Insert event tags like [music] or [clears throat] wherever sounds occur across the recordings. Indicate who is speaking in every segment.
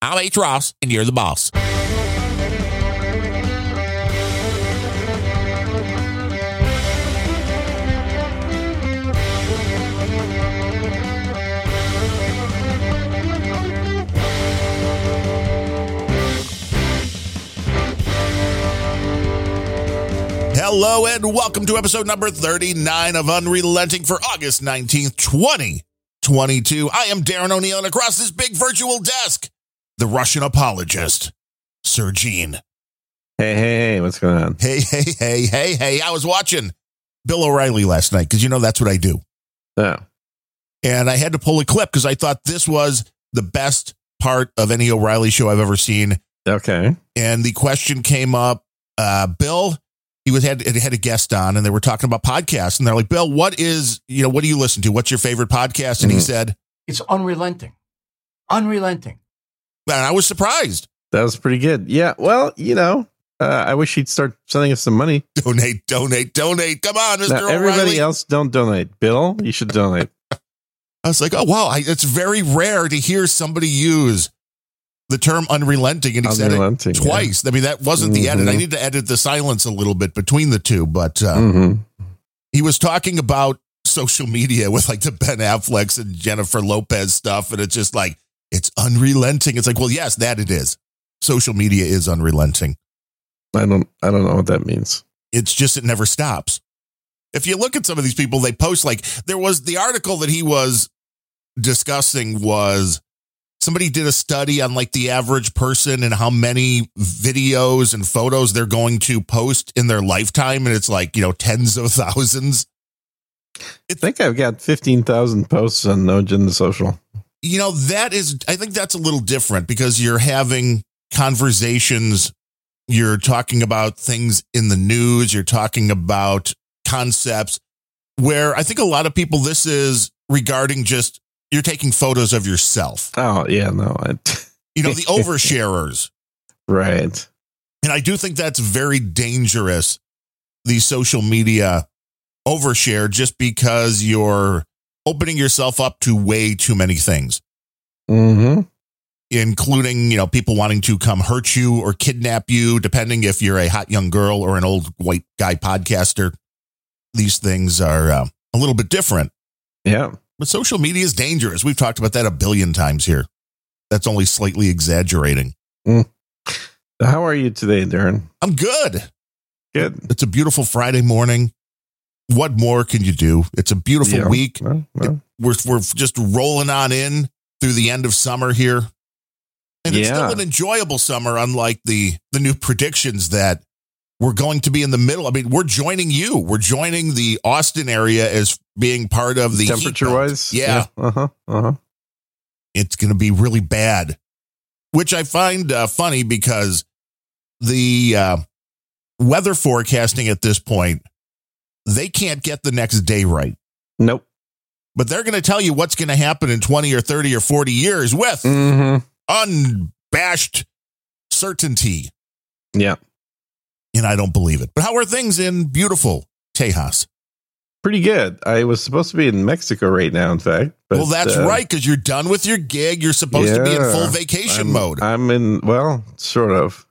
Speaker 1: I'm H. Ross, and you're the boss. Hello and welcome to episode number 39 of Unrelenting for August 19th, 2022. I am Darren O'Neill and across this big virtual desk, the Russian apologist, Sir Gene.
Speaker 2: Hey, hey, hey, what's going on?
Speaker 1: Hey, hey, hey, hey, hey. I was watching Bill O'Reilly last night because you know that's what I do.
Speaker 2: Oh,
Speaker 1: And I had to pull a clip because I thought this was the best part of any O'Reilly show I've ever seen.
Speaker 2: okay.
Speaker 1: and the question came up uh bill he was had it had a guest on and they were talking about podcasts and they're like bill what is you know what do you listen to what's your favorite podcast and he
Speaker 2: Mhm.
Speaker 1: said
Speaker 3: Mm-hmm. It's unrelenting. Unrelenting.
Speaker 1: and i was surprised
Speaker 2: That was pretty good. Yeah. Well, you know, uh, I wish he'd start sending us some money.
Speaker 1: donate donate donate come on mr
Speaker 2: Now, everybody
Speaker 1: O'Reilly.
Speaker 2: else don't donate. Bill, you should donate.
Speaker 1: i was like oh wow I, it's very rare to hear somebody use the term unrelenting and he said it
Speaker 2: Unrelenting, yeah.
Speaker 1: twice i mean that wasn't the edit i
Speaker 2: Mhm.
Speaker 1: need to edit the silence a little bit between the two but uh,
Speaker 2: Mhm.
Speaker 1: he was talking about social media with like the Ben Affleck's and Jennifer Lopez stuff, and it's just like it's unrelenting. It's like, well, yes, that it is. Social media is unrelenting.
Speaker 2: I don't. I don't know what that means.
Speaker 1: It's just it never stops. If you look at some of these people, they post like there was the article that he was discussing was somebody did a study on like the average person and how many videos and photos they're going to post in their lifetime and it's like, you know, tens of thousands.
Speaker 2: I think I've got fifteen thousand posts on No Agenda Social.
Speaker 1: you know that is i think that's a little different because you're having conversations you're talking about things in the news you're talking about concepts where i think a lot of people this is regarding just you're taking photos of yourself
Speaker 2: Oh, yeah. No. I, [laughs]
Speaker 1: you know the oversharers
Speaker 2: right.
Speaker 1: and i do think that's very dangerous the social media overshare just because you're opening yourself up to way too many things
Speaker 2: hmm
Speaker 1: including you know people wanting to come hurt you or kidnap you depending if you're a hot young girl or an old white guy podcaster these things are uh, a little bit different
Speaker 2: Yeah.
Speaker 1: but social media is dangerous we've talked about that a billion times here that's only slightly exaggerating
Speaker 2: How are you today, Darren?
Speaker 1: i'm good
Speaker 2: Good.
Speaker 1: it's a beautiful friday morning what more can you do it's a beautiful
Speaker 2: Yeah.
Speaker 1: week
Speaker 2: Well, well,
Speaker 1: we're, we're just rolling on in through the end of summer here and it's
Speaker 2: Yeah.
Speaker 1: still an enjoyable summer unlike the the new predictions that we're going to be in the middle i mean we're joining you we're joining the austin area as being part of the heat
Speaker 2: temperature
Speaker 1: belt.
Speaker 2: wise.
Speaker 1: yeah,
Speaker 2: Uh huh. Uh huh.
Speaker 1: it's going to be really bad which i find uh, funny because the uh, weather forecasting at this point they can't get the next day right
Speaker 2: Nope.
Speaker 1: but they're going to tell you what's going to happen in 20 or 30 or 40 years with
Speaker 2: hmm
Speaker 1: unbashed certainty.
Speaker 2: Yeah.
Speaker 1: And I don't believe it. But how are things in beautiful Tejas?
Speaker 2: Pretty good. I was supposed to be in Mexico right now, in fact. But,
Speaker 1: well, that's
Speaker 2: uh,
Speaker 1: right, because you're done with your gig. You're supposed to be in
Speaker 2: Yeah.
Speaker 1: full vacation
Speaker 2: I'm, uh,
Speaker 1: mode,
Speaker 2: I'm in, well, sort of.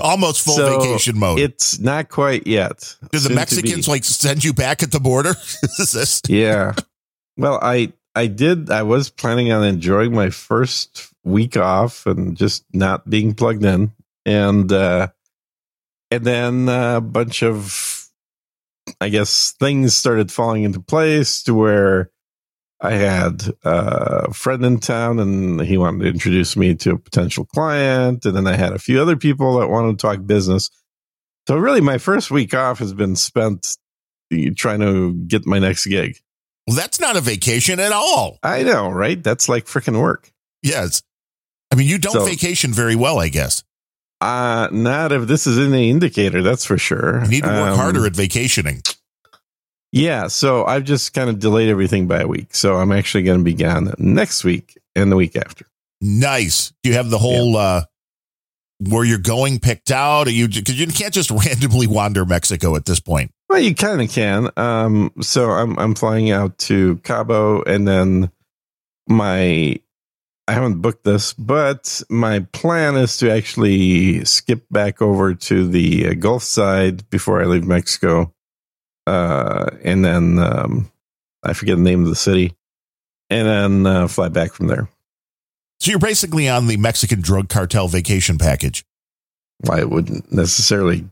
Speaker 1: almost full
Speaker 2: So,
Speaker 1: vacation mode.
Speaker 2: It's not quite yet.
Speaker 1: Do
Speaker 2: Soon
Speaker 1: the
Speaker 2: to
Speaker 1: Mexicans
Speaker 2: be.
Speaker 1: like send you back at the border? [laughs] Is this?
Speaker 2: yeah. Well, I I did. I was planning on enjoying my first week off and just not being plugged in, and uh, and then uh, a bunch of, I guess, things started falling into place to where. I had uh, a friend in town and he wanted to introduce me to a potential client. And then I had a few other people that wanted to talk business. So, really, my first week off has been spent trying to get my next gig.
Speaker 1: Well, that's not a vacation at all.
Speaker 2: I know, right? That's like freaking work.
Speaker 1: Yes. I mean, you don't
Speaker 2: So-
Speaker 1: vacation very well, I guess.
Speaker 2: Uh, not if this is any indicator, that's for sure.
Speaker 1: You need to work
Speaker 2: Um,
Speaker 1: harder at vacationing.
Speaker 2: Yeah, so I've just kind of delayed everything by a week. So I'm actually going to be gone next week and the week after.
Speaker 1: Nice. Do you have the whole uh where you're going picked out? Are you because you can't just [laughs] randomly wander Mexico at this point.
Speaker 2: Well, you kind of can. Um, so I'm I'm flying out to Cabo, and then my I haven't booked this, but my plan is to actually skip back over to the uh, Gulf side before I leave Mexico, uh, and then um, I forget the name of the city, and then uh, fly back from there.
Speaker 1: So you're basically on the Mexican drug cartel vacation package.
Speaker 2: Well, I wouldn't necessarily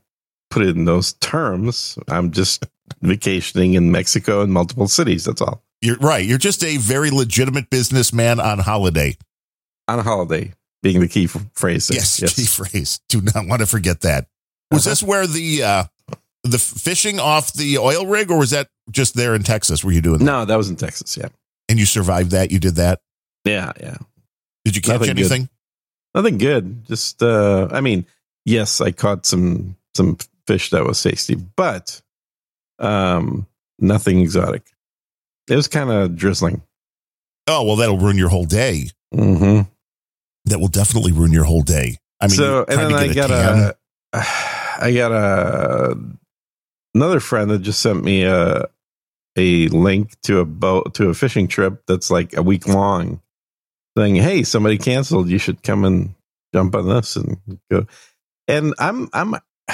Speaker 2: put it in those terms. I'm just vacationing in Mexico in multiple cities. That's all
Speaker 1: You're right. You're just a very legitimate businessman on holiday.
Speaker 2: on a holiday being the key f- phrase. there.
Speaker 1: Yes, [laughs] key phrase. Do not want to forget that. Was
Speaker 2: Uh-huh.
Speaker 1: this where the uh the f- fishing off the oil rig, or was that just there in Texas? Were you doing that?
Speaker 2: No, that was in Texas. Yeah.
Speaker 1: And you survived that? You did that?
Speaker 2: Yeah. Yeah.
Speaker 1: Did you catch
Speaker 2: Nothing good.
Speaker 1: anything?
Speaker 2: Nothing good. Just uh I mean, yes, I caught some some fish that was tasty, but um nothing exotic. It was kind of drizzling.
Speaker 1: Oh well, that'll ruin your whole day.
Speaker 2: Mm-hmm.
Speaker 1: That will definitely ruin your whole day. I mean,
Speaker 2: so
Speaker 1: you're
Speaker 2: and
Speaker 1: trying
Speaker 2: then
Speaker 1: to
Speaker 2: I
Speaker 1: get
Speaker 2: got
Speaker 1: a tan.
Speaker 2: a [sighs] I got a another friend that just sent me a a link to a boat to a fishing trip that's like a week long saying, Hey, somebody canceled, you should come and jump on this and go and I'm I'm [sighs]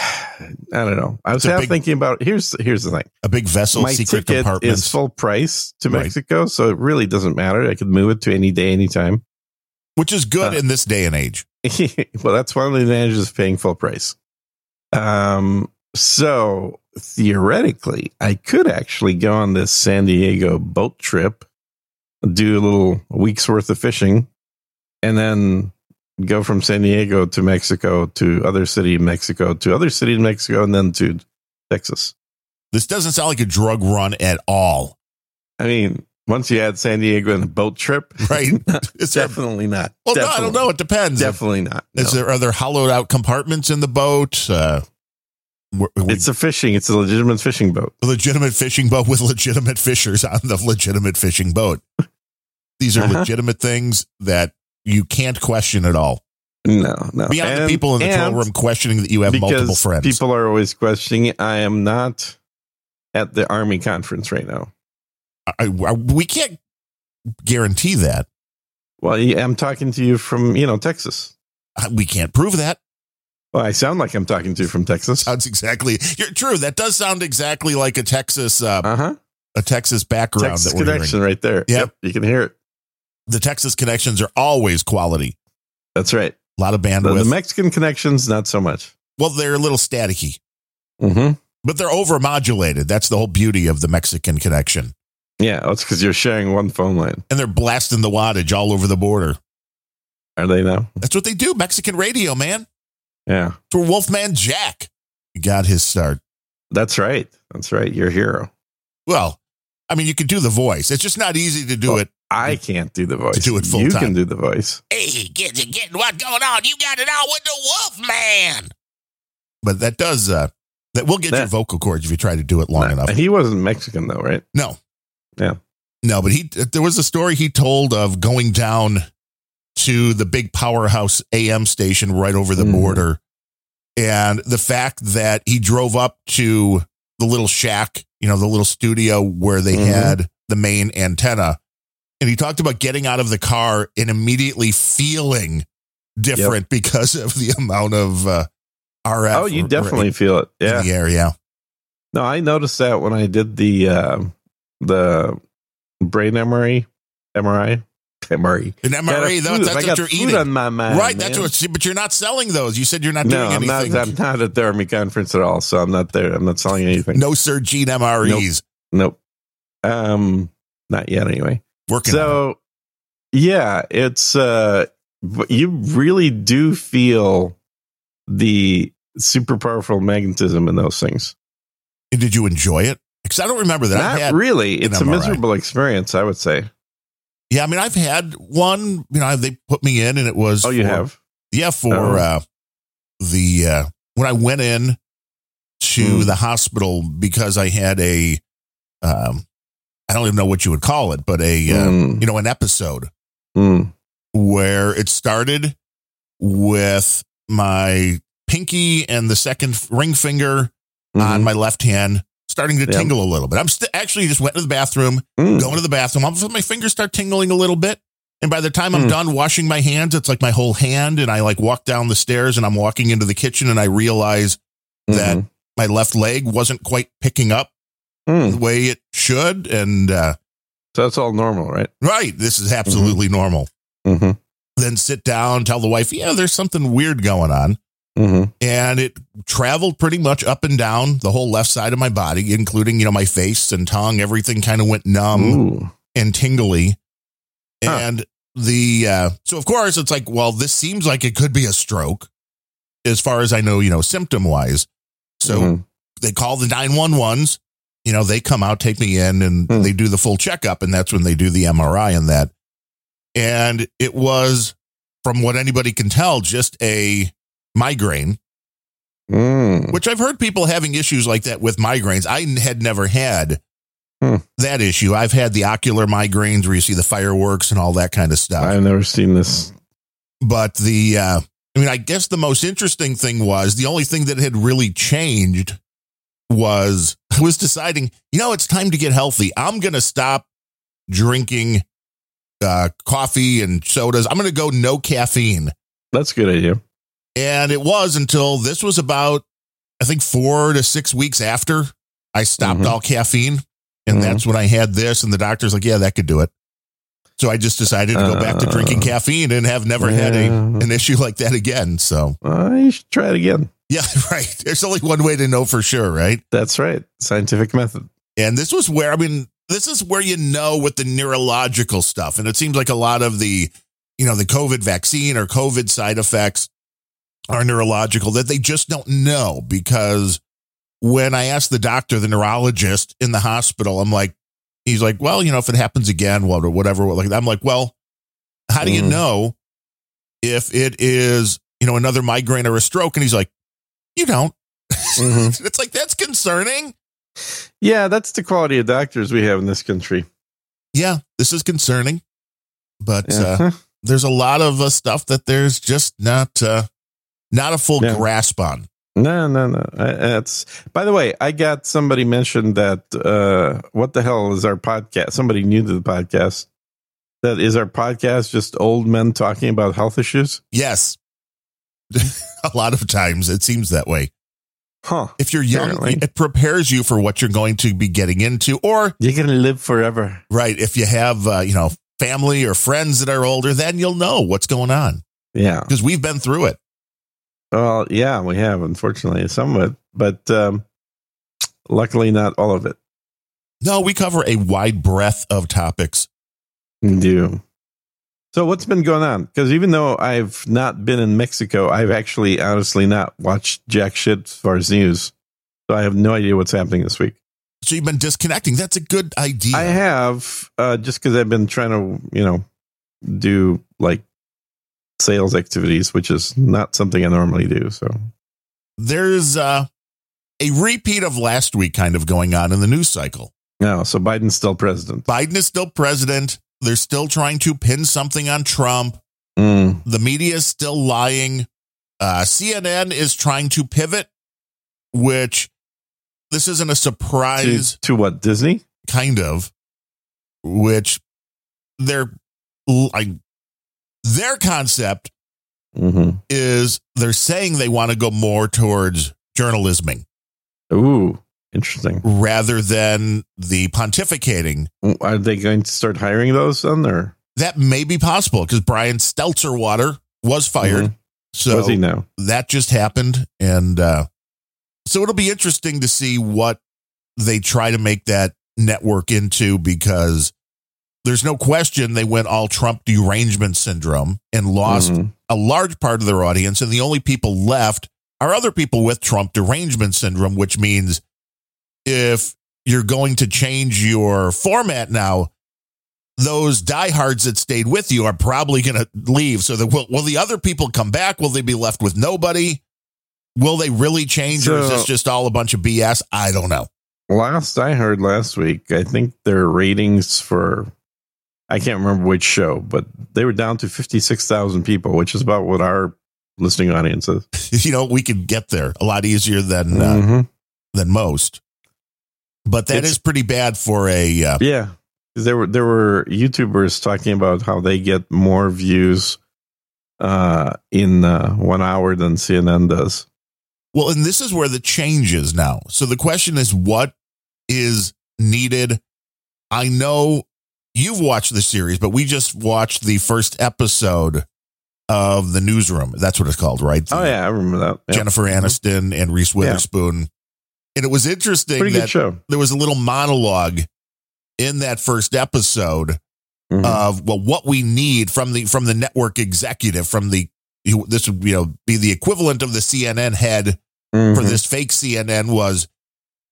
Speaker 2: I don't know. I was
Speaker 1: It's a
Speaker 2: half
Speaker 1: big-
Speaker 2: thinking about here's here's the thing.
Speaker 1: a big vessel,
Speaker 2: My
Speaker 1: secret
Speaker 2: ticket is
Speaker 1: compartments.
Speaker 2: full price to
Speaker 1: Right.
Speaker 2: Mexico, so it really doesn't matter. I could move it to any day, anytime.
Speaker 1: which is good
Speaker 2: Uh,
Speaker 1: in this day and age.
Speaker 2: [laughs] well, that's one of the advantages of paying full price. Um, so theoretically, I could actually go on this San Diego boat trip, do a little week's worth of fishing, and then go from San Diego to Mexico to other city in Mexico to other city in Mexico and then to Texas.
Speaker 1: This doesn't sound like a drug run at all, [laughs]
Speaker 2: I mean, once you add San Diego and a boat trip, [laughs]
Speaker 1: right? [laughs] Is there,
Speaker 2: definitely not.
Speaker 1: well, no, I
Speaker 2: Definitely.
Speaker 1: don't know. It depends.
Speaker 2: Definitely not.
Speaker 1: Is
Speaker 2: No.
Speaker 1: there are there hollowed out compartments in the boat? Uh, were- were we-
Speaker 2: it's a fishing. It's a legitimate fishing boat.
Speaker 1: a legitimate fishing boat with [laughs] legitimate fishers on the legitimate fishing boat. These are
Speaker 2: Uh-huh.
Speaker 1: legitimate things that you can't question at all.
Speaker 2: No, no.
Speaker 1: Beyond the
Speaker 2: And-
Speaker 1: people in the
Speaker 2: and
Speaker 1: troll room questioning that you have
Speaker 2: because
Speaker 1: multiple friends.
Speaker 2: People are always questioning. I am not at the Army conference right now.
Speaker 1: I, I- we can't guarantee that.
Speaker 2: Well, yeah, I'm talking to you from you know Texas.
Speaker 1: Uh, We can't prove that. [laughs]
Speaker 2: Well, I sound like I'm talking to you from Texas. Uh
Speaker 1: Sounds exactly. You're true. That does sound exactly like a Texas uh,
Speaker 2: huh.
Speaker 1: a Texas background
Speaker 2: Uh-huh. Texas
Speaker 1: that we're hearing.
Speaker 2: connection right there.
Speaker 1: Yep.
Speaker 2: you can hear it.
Speaker 1: The Texas connections are always quality.
Speaker 2: That's right.
Speaker 1: A lot of
Speaker 2: The,
Speaker 1: bandwidth.
Speaker 2: the Mexican connections, not so much.
Speaker 1: well, they're a little staticky,
Speaker 2: Mm-hmm.
Speaker 1: but they're overmodulated. That's the whole beauty of the Mexican connection.
Speaker 2: Yeah, that's because you're sharing one phone line.
Speaker 1: and they're blasting the wattage all over the border.
Speaker 2: Are they now?
Speaker 1: That's what they do. Mexican radio, man.
Speaker 2: Yeah,
Speaker 1: To Wolfman Jack got his start.
Speaker 2: that's right. That's right. Your hero.
Speaker 1: Well, I mean, you could do the voice. It's just not easy to do
Speaker 2: Well-
Speaker 1: it.
Speaker 2: I can't do the voice.
Speaker 1: do it full
Speaker 2: You
Speaker 1: time.
Speaker 2: can do the voice.
Speaker 1: Hey, get get what's going on? You got it all with the Wolfman. But that does uh that will get
Speaker 2: That-
Speaker 1: your vocal cords if you try to do it long
Speaker 2: Nah,
Speaker 1: enough.
Speaker 2: He wasn't Mexican though, right?
Speaker 1: No.
Speaker 2: Yeah.
Speaker 1: No, but he there was a story he told of going down to the big powerhouse AM station right over the
Speaker 2: Mhm.
Speaker 1: border. And the fact that he drove up to the little shack, you know, the little studio where they
Speaker 2: Mhm.
Speaker 1: had the main antenna. And he talked about getting out of the car and immediately feeling different because of the amount of uh, RF.
Speaker 2: Oh, you
Speaker 1: r-
Speaker 2: definitely feel it.
Speaker 1: in
Speaker 2: Yeah.
Speaker 1: the air, yeah.
Speaker 2: No, I noticed that when I did the uh, the brain E, MRI, MRI, MRI.
Speaker 1: An
Speaker 2: Got a
Speaker 1: MRE, though,
Speaker 2: food- I
Speaker 1: E, that's
Speaker 2: got
Speaker 1: what you're
Speaker 2: food
Speaker 1: eating.
Speaker 2: on my mind,
Speaker 1: right, that's
Speaker 2: man.
Speaker 1: what. But you're not selling those. You said you're not
Speaker 2: no,
Speaker 1: doing
Speaker 2: I'm
Speaker 1: anything.
Speaker 2: not. I'm not at the Army conference at all, so I'm not there. I'm not selling anything.
Speaker 1: no Sir Gene E MREs
Speaker 2: nope. Um, not yet. Anyway,
Speaker 1: working. on it.
Speaker 2: so yeah, it's uh, but you really do feel the super powerful magnetism in those things.
Speaker 1: And did you enjoy it? Because I don't remember that.
Speaker 2: Not
Speaker 1: I've had,
Speaker 2: really.
Speaker 1: an
Speaker 2: It's a
Speaker 1: MRI.
Speaker 2: miserable experience, I would say.
Speaker 1: yeah, I mean, I've had one. You know, they put me in, and it was.
Speaker 2: Oh, you
Speaker 1: for-
Speaker 2: have.
Speaker 1: Yeah, for
Speaker 2: Oh.
Speaker 1: uh, the uh, when I went in to
Speaker 2: Hmm.
Speaker 1: the hospital because I had a, um, I don't even know what you would call it, but a uh,
Speaker 2: Mm,
Speaker 1: you know an episode
Speaker 2: mm.
Speaker 1: where it started with my pinky and the second ring finger on
Speaker 2: mm,
Speaker 1: my left hand starting to
Speaker 2: Mm-hmm. Yeah.
Speaker 1: tingle a little bit. I'm st- actually just went to the bathroom,
Speaker 2: Mhm. Mm.
Speaker 1: going to the bathroom. I'm, my fingers start tingling a little bit. And by the time I'm
Speaker 2: Hmm.
Speaker 1: done washing my hands, it's like my whole hand. And I like walk down the stairs and I'm walking into the kitchen and I realize That-
Speaker 2: Mhm.
Speaker 1: my left leg wasn't quite picking up
Speaker 2: Mm.
Speaker 1: the way it should. And, uh,
Speaker 2: So that's all normal, right?
Speaker 1: right, this is absolutely normal.
Speaker 2: Mm-hmm.
Speaker 1: Then sit down, tell the wife, yeah, there's something weird going on.
Speaker 2: Mm-hmm.
Speaker 1: And it traveled pretty much up and down the whole left side of my body, including, you know, my face and tongue. Everything kind of went numb.
Speaker 2: Ooh.
Speaker 1: and tingly.
Speaker 2: Huh.
Speaker 1: And the uh, so of course it's like, well, this seems like it could be a stroke, as far as I know, you know, symptom wise. So
Speaker 2: Mhm.
Speaker 1: they call the nine one ones. You know, they come out, take me in, and
Speaker 2: Hmm.
Speaker 1: they do the full checkup, and that's when they do the MRI and that. And it was, from what anybody can tell, just a migraine,
Speaker 2: Mm.
Speaker 1: which I've heard people having issues like that with migraines. I had never had
Speaker 2: Hmm.
Speaker 1: that issue. I've had the ocular migraines where you see the fireworks and all that kind of stuff.
Speaker 2: I've never seen this.
Speaker 1: but the, uh, I mean, I guess the most interesting thing was the only thing that had really changed was [laughs] I was deciding, you know, it's time to get healthy. I'm going to stop drinking uh, coffee and sodas. I'm going to go no caffeine.
Speaker 2: That's a good idea.
Speaker 1: And it was until this was about, I think, four to six weeks after I stopped
Speaker 2: Mhm.
Speaker 1: all caffeine. And
Speaker 2: Mhm.
Speaker 1: that's when I had this. And the doctor's like, yeah, that could do it. So I just decided to go back to
Speaker 2: Uh,
Speaker 1: drinking caffeine and have never had a,
Speaker 2: Yeah.
Speaker 1: an issue like that again. So,
Speaker 2: Well, you should try it again.
Speaker 1: yeah, [laughs] right. There's only one way to know for sure, right?
Speaker 2: That's right. Scientific method.
Speaker 1: And this was where, I mean, this is where you know with the neurological stuff. And it seems like a lot of the, you know, the COVID vaccine or COVID side effects are neurological that they just don't know. Because when I asked the doctor, the neurologist in the hospital, I'm like, he's like, well, you know, if it happens again, what or whatever, what like, I'm like, well, how do you
Speaker 2: Mm.
Speaker 1: know if it is, you know, another migraine or a stroke? And he's like, you don't. [laughs]
Speaker 2: Mhm.
Speaker 1: it's like, that's concerning.
Speaker 2: Yeah, that's the quality of doctors we have in this country.
Speaker 1: yeah, this is concerning, but uh,
Speaker 2: Yeah.
Speaker 1: there's a lot of uh, stuff that there's just not uh, not a full
Speaker 2: Yeah.
Speaker 1: grasp on.
Speaker 2: No, no, no. I- That's. By the way, I got somebody mentioned that. Uh, what the hell is our podcast? Somebody new to the podcast. That is our podcast. Just old men talking about health issues.
Speaker 1: Yes, [laughs] a lot of times it seems that way.
Speaker 2: Huh?
Speaker 1: If you're young,
Speaker 2: Apparently.
Speaker 1: it prepares you for what you're going to be getting into, or
Speaker 2: You're gonna live forever.
Speaker 1: right, if you have uh, you know family or friends that are older, then you'll know what's going on
Speaker 2: Yeah.
Speaker 1: because we've been through it.
Speaker 2: Well, yeah, we have unfortunately somewhat, but um, luckily not all of it.
Speaker 1: No, we cover a wide breadth of topics.
Speaker 2: Do. So what's been going on? Because even though I've not been in Mexico, I've actually honestly not watched jack shit as far as news. So I have no idea what's happening this week.
Speaker 1: So you've been disconnecting. That's a good idea.
Speaker 2: I have uh, just because I've been trying to, you know, do like sales activities, which is not something I normally do. So
Speaker 1: there's uh, a repeat of last week kind of going on in the news cycle.
Speaker 2: no, so Biden's still president.
Speaker 1: Biden is still president. They're still trying to pin something on Trump.
Speaker 2: Mm,
Speaker 1: The media is still lying. Uh, CNN is trying to pivot, which this isn't a
Speaker 2: to,
Speaker 1: surprise,
Speaker 2: to what Disney?
Speaker 1: kind of, which their, I, their concept
Speaker 2: hmm
Speaker 1: is they're saying they want to go more towards journalisming
Speaker 2: Ooh, interesting.
Speaker 1: rather than the pontificating
Speaker 2: Mm, Are they going to start hiring those then, or
Speaker 1: that may be possible because Brian Stelterwater was fired.
Speaker 2: Mhm.
Speaker 1: So
Speaker 2: was he now?
Speaker 1: that just happened. And uh, so it'll be interesting to see what they try to make that network into because there's no question they went all Trump derangement syndrome and lost
Speaker 2: Mhm.
Speaker 1: a large part of their audience. And the only people left are other people with Trump derangement syndrome, which means if you're going to change your format now, those diehards that stayed with you are probably going to leave. So that will, will the other people come back? Will they be left with nobody? Will they really change, or is
Speaker 2: So-
Speaker 1: this just all a bunch of BS? I don't know. [laughs]
Speaker 2: Last I heard last week, I think their ratings for I can't remember which show, but they were down to fifty six thousand people, which is about what our listening audience is.
Speaker 1: You know, we could get there a lot easier than uh,
Speaker 2: Mhm.
Speaker 1: than most, but that is
Speaker 2: It's-
Speaker 1: pretty bad for a uh,
Speaker 2: Yeah, there were there were YouTubers talking about how they get more views uh, in uh, one hour than CNN does.
Speaker 1: Well, and this is where the change is now. So the question is, what is needed? I know you've watched the series, but we just watched the first episode of the newsroom. That's what it's called, right? The
Speaker 2: Oh yeah, I remember that. Yeah. Mm-hmm.
Speaker 1: Jennifer Aniston and Reese Witherspoon. And it was interesting
Speaker 2: pretty good
Speaker 1: that
Speaker 2: show.
Speaker 1: there was a little monologue in that first episode
Speaker 2: Mhm.
Speaker 1: of well what we need from the from the network executive from the you- this would you know be the equivalent of the CNN head for
Speaker 2: Mhm.
Speaker 1: this fake CNN was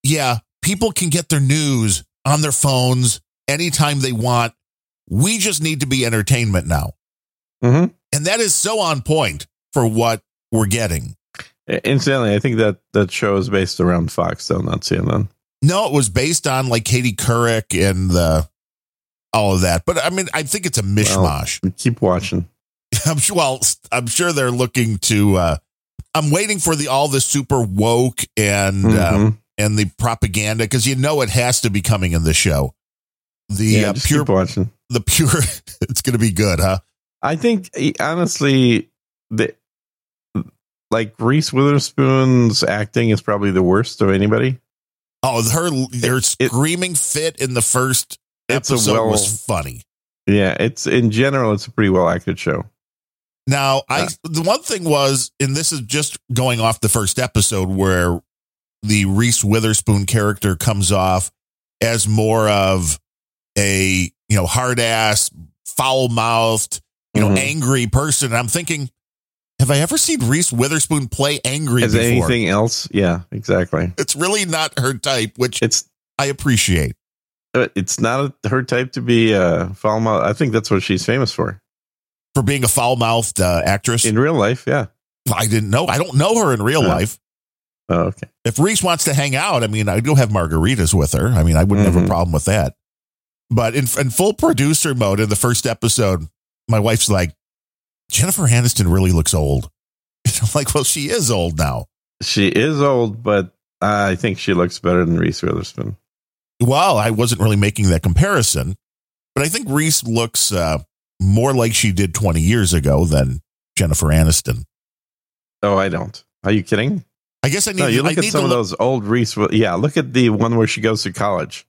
Speaker 1: yeah people can get their news on their phones anytime they want we just need to be entertainment now
Speaker 2: Mhm.
Speaker 1: and that is so on point for what we're getting
Speaker 2: Incidentally, I think that that show is based around Fox, though, not CNN.
Speaker 1: no it was based on like Katie Couric and the all of that but I mean I think it's a mishmash [laughs]
Speaker 2: Keep watching.
Speaker 1: I'm sure. Well, I'm sure they're looking to. Uh, I'm waiting for the all the super woke and uh,
Speaker 2: Mhm.
Speaker 1: and the propaganda because you know it has to be coming in the show. The
Speaker 2: yeah,
Speaker 1: uh,
Speaker 2: just
Speaker 1: pure,
Speaker 2: keep watching.
Speaker 1: the pure. [laughs] it's going to be good, huh?
Speaker 2: I think eh, honestly, the like Reese Witherspoon's acting is probably the worst of anybody.
Speaker 1: Oh, her her
Speaker 2: it-
Speaker 1: screaming fit in the first
Speaker 2: It's a
Speaker 1: episode
Speaker 2: well,
Speaker 1: was funny.
Speaker 2: yeah. It's in general, it's a pretty well acted show.
Speaker 1: Now, I
Speaker 2: Uh.
Speaker 1: the one thing was, and this is just going off the first episode where the Reese Witherspoon character comes off as more of a you know hard ass, foul mouthed, you know
Speaker 2: Mhm.
Speaker 1: angry person. And I'm thinking, have I ever seen Reese Witherspoon play angry
Speaker 2: As
Speaker 1: before?
Speaker 2: anything else, yeah, exactly.
Speaker 1: It's really not her type, which
Speaker 2: It's uh,
Speaker 1: I appreciate.
Speaker 2: it's not her type to be uh, foul mouth. I think that's what she's famous for
Speaker 1: For being a foul mouthed uh, actress,
Speaker 2: in real life. Yeah.
Speaker 1: I didn't know. I don't know her in real
Speaker 2: Uh.
Speaker 1: life.
Speaker 2: Oh, okay.
Speaker 1: if Reese wants to hang out, I mean, I'd go have margaritas with her. I mean, I wouldn't have a
Speaker 2: Mhm.
Speaker 1: problem with that. But in, in full producer mode in the first episode, my wife's like, Jennifer Aniston really looks old. [laughs] And I'm like, well, she is old now.
Speaker 2: She is old, but I think she looks better than Reese Witherspoon.
Speaker 1: Well, I wasn't really making that comparison, but I think Reese looks uh, more like she did 20 years ago than Jennifer Aniston.
Speaker 2: Oh, I don't. Are you kidding?
Speaker 1: I guess I need,
Speaker 2: No, you
Speaker 1: I
Speaker 2: look at
Speaker 1: need to
Speaker 2: some of
Speaker 1: look.
Speaker 2: those old Reese. Wi- Yeah, look at the one where she goes to college.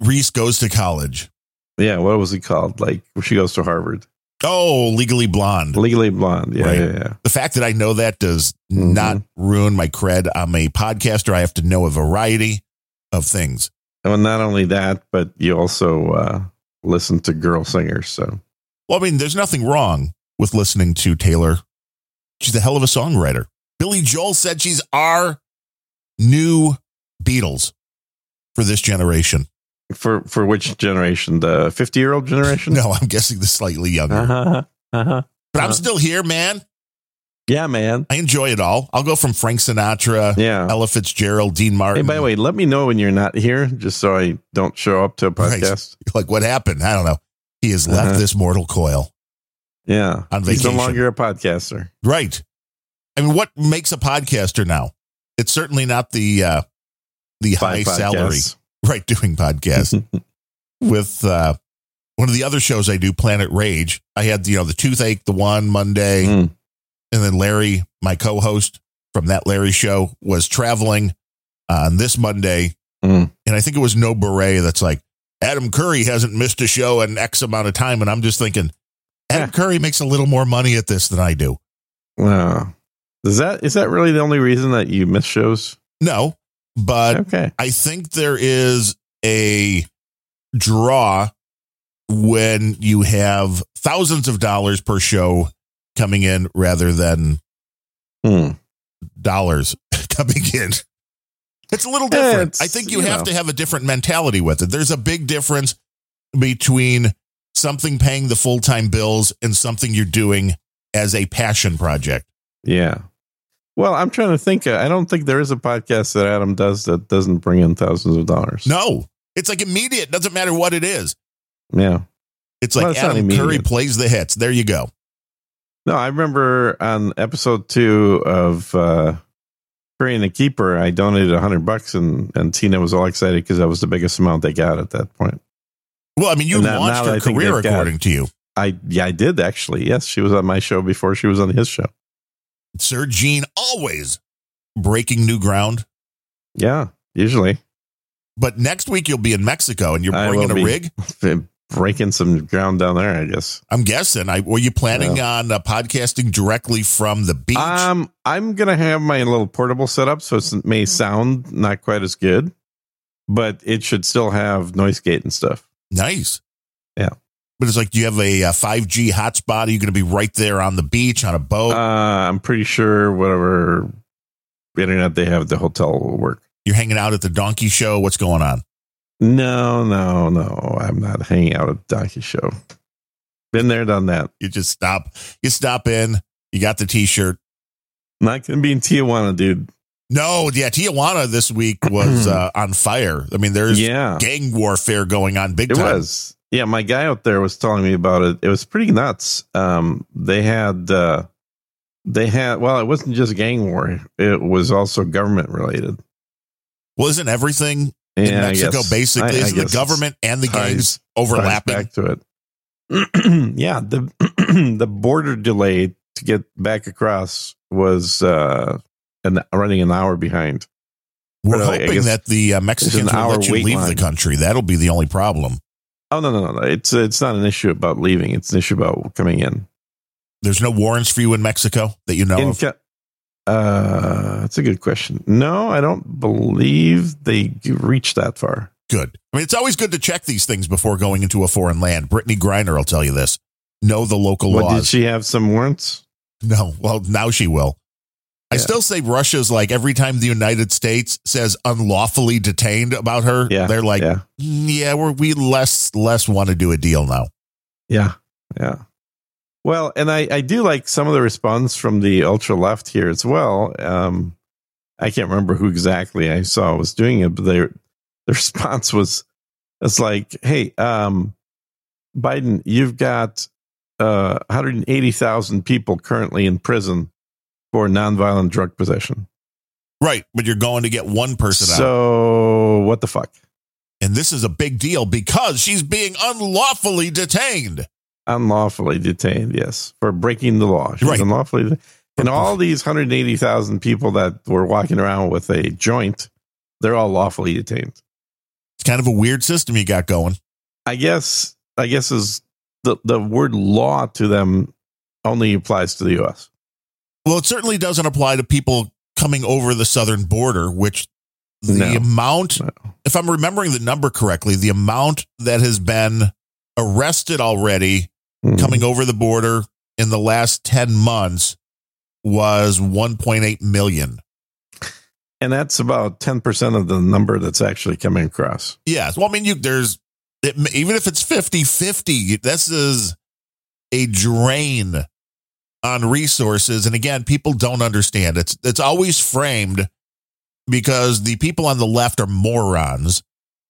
Speaker 1: Reese goes to college.
Speaker 2: Yeah, what was it called? Like where she goes to Harvard.
Speaker 1: Oh, legally blonde.
Speaker 2: Legally Blonde. Yeah,
Speaker 1: Right.
Speaker 2: yeah, yeah.
Speaker 1: the fact that I know that does
Speaker 2: Mhm.
Speaker 1: not ruin my cred. I'm a podcaster. I have to know a variety of things.
Speaker 2: Well, not only that, but you also uh, listen to girl singers. So
Speaker 1: Well, I mean, there's nothing wrong with listening to Taylor. She's a hell of a songwriter. Billy Joel said she's our new Beatles for this generation.
Speaker 2: for for which generation? The fifty year old generation?
Speaker 1: [laughs] No, I'm guessing the slightly younger.
Speaker 2: [laughs] Uh-huh. Uh-huh.
Speaker 1: But I'm
Speaker 2: uh-huh.
Speaker 1: still here, man.
Speaker 2: Yeah, man.
Speaker 1: I enjoy it all. I'll go from Frank Sinatra,
Speaker 2: Yeah.
Speaker 1: Ella Fitzgerald, Dean
Speaker 2: Hey,
Speaker 1: Martin.
Speaker 2: by the way, let me know when you're not here, just so I don't show up to a
Speaker 1: Right.
Speaker 2: podcast.
Speaker 1: like what happened? I don't know. He has left
Speaker 2: Uh-huh.
Speaker 1: this mortal coil.
Speaker 2: Yeah,
Speaker 1: On
Speaker 2: he's no
Speaker 1: vacation.
Speaker 2: longer a podcaster.
Speaker 1: Right. I mean, what makes a podcaster now? It's certainly not the uh, the high
Speaker 2: Five
Speaker 1: salary,
Speaker 2: podcasts.
Speaker 1: right? Doing podcasts with uh, one of the other shows I do, Planet Rage. I had you know the toothache, the one Monday,
Speaker 2: Mm.
Speaker 1: and then Larry, my co-host from that Larry show, was traveling uh, on this Monday,
Speaker 2: Mm.
Speaker 1: and I think it was No Beret that's like Adam Curry hasn't missed a show in X amount of time, and I'm just thinking Adam Curry makes a little more money at this than I do.
Speaker 2: Wow. Is that is that really the only reason that you miss shows?
Speaker 1: No, but
Speaker 2: okay.
Speaker 1: I think there is a draw when you have thousands of dollars per show coming in rather than
Speaker 2: Hmm.
Speaker 1: dollars [laughs] coming in. It's a little
Speaker 2: Yeah,
Speaker 1: different.
Speaker 2: it's-
Speaker 1: I think you,
Speaker 2: you
Speaker 1: have
Speaker 2: know.
Speaker 1: to have a different mentality with it. There's a big difference between something paying the full time bills and something you're doing as a passion project.
Speaker 2: Yeah. Well, I'm trying to think. I don't think there is a podcast that Adam does that doesn't bring in thousands of dollars.
Speaker 1: No, it's like immediate. Doesn't matter what it is.
Speaker 2: Yeah.
Speaker 1: It's like
Speaker 2: Well, it's not
Speaker 1: Adam Curry
Speaker 2: immediate.
Speaker 1: plays the hits. There you go.
Speaker 2: No, I remember on episode two of uh, Curry and the Keeper, I donated a hundred bucks, and and Tina was all excited because that was the biggest amount they got at that point.
Speaker 1: Well, I mean, you
Speaker 2: And now-
Speaker 1: launched
Speaker 2: now
Speaker 1: her
Speaker 2: I think
Speaker 1: career
Speaker 2: they've got-
Speaker 1: according to you.
Speaker 2: I yeah, I did actually. Yes, she was on my show before she was on his show.
Speaker 1: Sir Gene always breaking new ground.
Speaker 2: Yeah, usually [laughs]
Speaker 1: But next week you'll be in Mexico and you're
Speaker 2: I
Speaker 1: bringing
Speaker 2: will
Speaker 1: a
Speaker 2: be.
Speaker 1: rig.
Speaker 2: breaking some ground down there. I guess.
Speaker 1: I'm guessing. I were you planning on uh, podcasting directly from the beach?
Speaker 2: Um, I'm gonna have my little portable setup, so it
Speaker 1: Mm-hmm.
Speaker 2: may sound not quite as good, but it should still have noise gate and stuff.
Speaker 1: nice.
Speaker 2: yeah.
Speaker 1: But it's like, do you have a, uh 5G hotspot? Are you going to be right there on the beach on a boat?
Speaker 2: Uh, I'm pretty sure whatever internet they have at the hotel will work.
Speaker 1: You're hanging out at the donkey show. What's going on?
Speaker 2: No, no, no. I'm not hanging out at Donkey Show. Been there, done that.
Speaker 1: You just stop. You stop in. You got the T-shirt.
Speaker 2: Not gonna be in Tijuana, dude.
Speaker 1: No, yeah, Tijuana this week
Speaker 2: [clears throat]
Speaker 1: was uh, on fire. I mean, there's
Speaker 2: yeah,
Speaker 1: gang warfare going on big
Speaker 2: it
Speaker 1: time.
Speaker 2: was. Yeah, my guy out there was telling me about it. It was pretty nuts. Um, they had, uh, they had. Well, it wasn't just gang war. It was also government related.
Speaker 1: Well, isn't everything
Speaker 2: Yeah,
Speaker 1: in Mexico
Speaker 2: I guess- I- I
Speaker 1: basically isn't
Speaker 2: guess
Speaker 1: the government and the
Speaker 2: ties-
Speaker 1: gangs
Speaker 2: ties
Speaker 1: overlapping?
Speaker 2: Back to it. [clears throat] yeah, the [clears throat] the border delay to get back across was uh, an, running an hour behind.
Speaker 1: We're
Speaker 2: Well, I
Speaker 1: hoping
Speaker 2: guess
Speaker 1: that the uh, Mexicans will
Speaker 2: hour
Speaker 1: let you
Speaker 2: wait
Speaker 1: leave the
Speaker 2: line.
Speaker 1: country. That'll be the only problem.
Speaker 2: Oh no, no, no, no! It's it's not an issue about leaving. It's an issue about coming in.
Speaker 1: There's no warrants for you in Mexico that you know
Speaker 2: In
Speaker 1: of.
Speaker 2: Ca- uh, that's a good question. No, I don't believe they reached that far.
Speaker 1: Good. I mean, it's always good to check these things before going into a foreign land. Brittany Griner will tell you this. Know the local
Speaker 2: What
Speaker 1: laws.
Speaker 2: did she have some warrants?
Speaker 1: No. Well, now she will. I
Speaker 2: Yeah.
Speaker 1: still say Russia's like every time the United States says unlawfully detained about her,
Speaker 2: Yeah,
Speaker 1: they're like,
Speaker 2: yeah,
Speaker 1: "Mm, yeah, we're, we less less want to do a deal now.
Speaker 2: yeah, yeah. Well, and I I do like some of the response from the ultra left here as well. Um, I can't remember who exactly I saw was doing it, but their [laughs] the response was it's like, hey, um, Biden, you've got uh, 180,000 people currently in prison for nonviolent drug possession.
Speaker 1: Right, but you're going to get one person out.
Speaker 2: So what the fuck?
Speaker 1: And this is a big deal because she's being unlawfully detained.
Speaker 2: Unlawfully detained, yes, for breaking the law. She was
Speaker 1: Right.
Speaker 2: Unlawfully, det- and all these 180,000 people that were walking around with a joint, they're all lawfully detained.
Speaker 1: It's kind of a weird system you got going.
Speaker 2: I guess I guess is the the word law to them only applies to the U.S.
Speaker 1: Well, it certainly doesn't apply to people coming over the southern border, which the
Speaker 2: No.
Speaker 1: amount,
Speaker 2: No.
Speaker 1: if I'm remembering the number correctly, the amount that has been arrested already
Speaker 2: Mhm.
Speaker 1: coming over the border in the last 10 months was 1.8 million.
Speaker 2: and that's about ten percent of the number that's actually coming across.
Speaker 1: Yes. Well, I mean, you there's it, even if it's 50 50, this is a drain on resources. And again, people don't understand. It's it's always framed because the people on the left are morons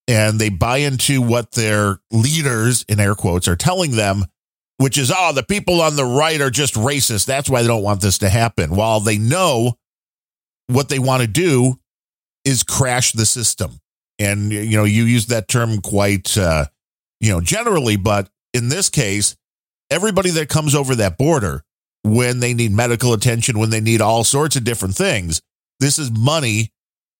Speaker 1: and they buy into what their leaders in air quotes are telling them which is oh the people on the right are just racist that's why they don't want this to happen while they know what they want to do is crash the system and you know you use that term quite uh you know generally but in this case everybody that comes over that border when they need medical attention when they need all sorts of different things this is money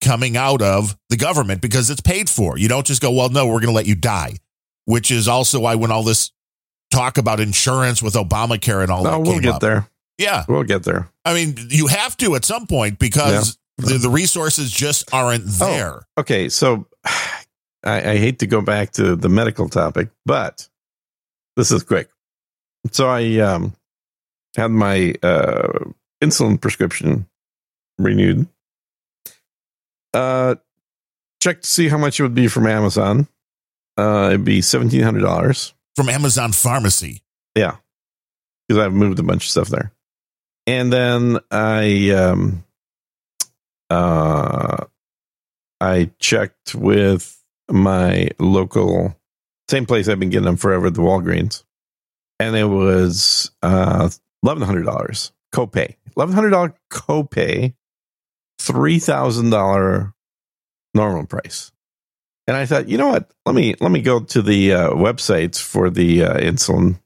Speaker 1: coming out of the government because it's paid for you don't just go well no we're going to let you die which is also why when all this talk about insurance with obamacare and all
Speaker 2: No,
Speaker 1: that
Speaker 2: we'll
Speaker 1: came
Speaker 2: get
Speaker 1: Oh, up
Speaker 2: there.
Speaker 1: yeah
Speaker 2: We'll get there.
Speaker 1: I mean, you have to at some point because the, the resources just aren't
Speaker 2: Oh.
Speaker 1: there.
Speaker 2: Okay, so [sighs] I, I hate to go back to the medical topic, but this is quick. So I um, had my uh, insulin prescription renewed. Uh, checked to see how much it would be from Amazon. Uh, it'd be seventeen hundred dollars
Speaker 1: From Amazon Pharmacy,
Speaker 2: because I've moved a bunch of stuff there. And then I um uh I checked with my local same place I've been getting them forever, the Walgreens. And it was uh eleven hundred dollars copay. Eleven hundred dollar copay, three thousand dollar normal price. and I thought, you know what? Let me let me go to the uh, websites for the uh, insulin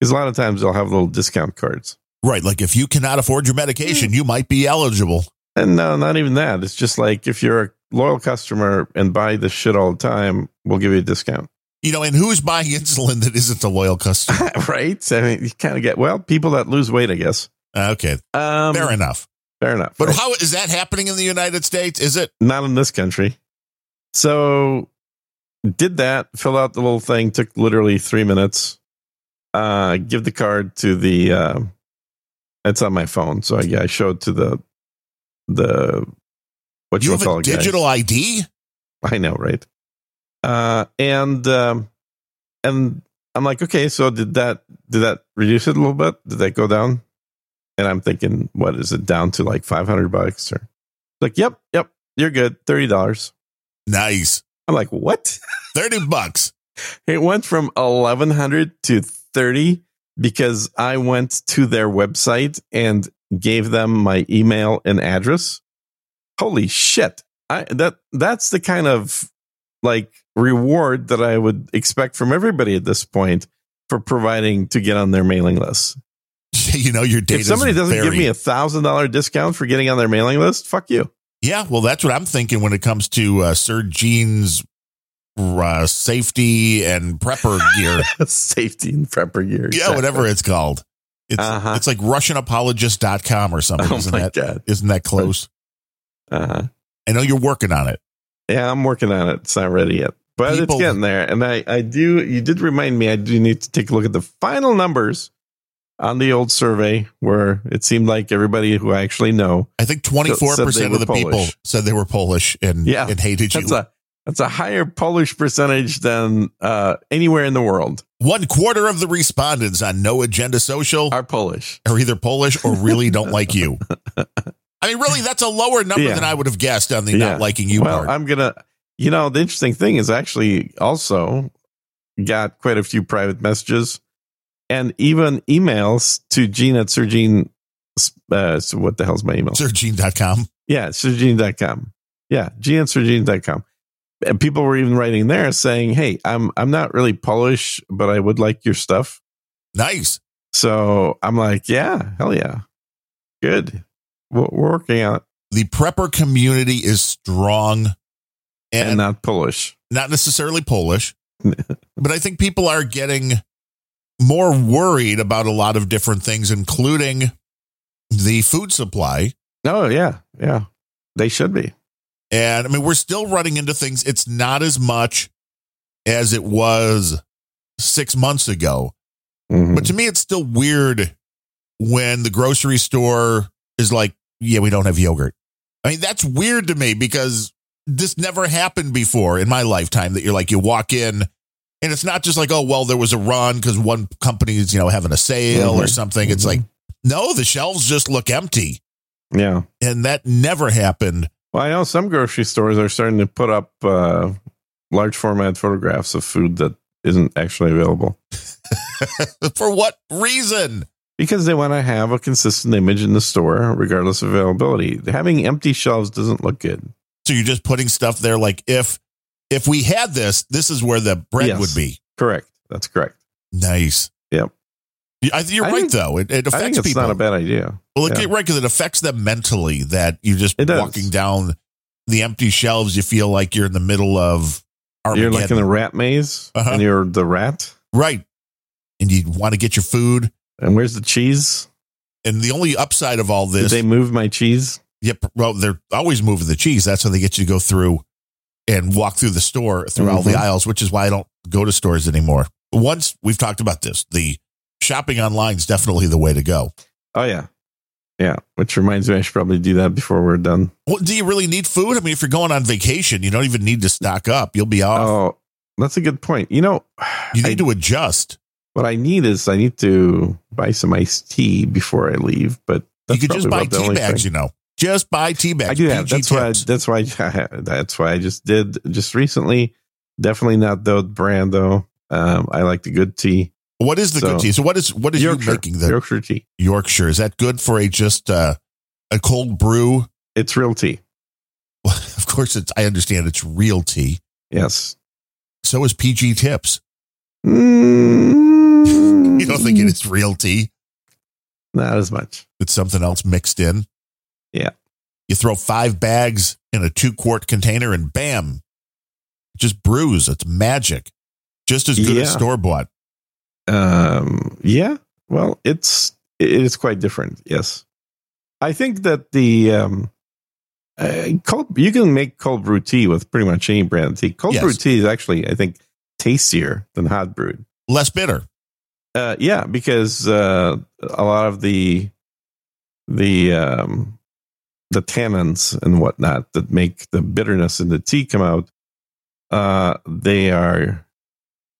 Speaker 2: because a lot of times they'll have little discount cards.
Speaker 1: Right. Like if you cannot afford your
Speaker 2: Mm.
Speaker 1: medication, you might be eligible.
Speaker 2: And no, not even that. It's just like if you're a loyal customer and buy this shit all the time, we'll give you a discount, [laughs]
Speaker 1: You know, and who's buying insulin that isn't a loyal customer?
Speaker 2: right? I mean, you kind of get well people that lose weight, I guess.
Speaker 1: Okay,
Speaker 2: Um,
Speaker 1: fair enough.
Speaker 2: fair enough.
Speaker 1: But
Speaker 2: right?
Speaker 1: how is that happening in the United States? Is it?
Speaker 2: not in this country. So did that, fill out the little thing, took literally three minutes. Uh give the card to the uh it's on my phone, so I, I showed to the the what
Speaker 1: You
Speaker 2: you,
Speaker 1: have
Speaker 2: call
Speaker 1: a
Speaker 2: it guy.
Speaker 1: digital ID?
Speaker 2: [laughs] I know, right? Uh and um and I'm like, okay, so did that did that reduce it a little bit? Did that go down? And I'm thinking, what is it down to like five hundred bucks or like, yep, yep, you're good, thirty dollars.
Speaker 1: Nice.
Speaker 2: I'm like, what?
Speaker 1: 30 bucks. [laughs]
Speaker 2: It went from 1100 to 30 because I went to their website and gave them my email and address. Holy shit. I that that's the kind of like reward that I would expect from everybody at this point for providing to get on their mailing list.
Speaker 1: you know, your data.
Speaker 2: if somebody doesn't give me a thousand dollar discount for getting on their mailing list, fuck you. [laughs]
Speaker 1: Yeah, well, that's what I'm thinking when it comes to uh, Sir Gene's uh, safety and prepper gear.
Speaker 2: Safety and prepper gear.
Speaker 1: Yeah,
Speaker 2: [laughs]
Speaker 1: whatever it's called. It's,
Speaker 2: Uh-huh.
Speaker 1: it's like RussianApologist.com or something.
Speaker 2: Oh
Speaker 1: isn't,
Speaker 2: my
Speaker 1: that,
Speaker 2: god.
Speaker 1: isn't that close?
Speaker 2: Uh-huh.
Speaker 1: I know you're working on it.
Speaker 2: Yeah, I'm working on it. It's not ready yet, but
Speaker 1: People-
Speaker 2: it's getting there. And I, I do. You did remind me. I do need to take a look at the final numbers on the old survey, where it seemed like everybody who I actually know.
Speaker 1: I think 24%
Speaker 2: said they
Speaker 1: of the
Speaker 2: were
Speaker 1: people
Speaker 2: Polish.
Speaker 1: said they were Polish and,
Speaker 2: Yeah,
Speaker 1: and hated you.
Speaker 2: That's a that's a higher Polish percentage than uh, anywhere in the world
Speaker 1: One quarter of the respondents on No Agenda Social
Speaker 2: are Polish.
Speaker 1: are either Polish or really don't like
Speaker 2: [laughs]
Speaker 1: you. I mean, really, that's a lower number
Speaker 2: Yeah.
Speaker 1: than I would have guessed on the
Speaker 2: Yeah.
Speaker 1: not liking you
Speaker 2: well,
Speaker 1: part.
Speaker 2: I'm gonna. You know, the interesting thing is I actually also got quite a few private messages and even emails to Gene at Sir Gene. Uh, so what the hell's my email?
Speaker 1: SirGene.com.
Speaker 2: Yeah, surgene.com. Yeah, gnsurgene.com. And people were even writing there saying, "Hey, I'm I'm not really Polish, but I would like your stuff."
Speaker 1: Nice.
Speaker 2: So I'm like, "Yeah, hell yeah, good. We're, we're working on it,
Speaker 1: the prepper community is strong
Speaker 2: and,
Speaker 1: and, not-,
Speaker 2: not Polish."
Speaker 1: necessarily Polish, but I think people are getting more worried about a lot of different things, including the food supply.
Speaker 2: Oh yeah, yeah, they should be.
Speaker 1: And I mean, we're still running into things. It's not as much as it was six months ago.
Speaker 2: Mhm.
Speaker 1: But to me, it's still weird when the grocery store is like, yeah, we don't have yogurt. I mean, that's weird to me because this never happened before in my lifetime that you're like, you walk in and it's not just like, oh, well, there was a run because one company is, you know, having a sale or
Speaker 2: Mhm.
Speaker 1: something. It's
Speaker 2: Mhm.
Speaker 1: like, no, the shelves just look empty.
Speaker 2: yeah.
Speaker 1: And that never happened. [laughs]
Speaker 2: Well, I know some grocery stores are starting to put up uh, large format photographs of food that isn't actually available
Speaker 1: For what reason?
Speaker 2: because they want to have a consistent image in the store regardless of availability having empty shelves doesn't look good
Speaker 1: So you're just putting stuff there like if if we had this, this is where the bread
Speaker 2: Yes.
Speaker 1: would be.
Speaker 2: correct that's correct
Speaker 1: Nice.
Speaker 2: Yep.
Speaker 1: Yeah, I think you're
Speaker 2: I
Speaker 1: right
Speaker 2: think-
Speaker 1: though. It, it affects
Speaker 2: i think it's
Speaker 1: people.
Speaker 2: not a bad idea
Speaker 1: well, it,
Speaker 2: yeah.
Speaker 1: right because it affects them mentally that you're just
Speaker 2: It does.
Speaker 1: walking down the empty shelves. You feel like you're in the middle of
Speaker 2: you're
Speaker 1: Armageddon,
Speaker 2: like in a rat maze
Speaker 1: Uh-huh.
Speaker 2: and you're the rat
Speaker 1: right? And you want to get your food.
Speaker 2: and where's the cheese
Speaker 1: And the only upside of all
Speaker 2: did
Speaker 1: this,
Speaker 2: they move my cheese
Speaker 1: yep. Well, they're always moving the cheese. That's how they get you to go through and walk through the store through all the
Speaker 2: Mhm.
Speaker 1: aisles, which is why I don't go to stores anymore. Once we've talked about this, the shopping online is definitely the way to go.
Speaker 2: oh yeah yeah which reminds me i should probably do that before we're done
Speaker 1: Well, do you really need food? I mean, if you're going on vacation, you don't even need to stock up. You'll be off.
Speaker 2: oh that's a good point you know
Speaker 1: [sighs] you
Speaker 2: Oh, I-
Speaker 1: need to adjust.
Speaker 2: what i need is i need to buy some iced tea before i leave but
Speaker 1: You
Speaker 2: that's
Speaker 1: could just
Speaker 2: probably
Speaker 1: buy
Speaker 2: about the
Speaker 1: tea
Speaker 2: only
Speaker 1: bags,
Speaker 2: thing.
Speaker 1: you know. Just buy tea bags.
Speaker 2: I do have.
Speaker 1: PG
Speaker 2: That's why. I,
Speaker 1: tips.
Speaker 2: that's why. I, [laughs] that's why I just did just recently. Definitely not the brand though. Um, I like the good tea.
Speaker 1: What is the
Speaker 2: So-
Speaker 1: good tea? So what is what is you making the
Speaker 2: Yorkshire tea.
Speaker 1: Yorkshire? Is that good for a just uh, a cold brew? [laughs]
Speaker 2: It's real tea.
Speaker 1: Of course, it's. I understand it's real tea. [laughs]
Speaker 2: Yes.
Speaker 1: So is PG Tips.
Speaker 2: Mm,
Speaker 1: You don't think it is real tea?
Speaker 2: Not as much.
Speaker 1: It's something else mixed in.
Speaker 2: Yeah.
Speaker 1: You throw five bags in a two quart container and bam, it just brews. It's magic. Just as good as
Speaker 2: Yeah.
Speaker 1: store bought.
Speaker 2: Um, yeah. Well, it's it is quite different. Yes, I think that the um, uh, cold you can make cold brew tea with pretty much any brand of tea. Cold
Speaker 1: Yes.
Speaker 2: brew tea is actually, I think, tastier than hot brewed.
Speaker 1: Less bitter.
Speaker 2: Uh, yeah, because uh, a lot of the the um, the tannins and whatnot that make the bitterness in the tea come out, uh, they are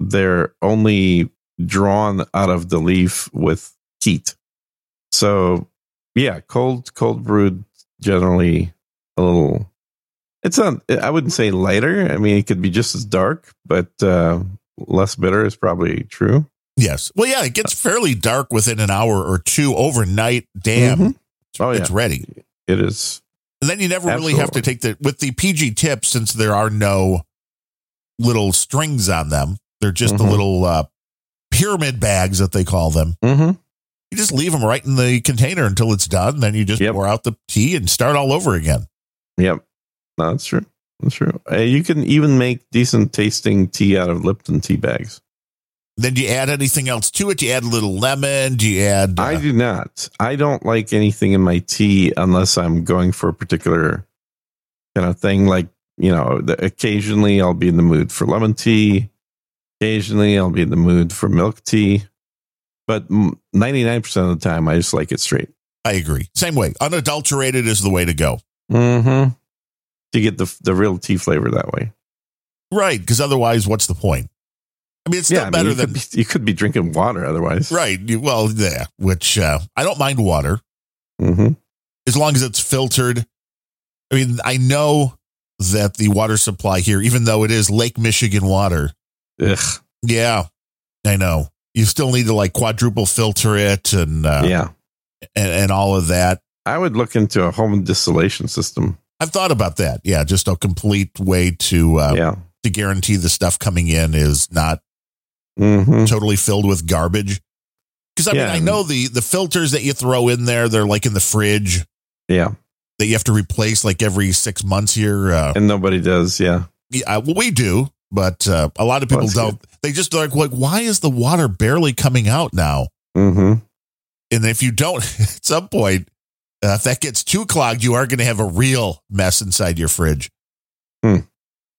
Speaker 2: they're only drawn out of the leaf with heat. So yeah, cold cold brewed generally a little. It's not. I wouldn't say lighter. I mean, it could be just as dark, but uh, less bitter is probably true.
Speaker 1: Yes. Well, yeah, it gets fairly dark within an hour or two overnight. Damn.
Speaker 2: Mhm. Oh, yeah.
Speaker 1: It's ready.
Speaker 2: It is.
Speaker 1: And then you never really have to
Speaker 2: Absolutely.
Speaker 1: take the with the PG tips since there are no little strings on them. They're just the
Speaker 2: Mhm.
Speaker 1: little uh, pyramid bags that they call them.
Speaker 2: Mm-hmm.
Speaker 1: You just leave them right in the container until it's done. Then you just
Speaker 2: Yep.
Speaker 1: pour out the tea and start all over again.
Speaker 2: Yep. No, that's true. That's true. Uh, you can even make decent tasting tea out of Lipton tea bags.
Speaker 1: Then do you add anything else to it? Do you add a little lemon? Do you add? Uh,
Speaker 2: I do not. I don't like anything in my tea unless I'm going for a particular kind of thing. Like, you know, the, occasionally I'll be in the mood for lemon tea. Occasionally I'll be in the mood for milk tea. But mm, 99% of the time, I just like it straight.
Speaker 1: I agree. Same way. Unadulterated is the way to go.
Speaker 2: Mm-hmm. To get the, the real tea flavor that way.
Speaker 1: Right. Because otherwise, what's the point? I mean, it's still
Speaker 2: I mean,
Speaker 1: better
Speaker 2: you
Speaker 1: than.
Speaker 2: could be, you could be drinking water otherwise.
Speaker 1: Right. You- Well, yeah, which uh, I don't mind water.
Speaker 2: Mm-hmm.
Speaker 1: as long as it's filtered. I mean, I know that the water supply here, even though it is Lake Michigan water,
Speaker 2: Ugh.
Speaker 1: yeah, I know. You still need to like quadruple filter it and uh,
Speaker 2: yeah,
Speaker 1: and, and all of that.
Speaker 2: I would look into a home distillation system.
Speaker 1: I've thought about that. Yeah, just a complete way to uh,
Speaker 2: yeah.
Speaker 1: to guarantee the stuff coming in is not
Speaker 2: Mm-hmm.
Speaker 1: totally filled with garbage. Because I
Speaker 2: Yeah.
Speaker 1: mean, I know the the filters that you throw in there, they're like in the fridge
Speaker 2: Yeah,
Speaker 1: that you have to replace like every six months here. Uh,
Speaker 2: and nobody does. Yeah,
Speaker 1: yeah, uh, well, we do, but uh, a lot of people
Speaker 2: That's
Speaker 1: don't. They just like, like, why is the water barely coming out now?
Speaker 2: mm-hmm.
Speaker 1: And if you don't, [laughs] at some point, uh, if that gets too clogged, you are going to have a real mess inside your fridge
Speaker 2: Hmm.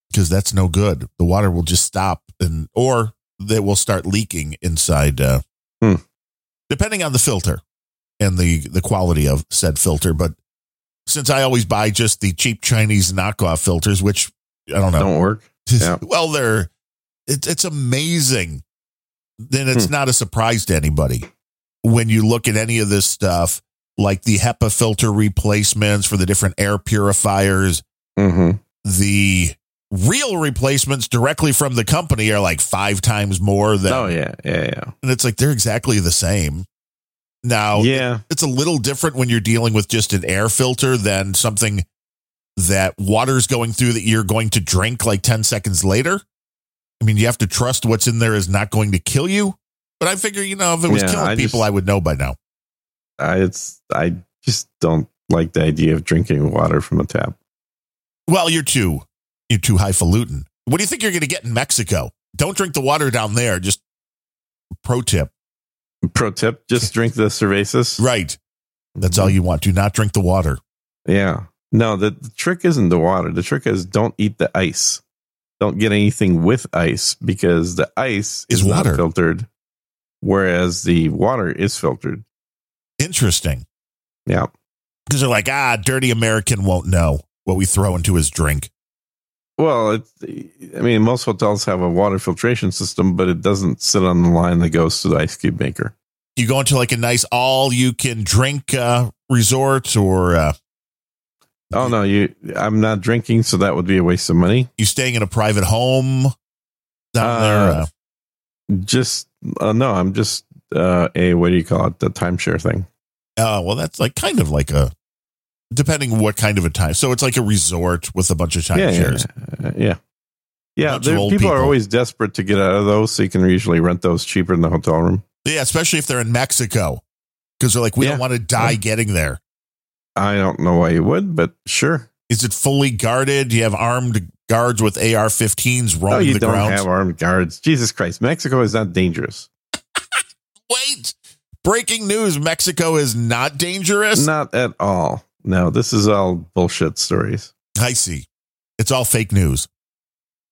Speaker 1: because that's no good. The water will just stop, and or they will start leaking inside, uh,
Speaker 2: Hmm.
Speaker 1: depending on the filter and the the quality of said filter. But since I always buy just the cheap Chinese knockoff filters, which I don't know,
Speaker 2: don't work. Yeah.
Speaker 1: well, they're it's it's amazing. Then it's not a surprise to anybody when you look at any of this stuff, like the HEPA filter replacements for the different air purifiers.
Speaker 2: Mm-hmm.
Speaker 1: The real replacements directly from the company are like five times more than,
Speaker 2: Oh yeah, yeah,
Speaker 1: and it's like they're exactly the same. Now, Oh,
Speaker 2: yeah, yeah.
Speaker 1: it's a little different when you're dealing with just an air filter than something that water's going through that you're going to drink like 10 seconds later. I mean, you have to trust what's in there is not going to kill you. But I figure, you know, if it was
Speaker 2: Yeah,
Speaker 1: killing
Speaker 2: I
Speaker 1: people,
Speaker 2: just-
Speaker 1: I would know by now.
Speaker 2: I, it's I just don't like the idea of drinking water from a tap.
Speaker 1: Well, you're too, you're too highfalutin. What do you think you're going to get in Mexico? Don't drink the water down there. Just pro tip.
Speaker 2: Pro tip: just drink the cervezas.
Speaker 1: Right. That's
Speaker 2: Mm-hmm.
Speaker 1: all you want. Do not drink the water.
Speaker 2: Yeah. No, the, the trick isn't the water. The trick is don't eat the ice. Don't get anything with ice because the ice
Speaker 1: Is
Speaker 2: is, not
Speaker 1: water.
Speaker 2: filtered, whereas the water is filtered.
Speaker 1: Interesting.
Speaker 2: Yeah.
Speaker 1: Because they're like, ah, dirty American won't know what we throw into his drink.
Speaker 2: Well, it's, I mean, most hotels have a water filtration system, but it doesn't sit on the line that goes to the ice cube maker.
Speaker 1: you go into like a nice all you can drink uh, resort or uh,
Speaker 2: Oh no, you! I'm not drinking, so that would be a waste of money.
Speaker 1: you staying in a private home down
Speaker 2: Uh,
Speaker 1: there. Uh,
Speaker 2: Just uh, no, I'm just uh, a what do you call it? The timeshare thing.
Speaker 1: oh, well, that's like kind of like a depending what kind of a time. So it's like a resort with a bunch of timeshares.
Speaker 2: yeah, yeah, yeah. Yeah,
Speaker 1: Bunch of
Speaker 2: there- people,
Speaker 1: old
Speaker 2: are
Speaker 1: people.
Speaker 2: always desperate to get out of those, so you can usually rent those cheaper in the hotel room.
Speaker 1: Yeah, especially if they're in Mexico because they're like, we
Speaker 2: Yeah.
Speaker 1: don't want to die
Speaker 2: Yeah.
Speaker 1: getting there.
Speaker 2: I don't know why you would, but sure.
Speaker 1: Is it fully guarded? Do you have armed guards with AR-15s
Speaker 2: No,
Speaker 1: roaming
Speaker 2: you
Speaker 1: the
Speaker 2: don't
Speaker 1: grounds?
Speaker 2: have armed guards. Jesus Christ, Mexico is not dangerous.
Speaker 1: Wait, breaking news: Mexico is not dangerous.
Speaker 2: Not at all. No, this is all bullshit stories.
Speaker 1: I see. It's all fake news.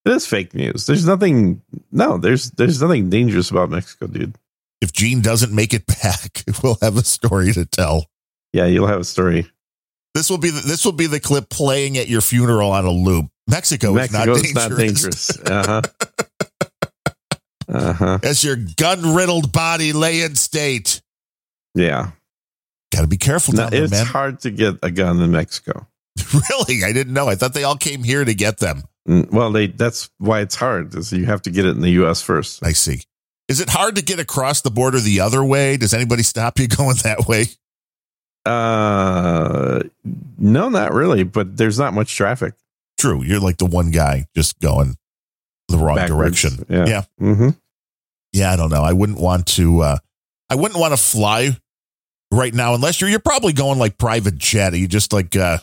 Speaker 2: It is fake news. There's nothing. No, there's there's nothing dangerous about Mexico, dude.
Speaker 1: If Gene doesn't make it back, [laughs] we'll have a story to tell.
Speaker 2: Yeah, you'll have a story.
Speaker 1: This will be the, this will be the clip playing at your funeral on a loop. Mexico,
Speaker 2: Mexico
Speaker 1: is
Speaker 2: is not
Speaker 1: [laughs]
Speaker 2: dangerous. Uh huh. uh huh.
Speaker 1: As your gun riddled body lay in state.
Speaker 2: Yeah.
Speaker 1: Got to be careful
Speaker 2: No,
Speaker 1: down there,
Speaker 2: it's
Speaker 1: man.
Speaker 2: hard to get a gun in Mexico.
Speaker 1: [laughs] Really, I didn't know. I thought they all came here to get them.
Speaker 2: Mm, Well, they that's why it's hard. Is you have to get it in the U.S. first.
Speaker 1: I see. Is it hard to get across the border the other way? Does anybody stop you [laughs] going that way?
Speaker 2: Uh, no, not really. But there's not much traffic.
Speaker 1: True. You're like the one guy just going the wrong
Speaker 2: backwards.
Speaker 1: direction.
Speaker 2: Yeah.
Speaker 1: Yeah.
Speaker 2: hmm
Speaker 1: Yeah, I don't know. I wouldn't want to uh I wouldn't want to fly right now unless you're you're probably going like private jet. You just like uh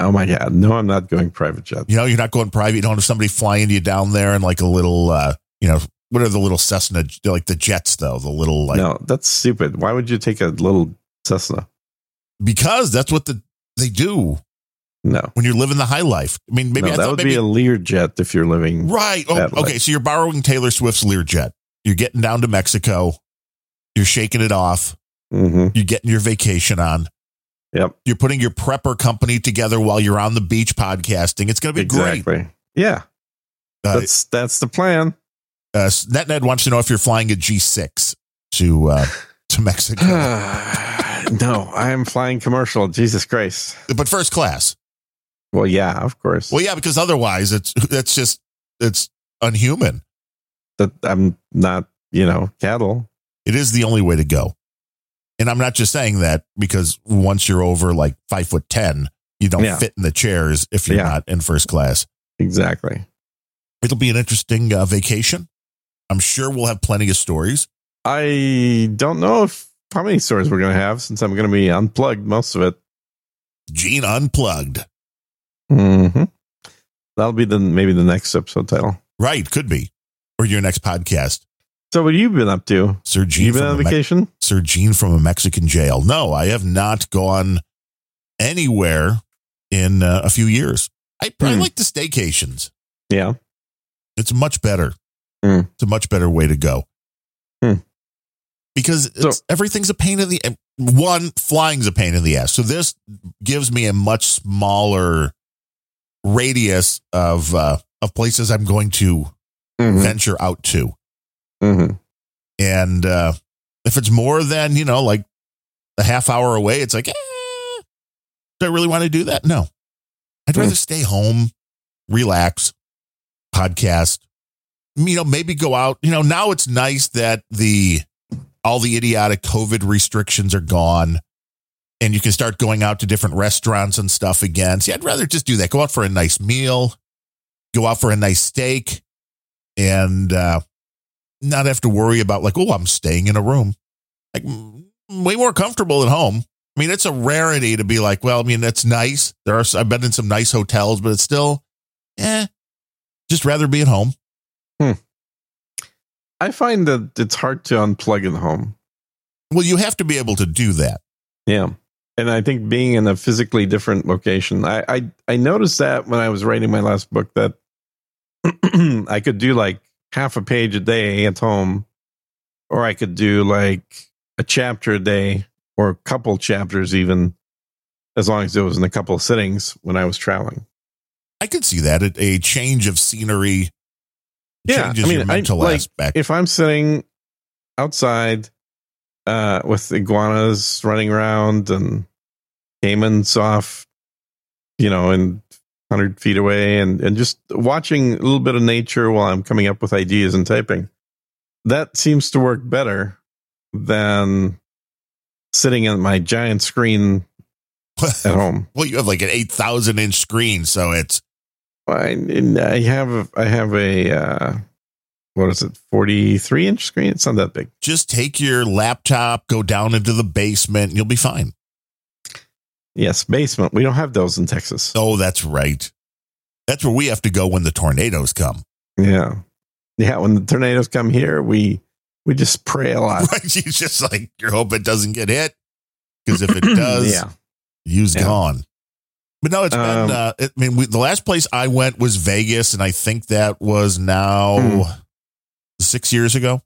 Speaker 2: Oh my God. No, I'm not going private jet.
Speaker 1: you know, you're not going private. You don't have somebody flying you down there in like a little uh you know, what are the little Cessna they're like the jets though, the little like
Speaker 2: no, that's stupid. Why would you take a little Cessna?
Speaker 1: because that's what the they do
Speaker 2: No.
Speaker 1: when you're living the high life. I mean, maybe
Speaker 2: No,
Speaker 1: I
Speaker 2: that
Speaker 1: thought
Speaker 2: would
Speaker 1: maybe
Speaker 2: be a Lear jet if you're living.
Speaker 1: Right. Oh,
Speaker 2: that
Speaker 1: okay.
Speaker 2: way.
Speaker 1: So you're borrowing Taylor Swift's Learjet. You're getting down to Mexico. You're shaking it off.
Speaker 2: hmm
Speaker 1: You're getting your vacation on.
Speaker 2: Yep.
Speaker 1: You're putting your prepper company together while you're on the beach podcasting. It's going to be great.
Speaker 2: Exactly. Yeah.
Speaker 1: Uh,
Speaker 2: That's that's the plan.
Speaker 1: Uh, NetNed wants to know if you're flying a G6 to uh,
Speaker 2: [laughs]
Speaker 1: to Mexico,
Speaker 2: [sighs] no, I am flying commercial. Jesus Christ.
Speaker 1: but first class.
Speaker 2: Well, yeah, of course.
Speaker 1: Well, yeah, because otherwise it's that's just it's unhuman.
Speaker 2: that I'm not, you know, cattle.
Speaker 1: It is the only way to go. And I'm not just saying that because once you're over like five foot ten, you don't
Speaker 2: Yeah.
Speaker 1: fit in the chairs if you're
Speaker 2: Yeah.
Speaker 1: not in first class.
Speaker 2: Exactly.
Speaker 1: It'll be an interesting uh, vacation. I'm sure we'll have plenty of stories.
Speaker 2: I don't know if how many stories we're going to have since I'm going to be unplugged most of it.
Speaker 1: Gene unplugged,
Speaker 2: hmm That'll be the maybe the next episode title.
Speaker 1: right? Could be, or your next podcast,
Speaker 2: So, what have you been up to?
Speaker 1: Sir
Speaker 2: You
Speaker 1: Gene.
Speaker 2: been on
Speaker 1: From a Me-
Speaker 2: vacation?
Speaker 1: Sir Gene from a Mexican jail. No, I have not gone anywhere in uh, a few years. I, I
Speaker 2: Hmm.
Speaker 1: like the staycations.
Speaker 2: yeah.
Speaker 1: It's much better.
Speaker 2: Hmm.
Speaker 1: It's a much better way to go.
Speaker 2: Hmm.
Speaker 1: Because it's, everything's a pain in the one flying's a pain in the ass. So this gives me a much smaller radius of uh, of places I'm going to
Speaker 2: Mhm.
Speaker 1: venture out to.
Speaker 2: Mhm.
Speaker 1: And uh, if it's more than you know, like a half hour away, it's like, eh, do I really want to do that? No, I'd
Speaker 2: Hmm.
Speaker 1: rather stay home, relax, podcast. You know, maybe go out. You know, now it's nice that the all the idiotic COVID restrictions are gone, and you can start going out to different restaurants and stuff again. See, I'd rather just do that. Go out for a nice meal, go out for a nice steak, and uh, not have to worry about like, oh, I'm staying in a room. Like, mm, way more comfortable at home. I mean, it's a rarity to be like, well, I mean, that's nice. There are, I've been in some nice hotels, but it's still, eh, just rather be at home.
Speaker 2: I find that it's hard to unplug at home.
Speaker 1: Well, you have to be able to do that.
Speaker 2: Yeah. And I think being in a physically different location, I I, I noticed that when I was writing my last book that [clears throat] I could do like half a page a day at home, or I could do like a chapter a day or a couple chapters even, as long as it was in a couple of sittings when I was traveling.
Speaker 1: I could see that a, a change of scenery
Speaker 2: Yeah,
Speaker 1: changes
Speaker 2: I mean,
Speaker 1: your
Speaker 2: I-
Speaker 1: mental
Speaker 2: like,
Speaker 1: aspect.
Speaker 2: if I'm sitting outside uh, with iguanas running around and caimans off, you know, and 100 feet away, and, and just watching a little bit of nature while I'm coming up with ideas and typing, that seems to work better than sitting at my giant screen at home.
Speaker 1: [laughs] well, you have like an 8,000 inch screen, so it's
Speaker 2: I, I have I have a uh, what is it, forty three inch screen? It's not that big.
Speaker 1: Just take your laptop, go down into the basement, and you'll be fine.
Speaker 2: Yes, basement. We don't have those in Texas.
Speaker 1: Oh, that's right. That's where we have to go when the tornadoes
Speaker 2: [laughs]
Speaker 1: come.
Speaker 2: Yeah, yeah. When the tornadoes come here, we we just pray a lot.
Speaker 1: Right? You just like you hope it doesn't get hit because if it does,
Speaker 2: [clears throat] Yeah,
Speaker 1: you's
Speaker 2: Yeah.
Speaker 1: gone. But no, it's
Speaker 2: Um,
Speaker 1: been. Uh, it, I mean, we, the last place I went was Vegas, and I think that was now six years ago.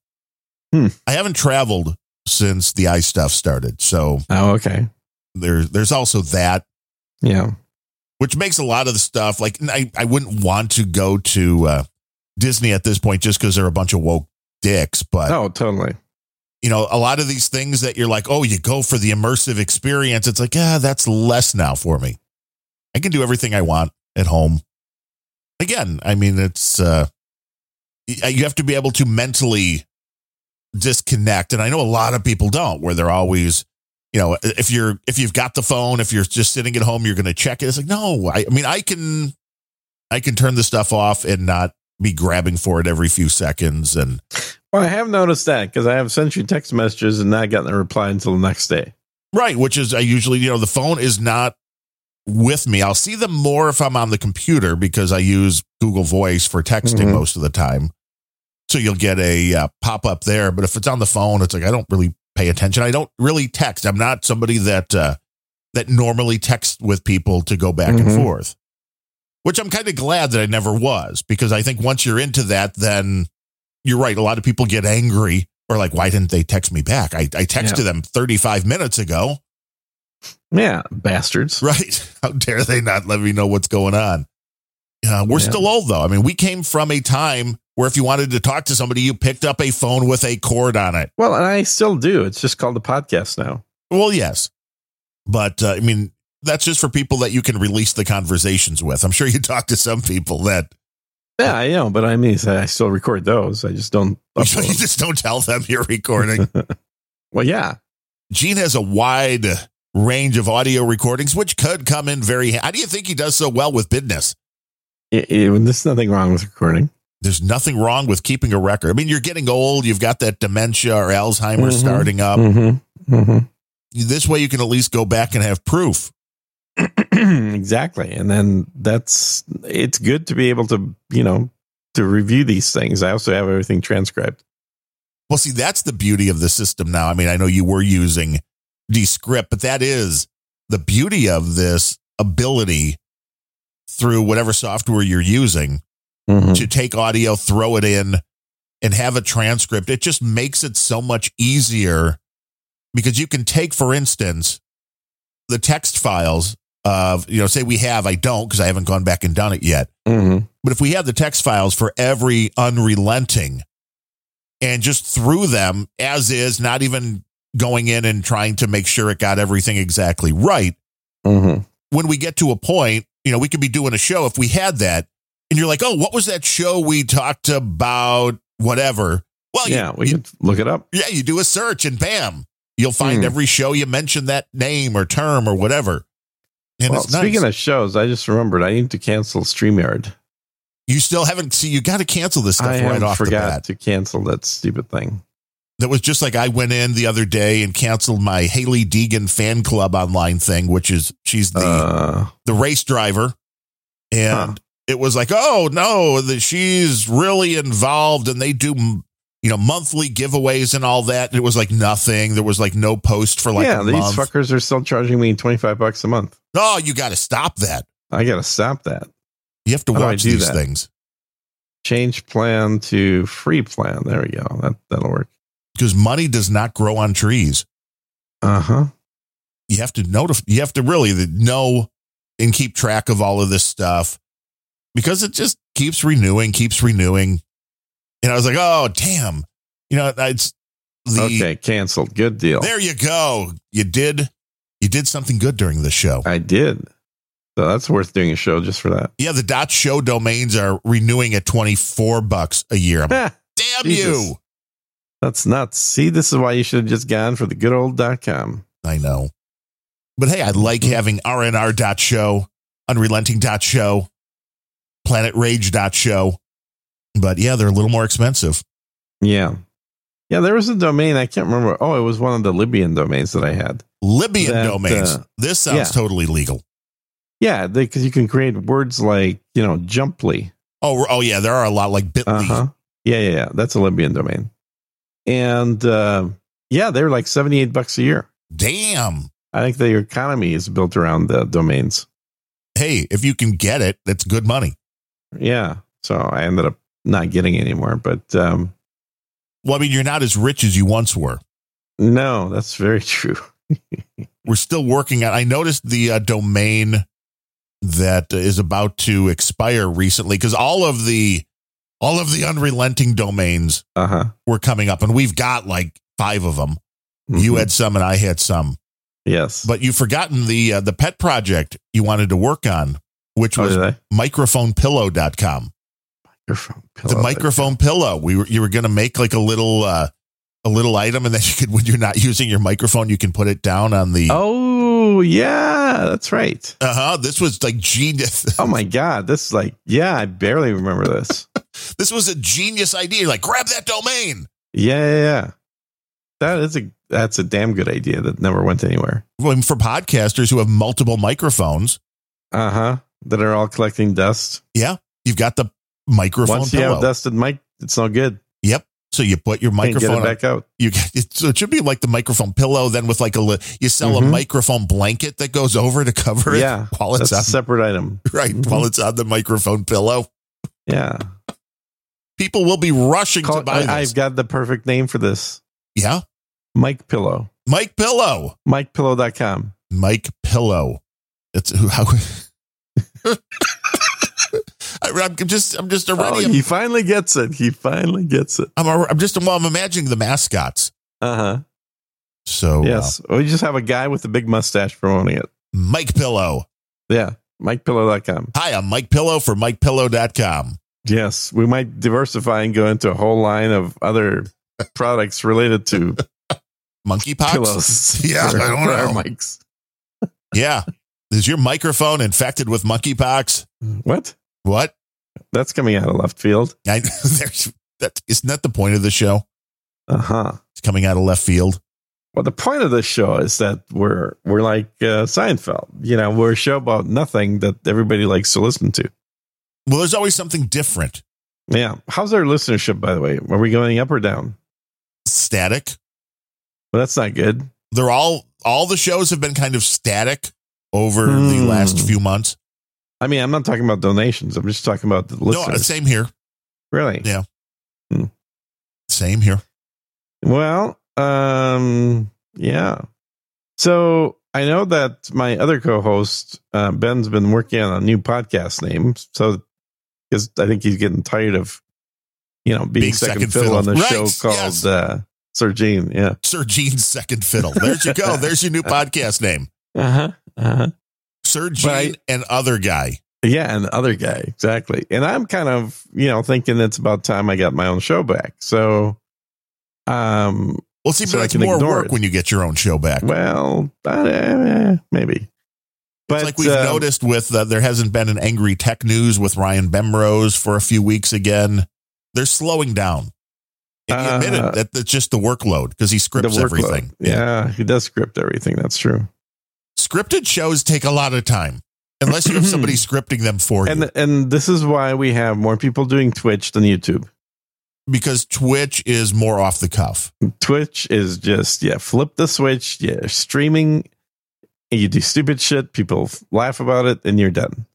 Speaker 2: Hmm.
Speaker 1: I haven't traveled since the eye stuff started, so
Speaker 2: Oh, okay.
Speaker 1: there, there's also that,
Speaker 2: Yeah.
Speaker 1: which makes a lot of the stuff like and I, I wouldn't want to go to uh, Disney at this point just because they're a bunch of woke dicks, but
Speaker 2: Oh, totally.
Speaker 1: you know, a lot of these things that you're like, oh, you go for the immersive experience. It's like, ah, that's less now for me. I can do everything I want at home. Again, I mean, it's, uh, y- uh, you have to be able to mentally disconnect. And I know a lot of people don't, where they're always, you know, if you're, if you've got the phone, if you're just sitting at home, you're going to check it. It's like, no, I, I mean, I can, I can turn the stuff off and not be grabbing for it every few seconds. And
Speaker 2: Well, I have noticed that because I have sent you text messages and not gotten a reply until the next day.
Speaker 1: Right, which is I usually, you know, the phone is not with me. I'll see them more if I'm on the computer because I use Google Voice for texting
Speaker 2: Mhm.
Speaker 1: most of the time. So you'll get a uh, pop up there, but if it's on the phone, it's like I don't really pay attention. I don't really text. I'm not somebody that uh, that normally texts with people to go back
Speaker 2: Mhm.
Speaker 1: and forth. Which I'm kind of glad that I never was because I think once you're into that, then you're right. A lot of people get angry or like, why didn't they text me back? I, I texted them 35 minutes ago. [laughs]
Speaker 2: Yeah, bastards.
Speaker 1: Right. How dare they not let me know what's going on? Uh, we're
Speaker 2: Yeah.
Speaker 1: still old, though. I mean, we came from a time where if you wanted to talk to somebody, you picked up a phone with a cord on it.
Speaker 2: Well, and I still do. It's just called a podcast now.
Speaker 1: Well, yes. But uh, I mean, that's just for people that you can release the conversations with. I'm sure you talk to some people that [laughs]
Speaker 2: Yeah, I know, but I mean, I still record those. I just don't.
Speaker 1: [laughs] you
Speaker 2: upload them.
Speaker 1: just don't tell them you're recording.
Speaker 2: well, yeah,
Speaker 1: Gene has a wide range of audio recordings, which could come in very. How do you think he does so well with business?
Speaker 2: it, it- there's nothing wrong with recording.
Speaker 1: there's nothing wrong with keeping a record. I mean, you're getting old, you've got that dementia or Alzheimer's
Speaker 2: Mhm.
Speaker 1: starting up.
Speaker 2: Mm-hmm.
Speaker 1: This way, you can at least go back and have proof.
Speaker 2: Mm-hmm. [clears throat] exactly, and then that's it's good to be able to you know to review these things. I also have everything transcribed.
Speaker 1: Well, see, that's the beauty of the system now. I mean, I know you were using Descript, but that is the beauty of this ability through whatever software you're using
Speaker 2: Mhm.
Speaker 1: to take audio, throw it in, and have a transcript. It just makes it so much easier because you can take, for instance, the text files of, you know, say we have, I don't because I haven't gone back and done it yet.
Speaker 2: Mhm.
Speaker 1: But if we have the text files for every unrelenting and just threw them as is, not even going in and trying to make sure it got everything exactly right
Speaker 2: Mhm.
Speaker 1: when we get to a point, you know, we could be doing a show if we had that, and you're like, oh, what was that show we talked about? Whatever. Well, Oh, you-
Speaker 2: Yeah, we
Speaker 1: you,
Speaker 2: can look it up.
Speaker 1: yeah, you do a search and bam, you'll find
Speaker 2: Hmm.
Speaker 1: every show you mentioned that name or term or whatever. And
Speaker 2: Well,
Speaker 1: it's nice.
Speaker 2: speaking of shows, I just remembered I need to cancel Streamyard.
Speaker 1: you still haven't see you got to cancel this stuff
Speaker 2: I
Speaker 1: right
Speaker 2: have
Speaker 1: off the
Speaker 2: forgot
Speaker 1: bat.
Speaker 2: to cancel that stupid thing.
Speaker 1: That was just like I went in the other day and canceled my Haley Deegan fan club online thing, which is she's the
Speaker 2: uh,
Speaker 1: the race driver and
Speaker 2: Huh.
Speaker 1: it was like oh no that she's really involved and they do you know monthly giveaways and all that and it was like nothing there was like no post for like
Speaker 2: yeah,
Speaker 1: a
Speaker 2: these
Speaker 1: month
Speaker 2: fuckers are still charging me twenty five bucks a month.
Speaker 1: no you got to stop that
Speaker 2: I gotta stop that.
Speaker 1: you have to
Speaker 2: How do I
Speaker 1: watch
Speaker 2: do
Speaker 1: these
Speaker 2: that?
Speaker 1: things
Speaker 2: Change plan to free plan. There we go. That that'll work.
Speaker 1: because money does not grow on trees
Speaker 2: Uh huh.
Speaker 1: you have to notify you have to really know and keep track of all of this stuff because it just keeps renewing keeps renewing and i was like oh damn you know it's the
Speaker 2: Okay, canceled. Good deal.
Speaker 1: There you go. You did you did something good during this show.
Speaker 2: I did. So that's worth doing a show just for that.
Speaker 1: Yeah, the dot show domains are renewing at 24 bucks a year. I'm like,
Speaker 2: Heh,
Speaker 1: Damn
Speaker 2: Jesus.
Speaker 1: you.
Speaker 2: [laughs] that's nuts. See, this is why you should have just gone for the good old dot com.
Speaker 1: I know.
Speaker 2: Mm-hmm.
Speaker 1: But hey, I like having rnr.show, unrelenting.show. planetrage.show. But yeah, they're a little more expensive.
Speaker 2: Yeah. Yeah, there was a domain I can't remember. Oh, it was one of the Libyan domains that I had.
Speaker 1: Libyan
Speaker 2: That,
Speaker 1: domains.
Speaker 2: uh,
Speaker 1: this sounds
Speaker 2: yeah.
Speaker 1: totally legal.
Speaker 2: Yeah, because you can create words like, you know, jumply.
Speaker 1: Oh, oh yeah, there are a lot like Bitly.
Speaker 2: Uh huh. Yeah, yeah, yeah. That's a Libyan domain. And uh, yeah, they're like 78 bucks a year.
Speaker 1: Damn.
Speaker 2: I think their economy is built around the domains.
Speaker 1: Hey, if you can get it, that's good money.
Speaker 2: Yeah. So I ended up not getting it anymore. But um,
Speaker 1: Well, I mean, you're not as rich as you once were.
Speaker 2: no, that's very [laughs] true.
Speaker 1: We're still working on. I noticed the uh, domain that is about to expire recently because all of the all of the unrelenting domains
Speaker 2: Uh huh.
Speaker 1: were coming up, and we've got like five of them.
Speaker 2: Mm-hmm.
Speaker 1: You had some, and I had some.
Speaker 2: Yes.
Speaker 1: But you've forgotten the uh, the pet project you wanted to work on, which
Speaker 2: oh,
Speaker 1: was
Speaker 2: did I?
Speaker 1: microphonePillow.com.
Speaker 2: Microphone
Speaker 1: the
Speaker 2: pillow.
Speaker 1: microphone pillow. We were you were going to make like a little uh a little item, and then [laughs] you could when you're not using your microphone, you can put it down on the.
Speaker 2: Oh, yeah. That's right.
Speaker 1: Uh huh. This was like genius.
Speaker 2: Oh, my God. This is like, yeah, I barely remember this.
Speaker 1: [laughs] This was a genius idea. Like grab that domain.
Speaker 2: Yeah, yeah, yeah. That is a that's a damn good idea that never went anywhere.
Speaker 1: When for podcasters who have multiple microphones,
Speaker 2: Uh huh. That are all collecting dust.
Speaker 1: you've got the microphone
Speaker 2: Once you
Speaker 1: pillow.
Speaker 2: have dusted mic, it's no good.
Speaker 1: so you put your
Speaker 2: Can't get
Speaker 1: microphone.
Speaker 2: it back out.
Speaker 1: You get, it, so it should be like the microphone pillow. Then with like a li- you sell a
Speaker 2: Mhm.
Speaker 1: microphone blanket that goes over to cover it.
Speaker 2: Yeah,
Speaker 1: while
Speaker 2: That's
Speaker 1: it's
Speaker 2: mm-hmm. a
Speaker 1: on,
Speaker 2: separate item.
Speaker 1: right while it's on the microphone pillow.
Speaker 2: Yeah.
Speaker 1: People will be rushing
Speaker 2: Call-
Speaker 1: to buy
Speaker 2: I,
Speaker 1: this.
Speaker 2: have got the perfect name for this.
Speaker 1: yeah.
Speaker 2: Mike Pillow.
Speaker 1: Mike Pillow.
Speaker 2: MikePillow.com.
Speaker 1: Mike Pillow. It's who how [laughs] I, I'm just I'm just
Speaker 2: Oh,
Speaker 1: already
Speaker 2: he finally gets it. He finally gets it.
Speaker 1: I'm, I'm just well I'm imagining the mascots.
Speaker 2: Uh-huh.
Speaker 1: So
Speaker 2: yes. We just have a guy with a big mustache promoting it.
Speaker 1: uh, Mike Pillow.
Speaker 2: Yeah. MikePillow.com.
Speaker 1: Hi, I'm Mike Pillow for MikePillow.com.
Speaker 2: Yes. We might diversify and go into a whole line of other products related
Speaker 1: [laughs]
Speaker 2: to
Speaker 1: Monkeypox.
Speaker 2: pillows.
Speaker 1: Yeah,
Speaker 2: for-
Speaker 1: I don't
Speaker 2: for our
Speaker 1: know.
Speaker 2: mics.
Speaker 1: Yeah. Is your microphone infected with monkeypox?
Speaker 2: What?
Speaker 1: What?
Speaker 2: That's coming out of left field.
Speaker 1: I, [laughs] there's, that isn't that the point of the show?
Speaker 2: Uh huh.
Speaker 1: It's coming out of left field.
Speaker 2: Well, the point of this show is that we're we're like uh, Seinfeld. You know, we're a show about nothing that everybody likes to listen to.
Speaker 1: Well, there's always something different.
Speaker 2: Yeah. How's our listenership, by the way? Are we going up or down?
Speaker 1: Static.
Speaker 2: Well, that's not good.
Speaker 1: they're all all the shows have been kind of static over the
Speaker 2: Hmm.
Speaker 1: last few months.
Speaker 2: I mean, I'm not talking about donations. I'm just talking about the
Speaker 1: No, uh,
Speaker 2: listeners.
Speaker 1: same here.
Speaker 2: really?
Speaker 1: yeah. Same here.
Speaker 2: Well, um, yeah. So I know that my other co-host uh, Ben's been working on a new podcast name. So because I think he's getting tired of you know being, second, fiddle, on this
Speaker 1: Right,
Speaker 2: show called
Speaker 1: yes.
Speaker 2: uh, Sir Gene. Yeah.
Speaker 1: Sir Gene's second fiddle. There you
Speaker 2: [laughs]
Speaker 1: go. There's your new podcast name.
Speaker 2: Uh huh. Uh huh.
Speaker 1: Sir Gene
Speaker 2: Right.
Speaker 1: and other guy.
Speaker 2: Yeah, and the other guy exactly. And I'm kind of you know thinking it's about time I got my own show back. So, um,
Speaker 1: Well, see,
Speaker 2: So
Speaker 1: but
Speaker 2: I
Speaker 1: it's
Speaker 2: can
Speaker 1: more
Speaker 2: ignore
Speaker 1: work
Speaker 2: it.
Speaker 1: when you get your own show back.
Speaker 2: well, uh, maybe. But
Speaker 1: it's like we've
Speaker 2: uh,
Speaker 1: noticed with uh, there hasn't been an angry tech news with Ryan Bemrose for a few weeks again. They're slowing down. And he admitted
Speaker 2: Uh,
Speaker 1: that that's just the workload because he scripts
Speaker 2: workload.
Speaker 1: everything.
Speaker 2: Yeah, he does script everything. That's true.
Speaker 1: scripted shows take a lot of time unless you have
Speaker 2: [clears throat]
Speaker 1: somebody scripting them for you
Speaker 2: And and this is why we have more people doing Twitch than YouTube.
Speaker 1: because twitch is more off the cuff
Speaker 2: Twitch is just yeah, flip the switch. Yeah, streaming. and You do stupid shit. People f- laugh about it, and you're done.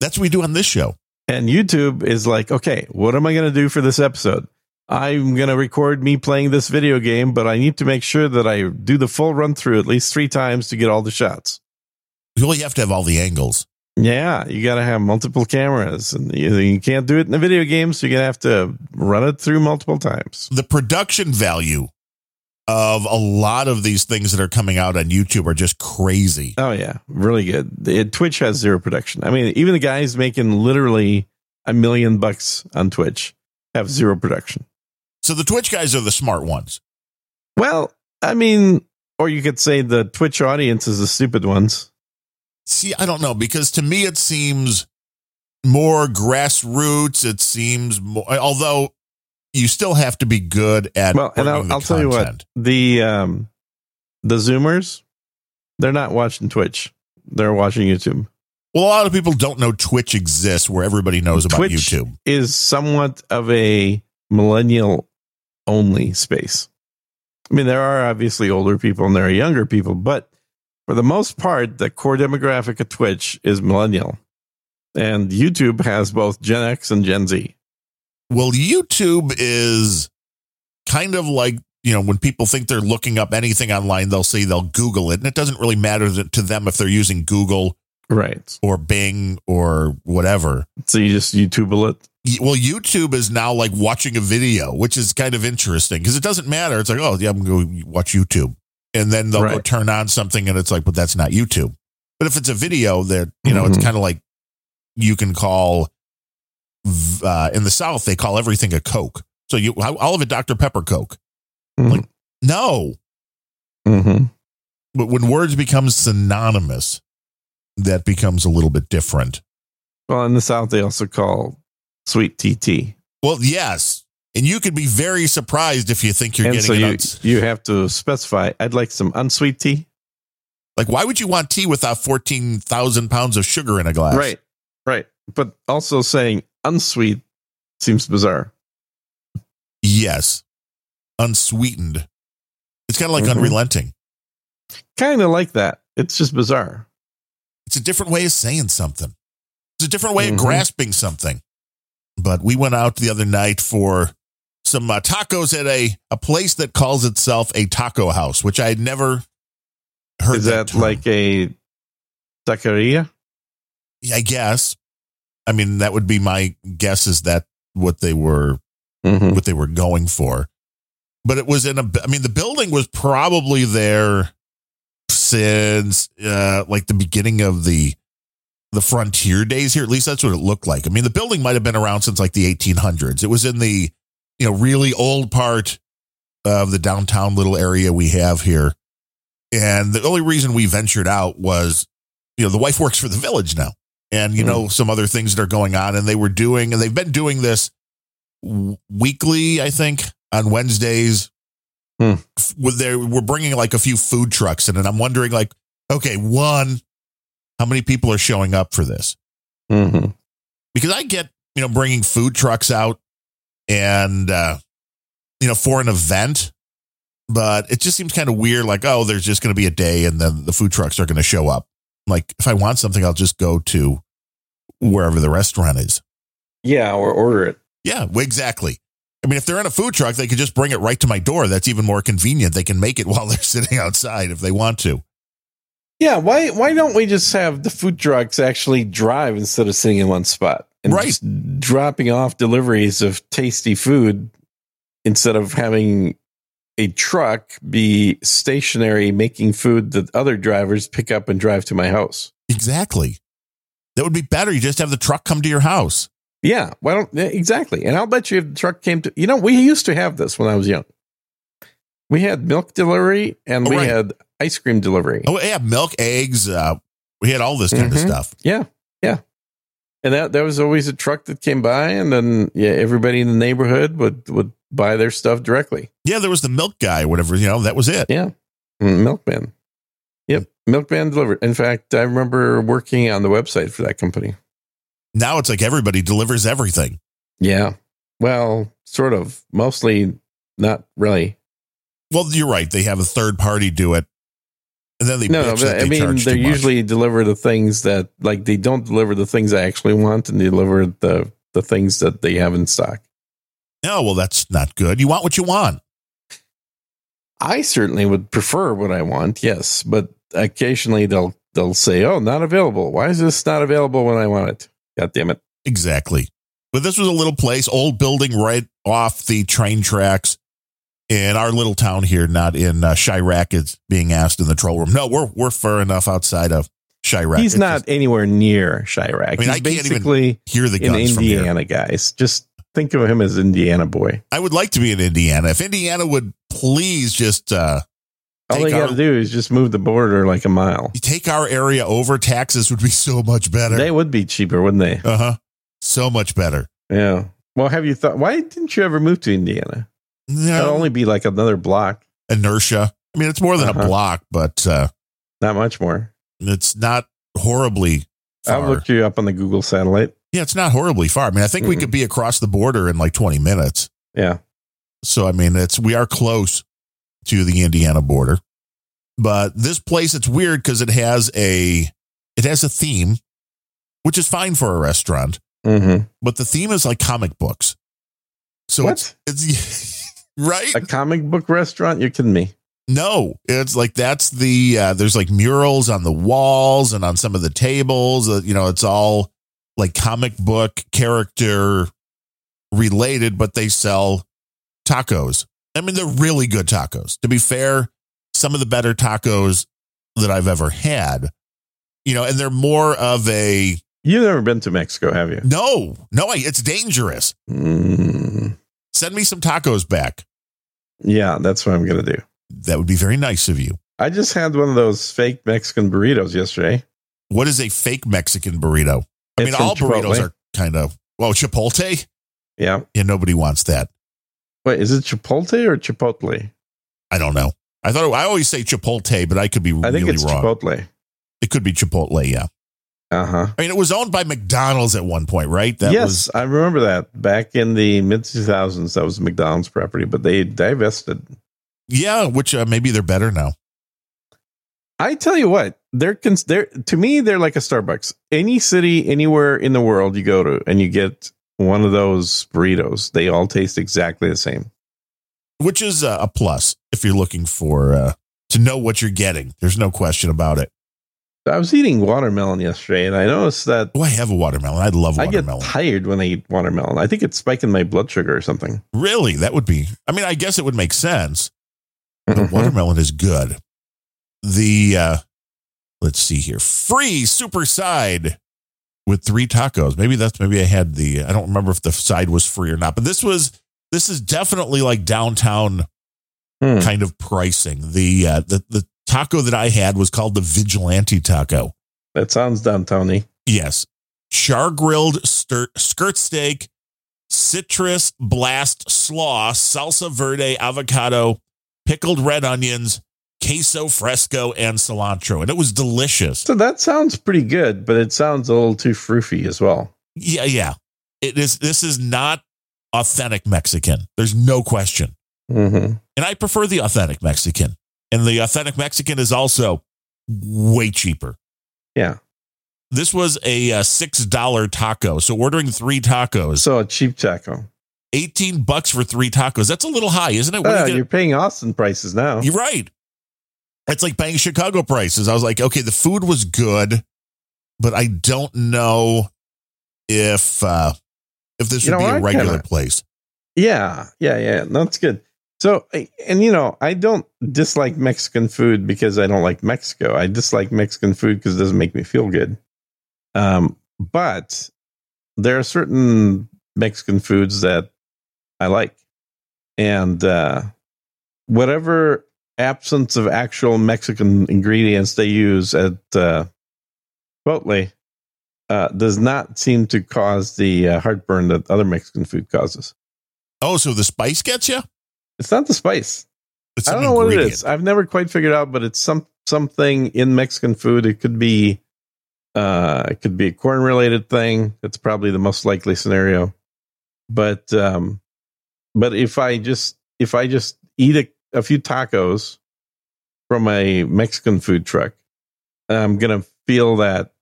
Speaker 1: that's what we do on this show
Speaker 2: And YouTube is like, okay, what am I going to do for this episode? I'm going to record me playing this video game, but I need to make sure that I do the full run through at least three times to get all the shots.
Speaker 1: you only have to have all the angles
Speaker 2: Yeah, you got to have multiple cameras, and you, you can't do it in a video game, so you're gonna have to run it through multiple times.
Speaker 1: the production value of a lot of these things that are coming out on youtube are just crazy
Speaker 2: Oh yeah, really good. The- Twitch has zero production. I mean, even the guys making literally a million bucks on Twitch have zero production.
Speaker 1: so the twitch guys are the smart ones
Speaker 2: Well, I mean, or you could say the Twitch audience is the stupid ones.
Speaker 1: see i don't know because to me it seems more grassroots. It seems more, although you still have to be good at.
Speaker 2: Well, and
Speaker 1: bringing
Speaker 2: I'll,
Speaker 1: the
Speaker 2: I'll tell you
Speaker 1: content.
Speaker 2: what the um, the Zoomers, they're not watching Twitch; they're watching YouTube.
Speaker 1: Well, a lot of people don't know Twitch exists, where everybody knows about
Speaker 2: Twitch
Speaker 1: YouTube.
Speaker 2: is somewhat of a millennial only space. I mean, there are obviously older people and there are younger people, but for the most part, the core demographic of Twitch is millennial. And YouTube has both Gen X and Gen Z.
Speaker 1: Well, YouTube is kind of like, you know, when people think they're looking up anything online, they'll say they'll Google it. And it doesn't really matter th- to them if they're using Google
Speaker 2: Right.
Speaker 1: or Bing or whatever.
Speaker 2: So you just YouTubeable it.
Speaker 1: Y- Well, YouTube is now like watching a video, which is kind of interesting because it doesn't matter. It's like, oh, yeah, I'm going to watch YouTube. And then they'll go
Speaker 2: Right.
Speaker 1: turn on something and it's like, but that's not YouTube. But if it's a video that, you know, it's
Speaker 2: Mhm.
Speaker 1: kind of like you can call, v- uh, in the South, they call everything a Coke. So you, I- I'll have a Dr. Pepper Coke. Like- No,
Speaker 2: Mm-hmm.
Speaker 1: but when words become synonymous, that becomes a little bit different.
Speaker 2: Well, in the South, they also call sweet TT.
Speaker 1: Well, yes, and you could be very surprised if you think you're
Speaker 2: and
Speaker 1: getting
Speaker 2: so
Speaker 1: it
Speaker 2: you,
Speaker 1: uns-
Speaker 2: you have to specify, I'd like some unsweet tea.
Speaker 1: like why would you want tea without fourteen thousand pounds of sugar in a glass?
Speaker 2: Right, right. But also saying unsweet seems bizarre.
Speaker 1: Yes, unsweetened. It's kind of like
Speaker 2: Mhm.
Speaker 1: unrelenting.
Speaker 2: Kind of like that. It's just bizarre.
Speaker 1: It's a different way of saying something. It's a different way
Speaker 2: Mhm.
Speaker 1: of grasping something. But we went out the other night for some uh, tacos at a, a place that calls itself a taco house, which I had never heard.
Speaker 2: Is that
Speaker 1: term.
Speaker 2: like a taqueria?
Speaker 1: I guess. I mean, that would be my guess. Is that what they were
Speaker 2: Mm-hmm.
Speaker 1: what they were going for? But it was in a. I mean, the building was probably there since uh, like the beginning of the the frontier days here. At least that's what it looked like. I mean, the building might have been around since like the 1800s. It was in the you know really old part of the downtown little area we have here. And the only reason we ventured out was, you know, the wife works for the village now, and you know some other things that are going on, and they were doing, and they've been doing this w- weekly, I think, on Wednesdays.
Speaker 2: Hmm.
Speaker 1: F- with- They were bringing like a few food trucks in, and I'm wondering, like, okay, one, how many people are showing up for this?
Speaker 2: Mm-hmm.
Speaker 1: because I get you know bringing food trucks out and uh, you know for an event, but it just seems kind of weird. Like oh, there's just going to be a day, and then the food trucks are going to show up. Like if I want something, I'll just go to wherever the restaurant is.
Speaker 2: Yeah, or order it.
Speaker 1: Yeah, w- exactly. I mean, if they're in a food truck, they could just bring it right to my door. That's even more convenient. They can make it [laughs] while they're sitting outside if they want to.
Speaker 2: Yeah, why why don't we just have the food trucks actually drive instead of sitting in one spot and
Speaker 1: Right.
Speaker 2: just dropping off deliveries of tasty food instead of having a truck be stationary making food that other drivers pick up and drive to my house.
Speaker 1: Exactly. That would be better. You just have the truck come to your house.
Speaker 2: Yeah, why don't yeah, exactly? And I'll bet you if the truck came to you know we used to have this when I was young. We had milk delivery and
Speaker 1: Oh,
Speaker 2: we
Speaker 1: right.
Speaker 2: had ice cream delivery.
Speaker 1: Oh yeah, milk, eggs. Uh, we had all this kind of
Speaker 2: Mhm.
Speaker 1: stuff.
Speaker 2: and that there was always a truck that came by and then yeah everybody in the neighborhood would would buy their stuff directly
Speaker 1: Yeah, there was the milk guy, whatever, you know, that was it.
Speaker 2: yeah Mm, milkman yep milkman delivered in fact i remember working on the website for that company
Speaker 1: Now it's like everybody delivers everything.
Speaker 2: yeah well sort of mostly not really
Speaker 1: Well, you're right. They have a third party do it. And then they
Speaker 2: no, no
Speaker 1: bitch that
Speaker 2: but i
Speaker 1: they
Speaker 2: mean
Speaker 1: charge
Speaker 2: they
Speaker 1: too much.
Speaker 2: usually deliver the things that like they don't deliver the things i actually want and they deliver the the things that they have in stock
Speaker 1: No, well, that's not good. You want what you want.
Speaker 2: I certainly would prefer what I want, yes, but occasionally they'll they'll say, "Oh, not available. Why is this not available when I want it?" God damn it!
Speaker 1: Exactly. But this was a little place, old building right off the train tracks in our little town here, not in uh, Chirac. It's being asked in the troll room. No, we're we're far enough outside of Chirac.
Speaker 2: He's
Speaker 1: It's
Speaker 2: not
Speaker 1: just-
Speaker 2: anywhere near Chirac.
Speaker 1: mean,
Speaker 2: He's
Speaker 1: I can't even
Speaker 2: basically
Speaker 1: hear the
Speaker 2: in
Speaker 1: guns from here.
Speaker 2: Indiana, guys. Just think of him as Indiana boy.
Speaker 1: I would like to be in Indiana. If Indiana would please just uh,
Speaker 2: All
Speaker 1: Take
Speaker 2: they got
Speaker 1: our-
Speaker 2: to do is just move the border like a mile.
Speaker 1: You take our area over, taxes would be so much better.
Speaker 2: They would be cheaper, wouldn't they?
Speaker 1: Uh huh. So much better.
Speaker 2: Yeah. Well, have you thought? Why didn't you ever move to Indiana? That'll
Speaker 1: No
Speaker 2: only be like another block,
Speaker 1: inertia. I mean, it's more than a
Speaker 2: Uh-huh.
Speaker 1: block, but uh,
Speaker 2: not much more.
Speaker 1: it's not horribly
Speaker 2: I'll
Speaker 1: far.
Speaker 2: look you up on the Google satellite.
Speaker 1: Yeah, it's not horribly far. I mean, I think we
Speaker 2: Mm-mm.
Speaker 1: could be across the border in like 20 minutes.
Speaker 2: Yeah.
Speaker 1: So I mean, it's we are close to the Indiana border. But this place it's weird cuz it has a it has a theme, which is fine for a restaurant,
Speaker 2: Mm-hmm.
Speaker 1: but the theme is like comic books. So
Speaker 2: what?
Speaker 1: it's it's [laughs] right?
Speaker 2: A comic book restaurant? You're kidding me.
Speaker 1: No, it's like that's the uh, there's like murals on the walls and on some of the tables. Uh, you know, it's all like comic book character related, but they sell tacos. I mean, they're really good tacos. To be fair, some of the better tacos that I've ever had. You know, and they're more of a
Speaker 2: You've never been to Mexico, have you?
Speaker 1: no, no, I- it's dangerous.
Speaker 2: Mm,
Speaker 1: Send me some tacos back.
Speaker 2: yeah, that's what I'm going to do.
Speaker 1: That would be very nice of you.
Speaker 2: I just had one of those fake Mexican burritos yesterday.
Speaker 1: What is a fake Mexican burrito? I mean,
Speaker 2: It's from
Speaker 1: all burritos
Speaker 2: Chipotle.
Speaker 1: are kind of well, Chipotle.
Speaker 2: Yeah.
Speaker 1: Yeah, nobody wants that.
Speaker 2: Wait, is it Chipotle or Chipotle?
Speaker 1: I don't know. I thought I always say Chipotle, but I could be
Speaker 2: I think
Speaker 1: really
Speaker 2: it's
Speaker 1: wrong.
Speaker 2: Chipotle.
Speaker 1: It could be Chipotle. Yeah,
Speaker 2: Uh huh.
Speaker 1: I mean, it was owned by McDonald's at one point, right?
Speaker 2: Yes,
Speaker 1: was
Speaker 2: I remember that back in the mid 2000s. That was McDonald's property, but they divested.
Speaker 1: yeah. Which uh, maybe they're better now.
Speaker 2: I tell you what, they're, cons- they're to me they're like a Starbucks. Any city, anywhere in the world you go to, and you get one of those burritos. They all taste exactly the same.
Speaker 1: Which is uh, a plus if you're looking for uh, to know what you're getting. There's no question about it.
Speaker 2: I was eating watermelon yesterday, and I noticed that
Speaker 1: Oh, I have a watermelon. I love
Speaker 2: I get
Speaker 1: watermelon.
Speaker 2: tired when I eat watermelon. I think it's spiking my blood sugar or something.
Speaker 1: really, that would be. I mean, I guess it would make sense. The
Speaker 2: Mhm.
Speaker 1: watermelon is good. The uh let's see here. Free super side with three tacos. Maybe that's maybe I had the I don't remember if the side was free or not, but this was this is definitely like downtown
Speaker 2: Hmm.
Speaker 1: kind of pricing. The uh the the taco that I had was called the vigilante taco.
Speaker 2: [laughs] That sounds downtowny.
Speaker 1: Yes. Char grilled stir- skirt steak, citrus blast slaw, salsa verde, avocado, pickled red onions, queso fresco, and cilantro. And it was delicious.
Speaker 2: So that sounds pretty good, but it sounds a little too froofy as well.
Speaker 1: Yeah, yeah. It is this is not authentic Mexican. There's no question.
Speaker 2: hmm
Speaker 1: And I prefer the authentic Mexican. And the authentic Mexican is also way cheaper.
Speaker 2: Yeah.
Speaker 1: This was a uh, $6 taco. So ordering 3 tacos
Speaker 2: So a cheap taco.
Speaker 1: 18 bucks for three tacos. That's a little high, isn't it? What
Speaker 2: Oh,
Speaker 1: do you
Speaker 2: you're
Speaker 1: get?
Speaker 2: paying Austin prices now.
Speaker 1: You're right. It's like paying Chicago prices. I was like, okay, the food was good, but I don't know if uh if this
Speaker 2: You
Speaker 1: would
Speaker 2: know
Speaker 1: be a
Speaker 2: what?
Speaker 1: regular
Speaker 2: Kinda.
Speaker 1: place.
Speaker 2: Yeah, yeah, yeah. That's good. So, I- and you know, I don't dislike Mexican food because I don't like Mexico. I dislike Mexican food because it doesn't make me feel good. Um, but there are certain Mexican foods that I like, and uh, whatever absence of actual Mexican ingredients they use at uh, Chipotle uh, does not seem to cause the uh, heartburn that other Mexican food causes.
Speaker 1: Oh, so the spice gets you?
Speaker 2: It's not the spice.
Speaker 1: It's
Speaker 2: I don't
Speaker 1: an
Speaker 2: know what it
Speaker 1: ingredient.
Speaker 2: is. I've never quite figured out, but it's some something in Mexican food. It could be uh it could be a corn related thing. That's probably the most likely scenario. But um but if I just if I just eat a, a few tacos from a Mexican food truck, I'm gonna feel that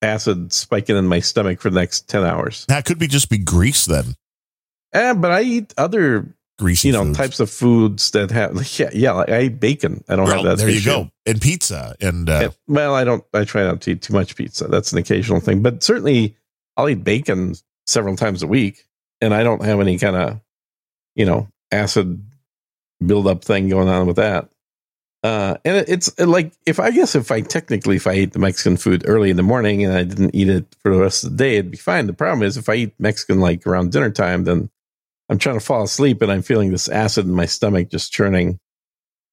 Speaker 2: acid spiking in my stomach for the next ten hours.
Speaker 1: That could be just be grease then.
Speaker 2: Eh, but I eat other
Speaker 1: Greasy.
Speaker 2: you know
Speaker 1: foods.
Speaker 2: types of foods that have [laughs] yeah yeah like I eat bacon I don't
Speaker 1: Well,
Speaker 2: have that
Speaker 1: there you
Speaker 2: issue.
Speaker 1: go. And pizza and uh,
Speaker 2: And- well I don't I try not to eat too much pizza that's an occasional thing but certainly I'll eat bacon several times a week and I don't have any kind of you know acid buildup thing going on with that uh and it, it's uh, like if I guess if I technically if I ate the Mexican food early in the morning and I didn't eat it for the rest of the day it'd be fine the problem is if I eat Mexican like around dinner time then I'm trying to fall asleep and I'm feeling this acid in my stomach just churning,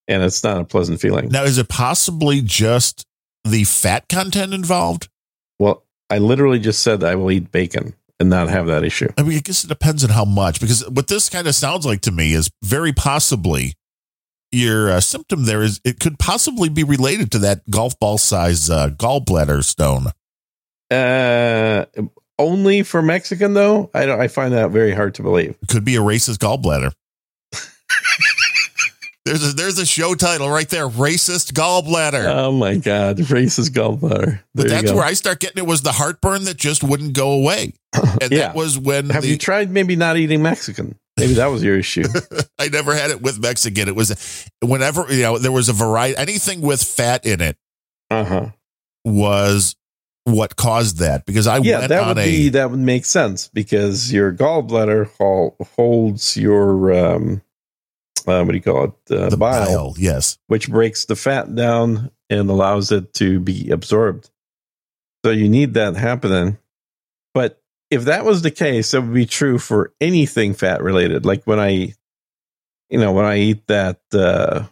Speaker 2: and it's not a pleasant feeling.
Speaker 1: now is it possibly just the fat content involved?
Speaker 2: Well, I literally just said I will eat bacon. and not have that issue.
Speaker 1: I mean, I guess it depends on how much, because what this kind of sounds like to me is very possibly your uh, symptom there is it could possibly be related to that golf ball size uh, gallbladder stone.
Speaker 2: Uh, only for Mexican though. I don't. I find that very hard to believe.
Speaker 1: It could be a racist gallbladder. [laughs] there's a, there's a show title right there, racist gallbladder.
Speaker 2: Oh my god, racist gallbladder. There
Speaker 1: but that's
Speaker 2: you go.
Speaker 1: where I start getting it was the heartburn that just wouldn't go
Speaker 2: [laughs]
Speaker 1: away, and
Speaker 2: Yeah.
Speaker 1: that was when
Speaker 2: Have
Speaker 1: the,
Speaker 2: you tried maybe not eating Mexican? Maybe that was your issue.
Speaker 1: [laughs] I never had it with Mexican. It was whenever you know there was a variety anything with fat in it
Speaker 2: Uh huh.
Speaker 1: was what caused that because I
Speaker 2: Yeah,
Speaker 1: went
Speaker 2: that
Speaker 1: on
Speaker 2: would
Speaker 1: a
Speaker 2: be that would make sense because your gallbladder hol- holds your um, uh, what do you call it? Uh,
Speaker 1: the
Speaker 2: bile,
Speaker 1: bile. Yes,
Speaker 2: which breaks the fat down and allows it to be absorbed. So you need that happening. But if that was the case, that would be true for anything fat related. Like when I, you know, when I eat that uh,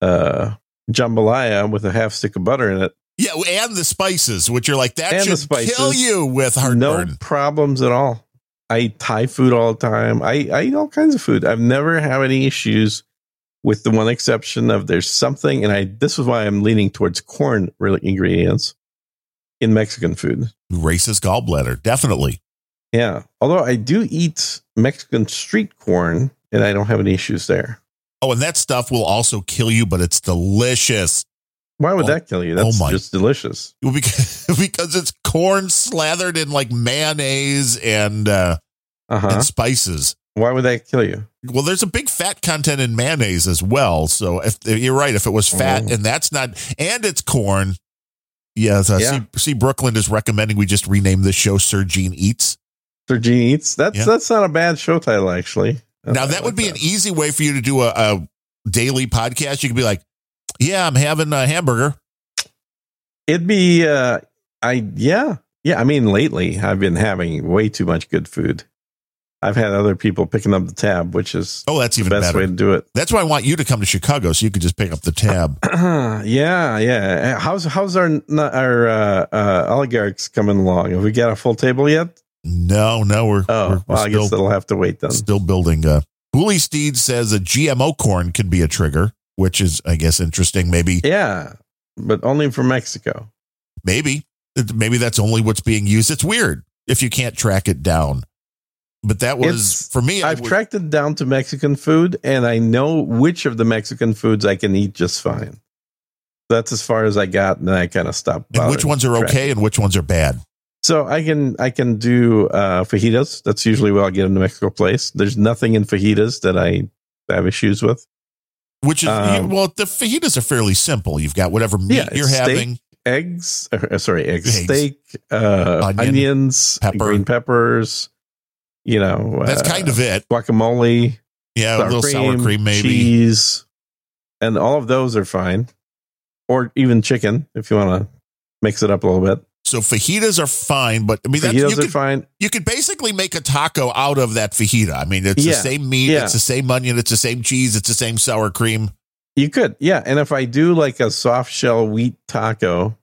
Speaker 2: uh, jambalaya with a half stick of butter in it,
Speaker 1: yeah, and the spices, which are like that
Speaker 2: And the
Speaker 1: should kill
Speaker 2: spices.
Speaker 1: you with heartburn.
Speaker 2: no problems at all. I eat Thai food all the time. I, I eat all kinds of food. I've never had any issues with the one exception of there's something, and I this is why I'm leaning towards corn really ingredients in Mexican food.
Speaker 1: Racist gallbladder, definitely.
Speaker 2: Yeah. Although I do eat Mexican street corn and I don't have any issues there.
Speaker 1: Oh, and that stuff will also kill you, but it's delicious
Speaker 2: Why would
Speaker 1: Oh,
Speaker 2: that kill you?
Speaker 1: oh
Speaker 2: That's
Speaker 1: my.
Speaker 2: just delicious.
Speaker 1: Well, because [laughs] because it's corn slathered in like mayonnaise and uh,
Speaker 2: Uh huh.
Speaker 1: and spices.
Speaker 2: Why would that kill you?
Speaker 1: Well, there's a big fat content in mayonnaise as well. So if you're right, if it was fat
Speaker 2: Oh.
Speaker 1: and that's not, and it's corn. Yes, uh,
Speaker 2: Yeah.
Speaker 1: See, see, Brooklyn is recommending we just rename this show Sir Gene Eats.
Speaker 2: Sir Gene eats. That's
Speaker 1: Yeah.
Speaker 2: that's not a bad show title actually.
Speaker 1: Now, that would be an easy way for you to do a, a daily podcast. You could be like, yeah, I'm having a hamburger.
Speaker 2: It'd be uh I yeah. Yeah, I mean lately I've been having way too much good food. I've had other people picking up the tab, which is
Speaker 1: Oh, that's
Speaker 2: the
Speaker 1: even
Speaker 2: best
Speaker 1: better.
Speaker 2: way to do it. [clears throat]
Speaker 1: That's why I want you to come to Chicago so you could just pick up the
Speaker 2: [laughs]
Speaker 1: tab.
Speaker 2: yeah, yeah. Uh, How's how's our n- our uh, uh oligarchs coming along? Have we got a full table yet?
Speaker 1: No, no, we're,
Speaker 2: Oh,
Speaker 1: we're, we're
Speaker 2: well, I
Speaker 1: still,
Speaker 2: guess um, that'll have to wait then.
Speaker 1: still building. Uh, Hooley Steed says a GMO corn could be a trigger, which is, I guess, interesting. Maybe
Speaker 2: Yeah, but only for Mexico.
Speaker 1: maybe maybe that's only what's being used it's weird if you can't track it down but that was
Speaker 2: It's-
Speaker 1: for me I
Speaker 2: I've
Speaker 1: was-
Speaker 2: tracked it down to Mexican food, and I know which of the Mexican foods I can eat just fine. That's as far as I got, and then I kind of stopped.
Speaker 1: and which
Speaker 2: bothering
Speaker 1: ones are
Speaker 2: tracking.
Speaker 1: okay and which ones are bad
Speaker 2: So I can I can do uh, fajitas. That's usually where I'll get a New Mexico place. There's nothing in fajitas that I have issues with.
Speaker 1: which is
Speaker 2: Um,
Speaker 1: you- well the fajitas are fairly simple you've got whatever meat
Speaker 2: Yeah, it's
Speaker 1: you're
Speaker 2: steak,
Speaker 1: having
Speaker 2: Eggs, uh, sorry, eggs,
Speaker 1: Eggs.
Speaker 2: steak, uh,
Speaker 1: Onion,
Speaker 2: onions,
Speaker 1: pepper.
Speaker 2: green peppers. You know,
Speaker 1: that's
Speaker 2: uh,
Speaker 1: kind of it
Speaker 2: guacamole,
Speaker 1: yeah a little sour cream maybe
Speaker 2: cheese, and all of those are fine. Or even chicken, if you want to mix it up a little bit.
Speaker 1: so fajitas are fine but i mean that's, you
Speaker 2: Fajitas are
Speaker 1: could
Speaker 2: fine.
Speaker 1: you could basically make a taco out of that fajita i mean it's the
Speaker 2: Yeah,
Speaker 1: same meat
Speaker 2: yeah.
Speaker 1: it's the same onion it's the same cheese it's the same sour cream
Speaker 2: You could, yeah. And if I do like a soft shell wheat taco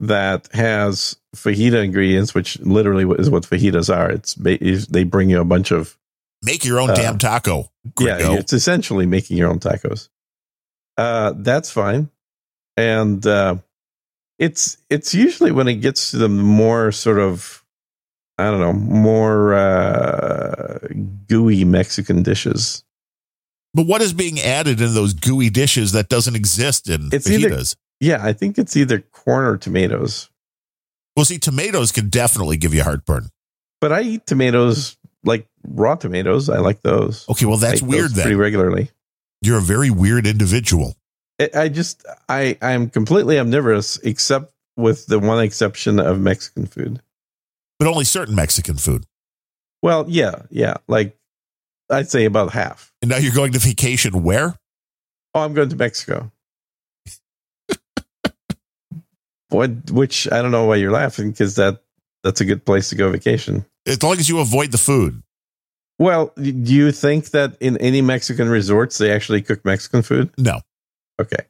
Speaker 2: that has fajita ingredients, which literally is what fajitas are, it's ba- is- they bring you a bunch of
Speaker 1: make your own
Speaker 2: Uh,
Speaker 1: damn taco
Speaker 2: yeah,
Speaker 1: gringo.
Speaker 2: it's essentially making your own tacos. Uh, that's fine, and uh, it's it's usually when it gets to the more sort of I don't know more uh, gooey Mexican dishes.
Speaker 1: But what is being added in those gooey dishes that doesn't exist in
Speaker 2: It's either-
Speaker 1: fajitas?
Speaker 2: Yeah, I think it's either corn or tomatoes,
Speaker 1: well, see, tomatoes can definitely give you heartburn.
Speaker 2: but I eat tomatoes like raw tomatoes. I like those.
Speaker 1: Okay, well,
Speaker 2: I
Speaker 1: Oh, that's
Speaker 2: eat those
Speaker 1: weird
Speaker 2: Pretty
Speaker 1: then.
Speaker 2: regularly.
Speaker 1: You're a very weird individual.
Speaker 2: I- I just I I'm completely omnivorous except with the one exception of Mexican food.
Speaker 1: But only certain Mexican food.
Speaker 2: Well, yeah, yeah. Like I'd say about half.
Speaker 1: And now you're going to vacation where?
Speaker 2: Oh, I'm going
Speaker 1: [laughs]
Speaker 2: to Mexico. what? Which I don't know why you're laughing because that that's a good place to go vacation.
Speaker 1: As long as you avoid the food.
Speaker 2: Well, y- do you think that in any Mexican resorts they actually cook Mexican food?
Speaker 1: No.
Speaker 2: Okay.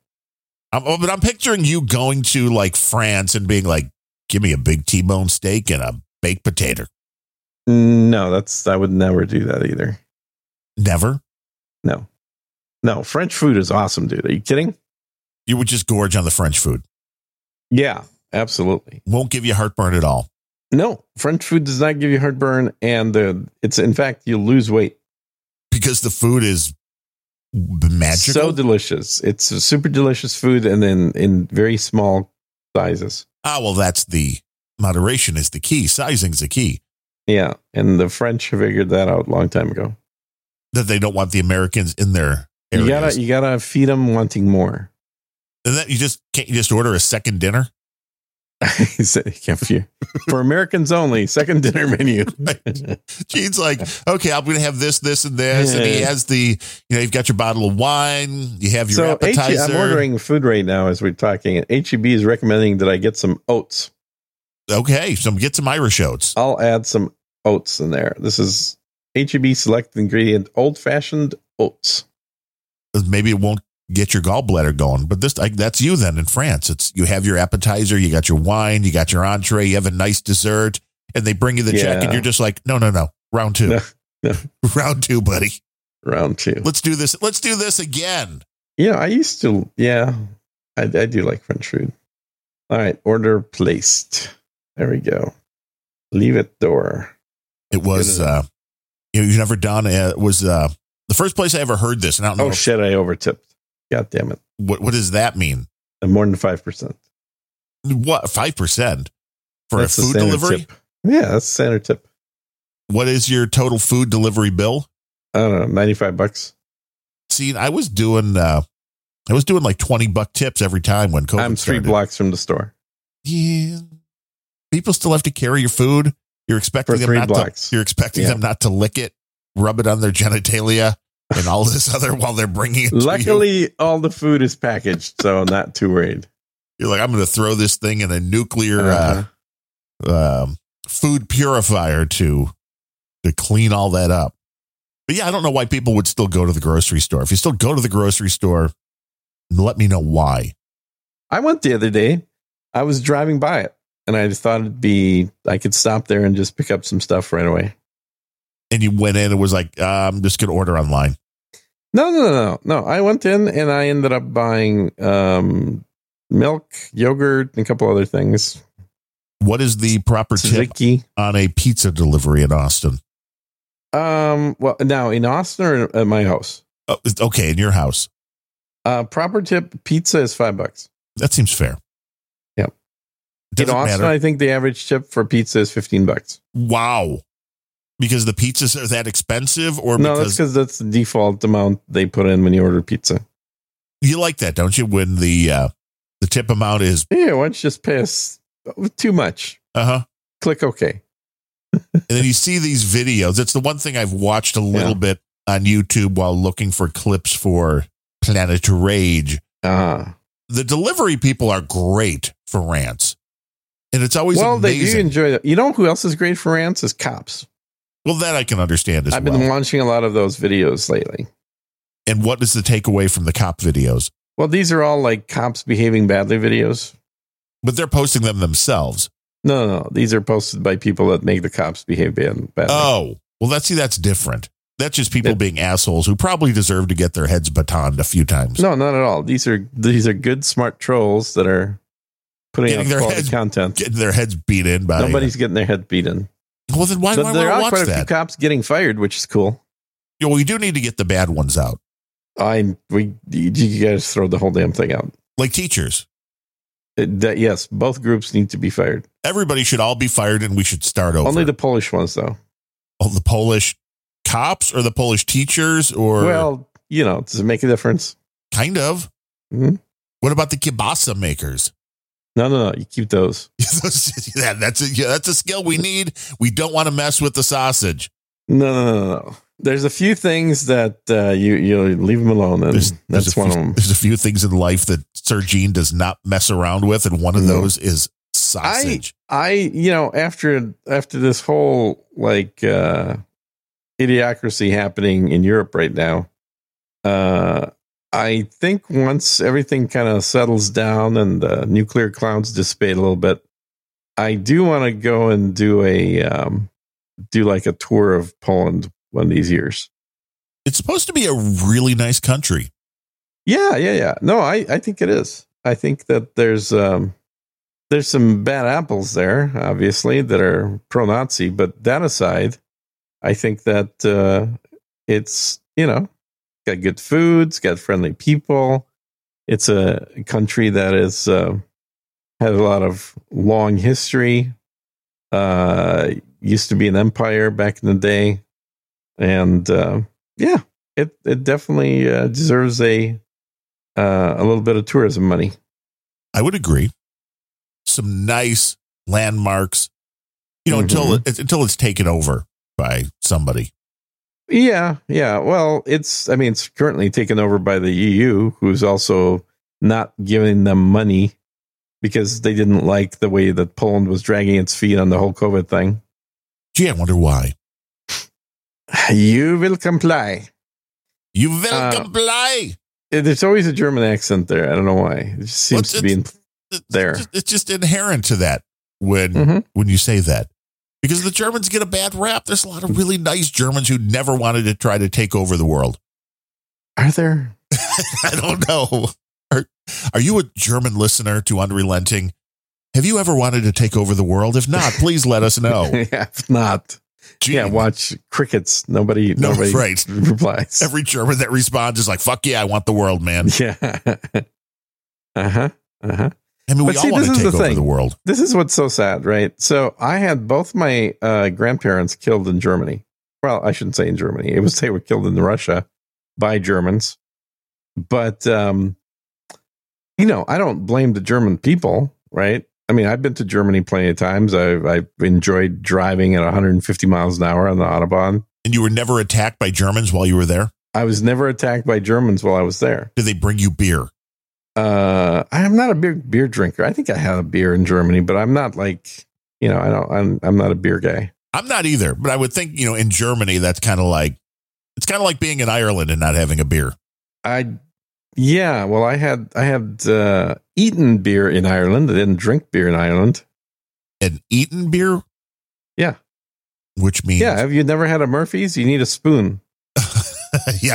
Speaker 1: I'm, oh, but I'm picturing you going to like France and being like, give me a big T bone steak and a baked potato.
Speaker 2: No, that's I would never do that either.
Speaker 1: Never.
Speaker 2: No, no. French food is awesome, dude. Are you kidding?
Speaker 1: You would just gorge on the French food.
Speaker 2: Yeah, absolutely.
Speaker 1: Won't give you heartburn at all.
Speaker 2: No, French food does not give you heartburn, and the it's in fact you lose weight.
Speaker 1: Because the food is magical.
Speaker 2: So delicious. It's a super delicious food, and then in very small sizes.
Speaker 1: ah, well, that's the moderation is the key. Sizing's the key.
Speaker 2: Yeah, and the French figured that out a long time ago.
Speaker 1: That they don't want the Americans in their areas.
Speaker 2: You gotta e you gotta feed them wanting more. [laughs]
Speaker 1: and that you just can't you just order a second dinner. [laughs]
Speaker 2: He said, "Yeah, for- for Americans only, second dinner menu.
Speaker 1: Gene's like, okay, I'm gonna have this, this, and this, and he
Speaker 2: Yeah.
Speaker 1: has the, you know, you've got your bottle of wine, you have your
Speaker 2: so H- E,
Speaker 1: appetizer.
Speaker 2: I'm ordering food right now as we're talking. and HEB is recommending that I get some oats.
Speaker 1: Okay, so get some Irish oats.
Speaker 2: I'll add some oats in there. This is HEB select ingredient old fashioned oats.
Speaker 1: Maybe it won't get your gallbladder going, but this like, that's you then in France. It's you have your appetizer, you got your wine, you got your entree, you have a nice dessert, and they bring you the check, and
Speaker 2: Yeah.
Speaker 1: you're just like, no, no, no, round two, [laughs]
Speaker 2: [laughs] No, no.
Speaker 1: round two, buddy.
Speaker 2: Round two.
Speaker 1: Let's do this. Let's do this again.
Speaker 2: Yeah, I used to. Yeah, I, I do like French food. All right, order placed. There we go. Leave it door.
Speaker 1: It was,
Speaker 2: Good.
Speaker 1: uh, you know, you never done. Uh, it was uh, the first place I ever heard this, and I don't know
Speaker 2: Oh
Speaker 1: if-
Speaker 2: shit! I overtipped. God damn it!
Speaker 1: what what does that mean.
Speaker 2: I'm more than five percent.
Speaker 1: what five percent for
Speaker 2: That's
Speaker 1: a
Speaker 2: the
Speaker 1: food
Speaker 2: standard
Speaker 1: delivery?
Speaker 2: tip. Yeah, that's the standard tip.
Speaker 1: What is your total food delivery bill?
Speaker 2: I don't know, ninety-five bucks.
Speaker 1: See, I was doing uh I was doing like twenty buck tips every time when COVID
Speaker 2: I'm three
Speaker 1: started.
Speaker 2: blocks from the store.
Speaker 1: Yeah. People still have to carry your food. You're expecting
Speaker 2: For
Speaker 1: them
Speaker 2: three
Speaker 1: not
Speaker 2: blocks.
Speaker 1: to you're expecting
Speaker 2: Yeah.
Speaker 1: them not to lick it, rub it on their [laughs] genitalia and all this other while they're bringing it to you.
Speaker 2: Luckily, all the food is packaged, so not too worried.
Speaker 1: You're like I'm going to throw this thing in a nuclear
Speaker 2: Uh, Uh-huh.
Speaker 1: uh, um, food purifier to to clean all that up. But yeah, I don't know why people would still go to the grocery store. If you still go to the grocery store, let me know why.
Speaker 2: I went the other day. I was driving by it, and I thought it'd be I could stop there and just pick up some stuff right away.
Speaker 1: And you went in and was like, uh, I'm just going to order online.
Speaker 2: No, no, no, no, no. I went in and I ended up buying um, milk, yogurt, and a couple other things.
Speaker 1: What is the proper tip
Speaker 2: Tzatziki.
Speaker 1: on a pizza delivery in Austin?
Speaker 2: Um, well, now in Austin or at my house,
Speaker 1: Oh, it's- okay, in your house.
Speaker 2: uh, proper tip pizza is five bucks.
Speaker 1: That seems fair.
Speaker 2: Yep.
Speaker 1: Doesn't
Speaker 2: in Austin,
Speaker 1: matter.
Speaker 2: I think the average tip for pizza is fifteen bucks.
Speaker 1: wow. Because the pizzas are that expensive, or
Speaker 2: No, that's
Speaker 1: because
Speaker 2: because that's the default amount they put in when you order pizza.
Speaker 1: you like that, don't you? When the uh, the tip amount is
Speaker 2: Yeah, why don't you just pay us too much?
Speaker 1: uh huh.
Speaker 2: Click OK.
Speaker 1: And then you see these videos. It's the one thing I've watched a little
Speaker 2: Yeah.
Speaker 1: bit on YouTube while looking for clips for Planet Rage.
Speaker 2: Ah,
Speaker 1: The delivery people are great for rants. And it's always
Speaker 2: well, they do
Speaker 1: amazing.
Speaker 2: enjoy that. You know who else is great for rants is cops.
Speaker 1: well, that I can understand as
Speaker 2: I've
Speaker 1: well.
Speaker 2: been watching a lot of those videos lately.
Speaker 1: and what is the takeaway from the cop videos?
Speaker 2: Well, these are all like cops behaving badly videos.
Speaker 1: But they're posting them themselves.
Speaker 2: No, no, no. These are posted by people that make the cops behave bad, badly.
Speaker 1: Oh, well, that's see, that's different. That's just people
Speaker 2: Yeah.
Speaker 1: being assholes who probably deserve to get their heads batoned a few times.
Speaker 2: no, not at all. These are these are good, smart trolls that are putting
Speaker 1: Getting
Speaker 2: out
Speaker 1: their
Speaker 2: quality
Speaker 1: heads-
Speaker 2: content.
Speaker 1: Getting their heads beat in by
Speaker 2: Nobody's getting their head beaten.
Speaker 1: Well, then why do
Speaker 2: But
Speaker 1: I
Speaker 2: there are
Speaker 1: want to
Speaker 2: quite a
Speaker 1: watch
Speaker 2: few
Speaker 1: that?
Speaker 2: cops getting fired, which is cool.
Speaker 1: Yeah, well, we do need to get the bad ones out.
Speaker 2: I we you- you guys throw the whole damn thing out.
Speaker 1: like teachers.
Speaker 2: It- that- yes, both groups need to be fired.
Speaker 1: Everybody should all be fired and we should start over.
Speaker 2: Only the Polish ones, though.
Speaker 1: Oh, the Polish cops or the Polish teachers or
Speaker 2: well, you know, does it make a difference?
Speaker 1: kind of.
Speaker 2: Mhm.
Speaker 1: What about the kibasa makers? [laughs]
Speaker 2: No, no, no. You keep those.
Speaker 1: that, that's a, yeah, that's a skill we need. We don't want to mess with the sausage.
Speaker 2: No, no, no, no. There's a few things that uh, you you leave them alone, and
Speaker 1: There's, there's
Speaker 2: that's
Speaker 1: a
Speaker 2: one
Speaker 1: few,
Speaker 2: of them.
Speaker 1: There's a few things in life that Sir Gene does not mess around with, and one of
Speaker 2: No.
Speaker 1: those is sausage.
Speaker 2: I you know after after this whole like uh, idiocracy happening in Europe right now, uh, I think once everything kind of settles down and the nuclear clouds dissipate a little bit, I do want to go and do a um, do like a tour of Poland one of these years.
Speaker 1: It's supposed to be a really nice country.
Speaker 2: Yeah, yeah, yeah. No, I, I think it is. I think that there's um there's some bad apples there, obviously, that are pro Nazi, but that aside, I think that uh it's you know, got good food, it's got friendly people. It's a country that is uh, had a lot of long history. Uh used to be an empire back in the day. And uh yeah, it it definitely uh, deserves a uh, a little bit of tourism money.
Speaker 1: I would agree. Some nice landmarks, you know, until
Speaker 2: Mm-hmm.
Speaker 1: it, until it's taken over by somebody.
Speaker 2: Yeah, yeah. Well, it's I mean it's currently taken over by the EU, who's also not giving them money because they didn't like the way that Poland was dragging its feet on the whole COVID thing.
Speaker 1: Gee, I wonder why.
Speaker 2: [sighs] You will comply.
Speaker 1: You will
Speaker 2: Uh,
Speaker 1: comply.
Speaker 2: Eh, There's always a German accent there. I don't know why. It just seems
Speaker 1: What's
Speaker 2: to be. In,
Speaker 1: It's
Speaker 2: there.
Speaker 1: just- it's just inherent to that when
Speaker 2: Mhm.
Speaker 1: when you say that. Because the Germans get a bad rap. There's a lot of really nice Germans who never wanted to try to take over the world. [laughs]
Speaker 2: Are there?
Speaker 1: I don't know. Are, are you a German listener to Unrelenting? Have you ever wanted to take over the world? If
Speaker 2: [laughs]
Speaker 1: not, please let us know.
Speaker 2: yeah, if not.
Speaker 1: Gee,
Speaker 2: Yeah, watch crickets. Nobody.
Speaker 1: No,
Speaker 2: nobody
Speaker 1: right.
Speaker 2: [laughs] replies.
Speaker 1: every German that responds is like, fuck yeah, I want the world, man.
Speaker 2: [laughs] yeah. [laughs] uh huh. Uh huh.
Speaker 1: I mean, we
Speaker 2: But
Speaker 1: all
Speaker 2: see,
Speaker 1: want
Speaker 2: this
Speaker 1: to take
Speaker 2: is the
Speaker 1: over
Speaker 2: thing.
Speaker 1: the world.
Speaker 2: This is what's so sad, right? So I had both my uh, grandparents killed in Germany. Well, I shouldn't say in Germany. It was they were killed in Russia by Germans. But um, you know, I don't blame the German people, right? I mean, I've been to Germany plenty of times. I've, I've enjoyed driving at 150 miles an hour on the autobahn.
Speaker 1: And you were never attacked by Germans while you were there?
Speaker 2: I was never attacked by Germans while I was there.
Speaker 1: Did they bring you beer?
Speaker 2: uh i'm not a beer beer drinker i think i had a beer in germany but i'm not like you know i don't i'm, I'm not a beer guy
Speaker 1: I'm not either, but I would think, you know, in Germany, that's kind of like, it's kind of like being in Ireland and not having a beer.
Speaker 2: i yeah well i had i had uh eaten beer in ireland i didn't drink beer in ireland
Speaker 1: An eaten beer?
Speaker 2: Yeah.
Speaker 1: Which means, [laughs]
Speaker 2: yeah
Speaker 1: yeah,
Speaker 2: have you never had a murphy's you need a spoon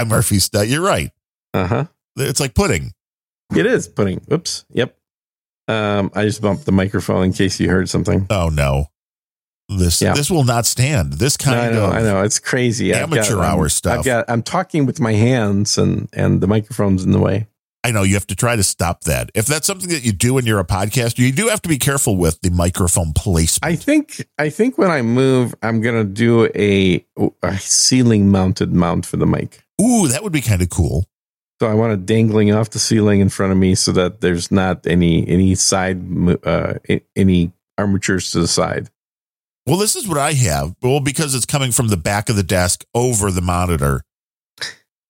Speaker 1: Murphy's, uh, you're right.
Speaker 2: uh-huh
Speaker 1: It's like pudding.
Speaker 2: it is pudding oops yep um i just bumped the microphone in case you heard something
Speaker 1: Oh, no. This
Speaker 2: Yeah.
Speaker 1: this will not stand. This
Speaker 2: No,
Speaker 1: kind
Speaker 2: I know,
Speaker 1: of
Speaker 2: I know. It's crazy. I've
Speaker 1: amateur
Speaker 2: got-
Speaker 1: hour
Speaker 2: I'm-
Speaker 1: stuff.
Speaker 2: I've got. I'm talking with my hands, and and the microphone's in the way.
Speaker 1: I know you have to try to stop that. If that's something that you do when you're a podcaster, you do have to be careful with the microphone
Speaker 2: I
Speaker 1: placement.
Speaker 2: think I think when I move, I'm gonna do a, a ceiling mounted mount for the mic.
Speaker 1: Ooh, that would be kind of cool.
Speaker 2: So I want it dangling off the ceiling in front of me, so that there's not any any side mo- uh, a- any armatures to the side.
Speaker 1: Well, this is what I have. Well, because it's coming from the back of the desk over the monitor.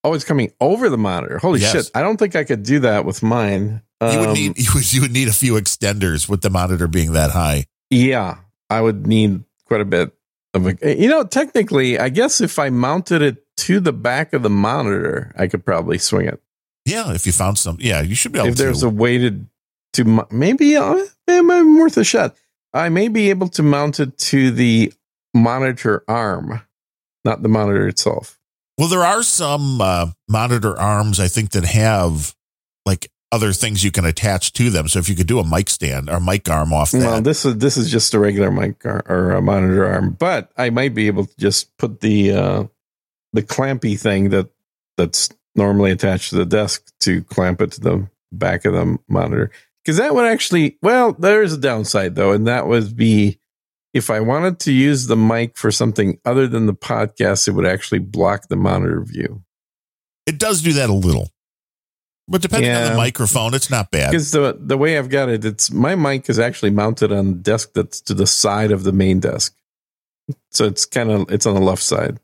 Speaker 2: Oh, it's coming over the monitor. Holy
Speaker 1: Yes.
Speaker 2: shit! I don't think I could do that with mine.
Speaker 1: You would
Speaker 2: Um,
Speaker 1: need [laughs] you would, you would need a few extenders with the monitor being that high.
Speaker 2: Yeah, I would need quite a bit of a. eh, You know, technically, I guess if I mounted it to the back of the monitor, I could probably swing it.
Speaker 1: Yeah, if you found some, yeah, you should be able
Speaker 2: if there's
Speaker 1: to.
Speaker 2: a way to to mo- maybe uh, am I worth a shot? I may be able to mount it to the monitor arm, not the monitor itself.
Speaker 1: well, there are some uh, monitor arms I think that have like other things you can attach to them. So if you could do a mic stand or mic arm off that,
Speaker 2: Well, this is this is just a regular mic ar- or a monitor arm, but I might be able to just put the uh, the clampy thing that that's normally attached to the desk to clamp it to the back of the monitor because that would actually well there is a downside though, and that would be if I wanted to use the mic for something other than the podcast, it would actually block the monitor view.
Speaker 1: it does do that a little. But depending on
Speaker 2: Yeah.
Speaker 1: the microphone, it's not bad.
Speaker 2: Because the the way I've got it, it's my mic is actually mounted on the desk that's to the side of the main desk, so it's kind of it's on the left side.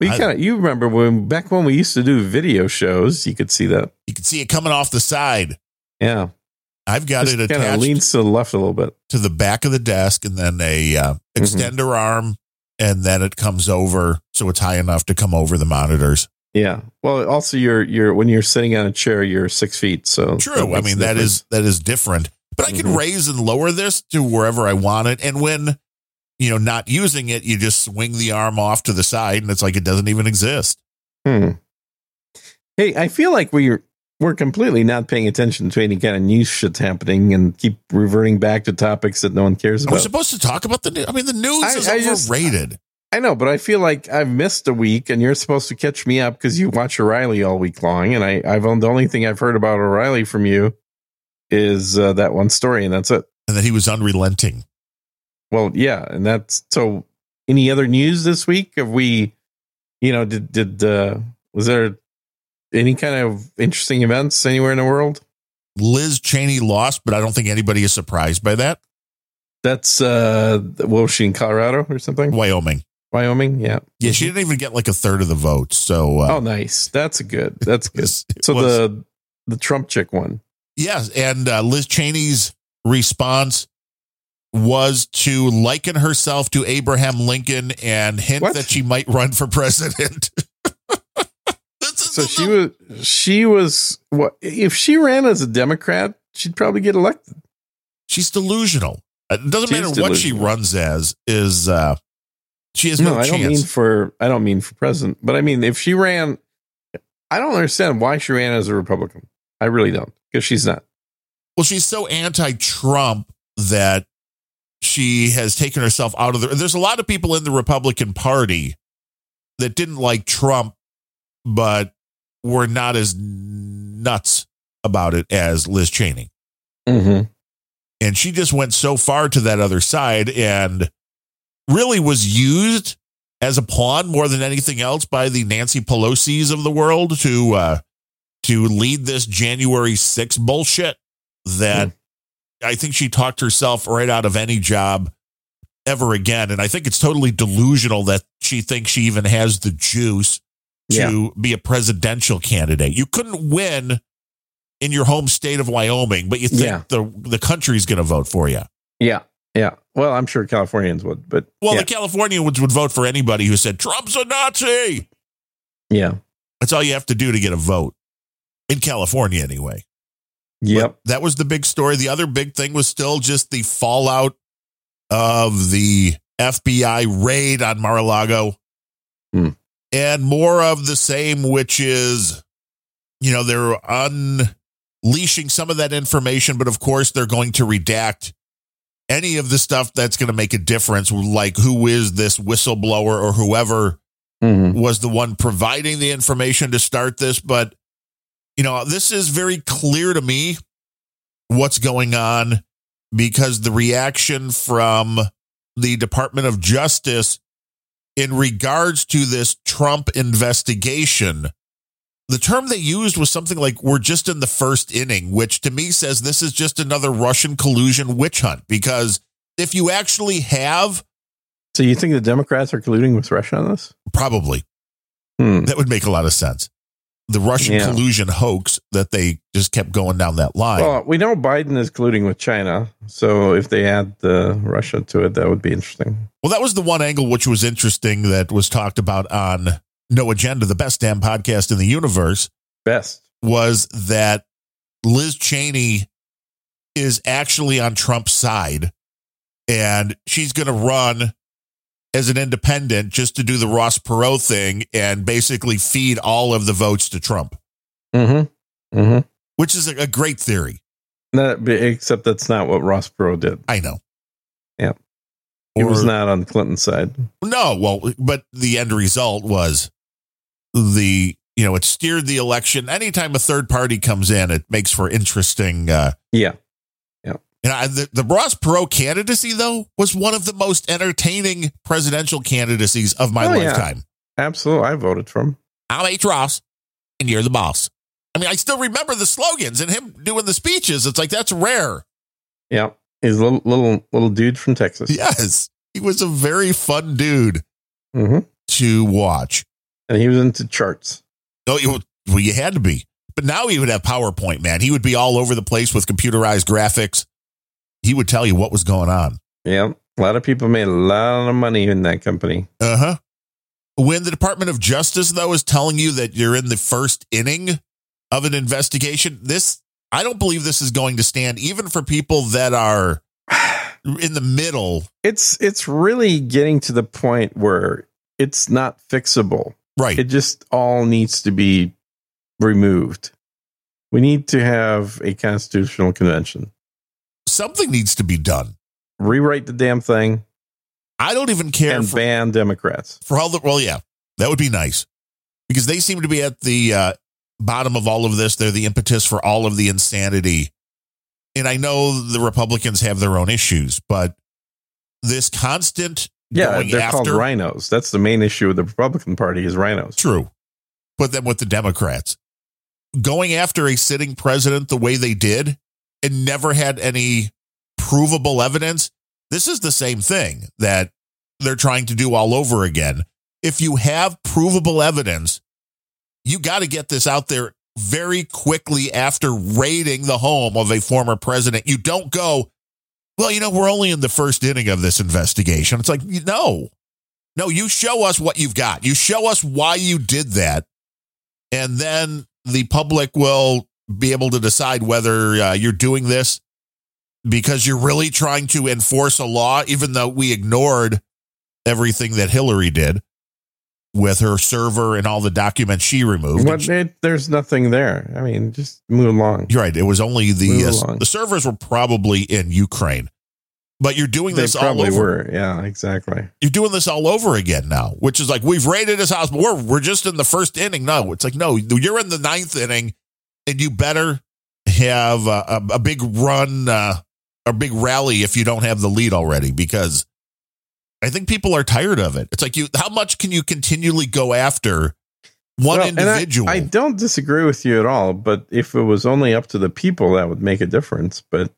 Speaker 2: But you
Speaker 1: I-
Speaker 2: kind of you remember when back when we used to do video shows, you could see that.
Speaker 1: You can see it coming off the side.
Speaker 2: Yeah,
Speaker 1: I've got
Speaker 2: Just
Speaker 1: it
Speaker 2: kinda
Speaker 1: attached
Speaker 2: leans to the left a little bit.
Speaker 1: to the back of the desk and then a uh,
Speaker 2: Mm-hmm.
Speaker 1: extender arm and then it comes over so it's high enough to come over the monitors.
Speaker 2: Yeah. Well, also you're you're when you're sitting on a chair, you're six feet. So that
Speaker 1: True. I
Speaker 2: makes
Speaker 1: mean
Speaker 2: a
Speaker 1: that
Speaker 2: difference.
Speaker 1: is that is different. But I can
Speaker 2: Mhm.
Speaker 1: raise and lower this to wherever I want it and when you know, not using it, you just swing the arm off to the side and it's like it doesn't even exist.
Speaker 2: Hmm. Hey, I feel like we're we're completely not paying attention to any kind of news shit's happening and keep reverting back to topics that no one cares
Speaker 1: Are we
Speaker 2: about.
Speaker 1: supposed to talk about the news? I mean, the news
Speaker 2: I-
Speaker 1: is
Speaker 2: I just-
Speaker 1: overrated.
Speaker 2: I know, but I feel like I've missed a week, and you're supposed to catch me up because you watch O'Reilly all week long, and I, I've the only thing I've heard about O'Reilly from you is uh, that one story, and that's it.
Speaker 1: and that he was unrelenting.
Speaker 2: Well, yeah, and that's so. Any other news this week? Have we, you know, did did uh, was there any kind of interesting events anywhere in the world?
Speaker 1: Liz Cheney lost, but I don't think anybody is surprised by that.
Speaker 2: That's uh, what was she in Colorado or something?
Speaker 1: Wyoming.
Speaker 2: Wyoming, yeah.
Speaker 1: Yeah, she didn't even get like a third of the votes. So, uh,
Speaker 2: Oh, nice. That's a good. That's good.
Speaker 1: it's- [laughs] it
Speaker 2: Oh, So
Speaker 1: was-
Speaker 2: the the Trump chick one.
Speaker 1: Yes, and uh, Liz Cheney's response was to liken herself to Abraham Lincoln and hint
Speaker 2: What?
Speaker 1: that she might run for president. [laughs] This is
Speaker 2: So
Speaker 1: the-
Speaker 2: she was she was what if she ran as a Democrat, she'd probably get elected.
Speaker 1: she's delusional. It doesn't
Speaker 2: She is
Speaker 1: matter what she
Speaker 2: delusional.
Speaker 1: runs as. Is uh, she has
Speaker 2: No,
Speaker 1: no,
Speaker 2: I don't mean
Speaker 1: chance?
Speaker 2: for I don't mean for president, but I mean if she ran I don't understand why she ran as a Republican. I really don't. Because she's not.
Speaker 1: Well, she's so anti-Trump that she has taken herself out of the. There's a lot of people in the Republican Party that didn't like Trump, but were not as nuts about it as Liz Cheney.
Speaker 2: Mm-hmm.
Speaker 1: And she just went so far to that other side and really was used as a pawn more than anything else by the Nancy Pelosi's of the world to uh, to lead this January 6th bullshit that I think she talked herself right out of any job ever again. And I think it's totally delusional that she thinks she even has the juice to
Speaker 2: Yeah.
Speaker 1: be a presidential candidate. You couldn't win in your home state of Wyoming, but you think
Speaker 2: Yeah.
Speaker 1: the the country's going to vote for you.
Speaker 2: Yeah. Yeah. Well, I'm sure Californians would, but
Speaker 1: Well,
Speaker 2: yeah.
Speaker 1: the Californians would vote for anybody who said Trump's a Nazi.
Speaker 2: yeah.
Speaker 1: That's all you have to do to get a vote in California, anyway.
Speaker 2: Yep.
Speaker 1: that was the big story. The other big thing was still just the fallout of the FBI raid on Mar-a-Lago.
Speaker 2: Hmm.
Speaker 1: And more of the same, which is, you know, they're unleashing some of that information, but of course they're going to redact any of the stuff that's going to make a difference, like who is this whistleblower or whoever
Speaker 2: Mhm.
Speaker 1: was the one providing the information to start this, but you know, this is very clear to me what's going on because the reaction from the Department of Justice in regards to this Trump investigation, the term they used was something like we're just in the first inning, which to me says this is just another Russian collusion witch hunt because if you actually have
Speaker 2: So you think the Democrats are colluding with Russia on this?
Speaker 1: probably
Speaker 2: Hmm.
Speaker 1: That would make a lot of sense. The Russian
Speaker 2: Yeah.
Speaker 1: collusion hoax that they just kept going down that line.
Speaker 2: Well, we know Biden is colluding with China, so if they add uh, Russia to it, that would be interesting.
Speaker 1: Well, that was the one angle which was interesting that was talked about on No Agenda, the best damn podcast in the universe,
Speaker 2: Best.
Speaker 1: was that Liz Cheney is actually on Trump's side and she's going to run as an independent just to do the Ross Perot thing and basically feed all of the votes to Trump,
Speaker 2: Mm-hmm. Mm-hmm.
Speaker 1: which is a a great theory.
Speaker 2: Not, but- except that's not what Ross Perot did.
Speaker 1: I know.
Speaker 2: Yeah. He
Speaker 1: Or,
Speaker 2: was not on Clinton's side.
Speaker 1: no, well, but the end result was the you know it steered the election. Anytime a third party comes in, it makes for interesting. uh
Speaker 2: Yeah.
Speaker 1: And I, the, the Ross Perot candidacy though was one of the most entertaining presidential candidacies of my
Speaker 2: Oh, yeah.
Speaker 1: lifetime.
Speaker 2: Absolutely. I voted for him.
Speaker 1: I'm H Ross, and you're the boss. I mean, I still remember the slogans and him doing the speeches. It's like that's rare. [laughs]
Speaker 2: Yeah. He's a little little, little dude from Texas.
Speaker 1: Yes, he was a very fun dude
Speaker 2: hmm
Speaker 1: to watch.
Speaker 2: And he was into charts.
Speaker 1: No, it would, well, you had to be. But now he would have PowerPoint, man. He would be all over the place with computerized graphics. He would tell you what was going on.
Speaker 2: Yeah. A lot of people made a lot of money in that company.
Speaker 1: Uh huh. When the Department of Justice, though, is telling you that you're in the first inning of an
Speaker 2: [sighs]
Speaker 1: investigation, this, I don't believe this is going to stand even for people that are in the middle.
Speaker 2: It's it's really getting to the point where it's not fixable.
Speaker 1: Right.
Speaker 2: It just all needs to be removed. We need to have a constitutional convention.
Speaker 1: Something needs to be done.
Speaker 2: Rewrite the damn thing
Speaker 1: I don't even care
Speaker 2: and
Speaker 1: for,
Speaker 2: ban Democrats.
Speaker 1: for all the. Well, yeah, that would be nice because they seem to be at the uh, bottom of all of this. They're the impetus for all of the insanity. And I know the Republicans have their own issues, but this constant
Speaker 2: Yeah,
Speaker 1: going
Speaker 2: they're called
Speaker 1: after
Speaker 2: rhinos. That's the main issue with the Republican Party is rhinos.
Speaker 1: True. But then with the Democrats, going after a sitting president the way they did and never had any provable evidence, this is the same thing that they're trying to do all over again. If you have provable evidence, you got to get this out there very quickly after raiding the home of a former president. You don't go, well, you know, we're only in the first inning of this investigation. It's like, no, no, you show us what you've got. You show us why you did that. And then the public will be able to decide whether uh, you're doing this because you're really trying to enforce a law, even though we ignored everything that Hillary did with her server and all the documents she removed. And
Speaker 2: What, it, there's nothing there. I mean, just move along.
Speaker 1: You're right. It was only the
Speaker 2: Move
Speaker 1: uh,
Speaker 2: along.
Speaker 1: the servers were probably in Ukraine, but you're doing
Speaker 2: They
Speaker 1: this all
Speaker 2: probably
Speaker 1: over.
Speaker 2: were. Yeah, exactly.
Speaker 1: You're doing this all over again now, which is like we've raided his house, but we're we're just in the first inning. No, it's like no, you're in the ninth inning, and you better have a, a, a big run, uh, a big rally if you don't have the lead already, because I think people are tired of it. It's like you, how much can you continually go after one
Speaker 2: Well, and I-
Speaker 1: individual?
Speaker 2: I, don't disagree with you at all, but if it was only up to the people, that would make a difference. But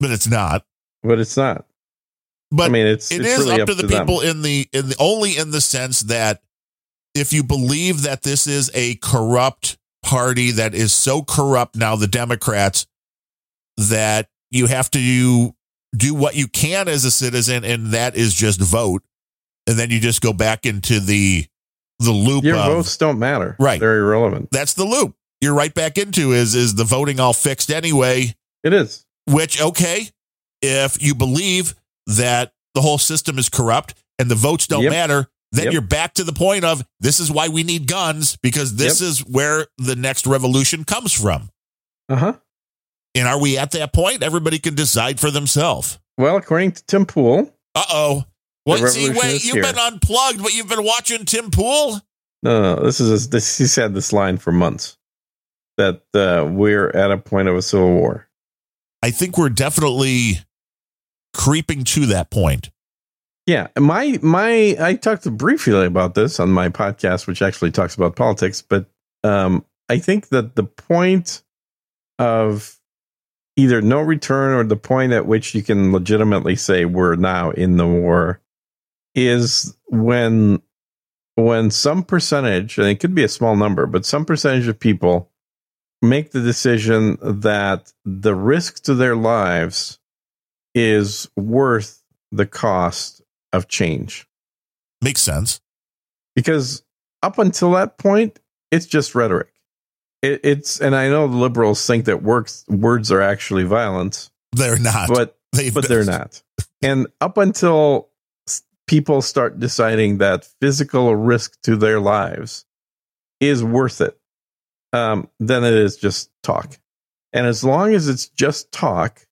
Speaker 1: but it's not.
Speaker 2: but it's not.
Speaker 1: But
Speaker 2: I mean, it's
Speaker 1: It
Speaker 2: it's
Speaker 1: is
Speaker 2: really
Speaker 1: up, to the
Speaker 2: them.
Speaker 1: people in the in the only in the sense that if you believe that this is a corrupt party that is so corrupt now the democrats that you have to do what you can as a citizen and that is just vote and then you just go back into the the loop
Speaker 2: Your
Speaker 1: of
Speaker 2: votes don't matter.
Speaker 1: Right.
Speaker 2: They're irrelevant.
Speaker 1: that's the loop you're right back into is is the voting all fixed anyway
Speaker 2: It is.
Speaker 1: which okay if you believe that the whole system is corrupt and the votes don't
Speaker 2: Yep.
Speaker 1: matter then
Speaker 2: Yep.
Speaker 1: you're back to the point of this is why we need guns because this is where the next revolution comes from
Speaker 2: Uh huh.
Speaker 1: and are we at that point everybody can decide for themselves
Speaker 2: Well, according to Tim Pool,
Speaker 1: uh-oh what see
Speaker 2: revolution
Speaker 1: wait
Speaker 2: is
Speaker 1: you've
Speaker 2: here.
Speaker 1: been unplugged but you've been watching tim pool
Speaker 2: no, no, no, this is this. He's had this line for months that uh, we're at a point of a civil war.
Speaker 1: i think we're definitely creeping to that point
Speaker 2: Yeah, my my I talked briefly about this on my podcast, which actually talks about politics. But um, I think that the point of either no return or the point at which you can legitimately say we're now in the war is when when some percentage, and it could be a small number, but some percentage of people make the decision that the risk to their lives is worth the cost of change
Speaker 1: makes sense
Speaker 2: because up until that point it's just rhetoric it, it's and i know the liberals think that works words are actually violent
Speaker 1: they're not
Speaker 2: but
Speaker 1: They've
Speaker 2: but
Speaker 1: been-
Speaker 2: they're not and up until s- people start deciding that physical risk to their lives is worth it um, then it is just talk and as long as it's just talk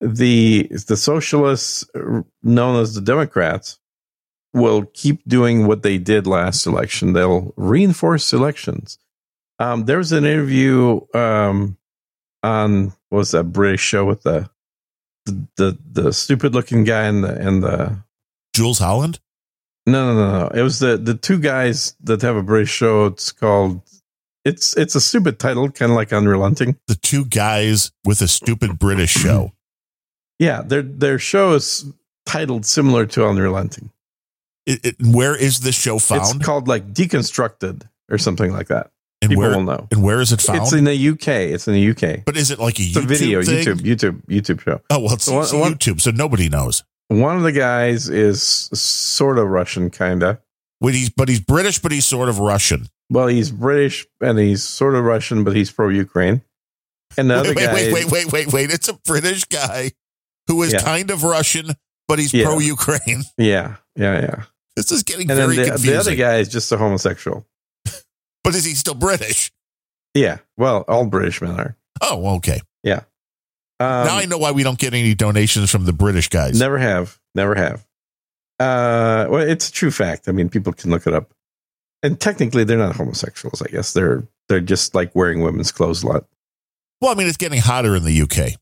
Speaker 2: the the socialists uh, known as the democrats will keep doing what they did last election they'll reinforce elections um, there was an interview um, on what was that british show with the the the, the stupid looking guy and the and the
Speaker 1: jules holland
Speaker 2: no no no no it was the the two guys that have a British show. It's called it's it's a stupid title, kind of like Unrelenting.
Speaker 1: the two guys with a stupid british
Speaker 2: [clears throat]
Speaker 1: show
Speaker 2: Yeah, their their show is titled similar to Unrelenting.
Speaker 1: it, it, where is this show found
Speaker 2: It's called like Deconstructed or something like that.
Speaker 1: and
Speaker 2: People
Speaker 1: where
Speaker 2: will know.
Speaker 1: and where is it found
Speaker 2: It's in the UK. It's in the UK.
Speaker 1: but is it like a
Speaker 2: It's a
Speaker 1: YouTube
Speaker 2: video,
Speaker 1: thing?
Speaker 2: YouTube, YouTube, YouTube show.
Speaker 1: oh well it's,
Speaker 2: So one-
Speaker 1: it's
Speaker 2: one-
Speaker 1: youtube so nobody knows
Speaker 2: One of the guys is sort of Russian, kinda.
Speaker 1: but he's but he's british but he's sort of russian
Speaker 2: Well, he's British and he's sort of Russian, but he's pro Ukraine. And the other
Speaker 1: [laughs] wait, wait,
Speaker 2: guy,
Speaker 1: wait wait wait wait wait it's a british guy who is
Speaker 2: Yeah.
Speaker 1: kind of Russian, but he's
Speaker 2: Yeah.
Speaker 1: pro Ukraine.
Speaker 2: Yeah, yeah, yeah.
Speaker 1: [laughs] This is getting
Speaker 2: And then
Speaker 1: very
Speaker 2: the, the
Speaker 1: confusing.
Speaker 2: other guy is just a homosexual.
Speaker 1: but is he still British?
Speaker 2: Yeah. Well, all British men are.
Speaker 1: Oh, okay.
Speaker 2: Um,
Speaker 1: now I know why we don't get any donations from the British guys.
Speaker 2: Never have. Never have. Uh, well, it's a true fact. I mean, people can look it up. And technically, they're not homosexuals. I guess they're they're just like wearing women's clothes a lot.
Speaker 1: Well, I mean, it's getting hotter in the UK.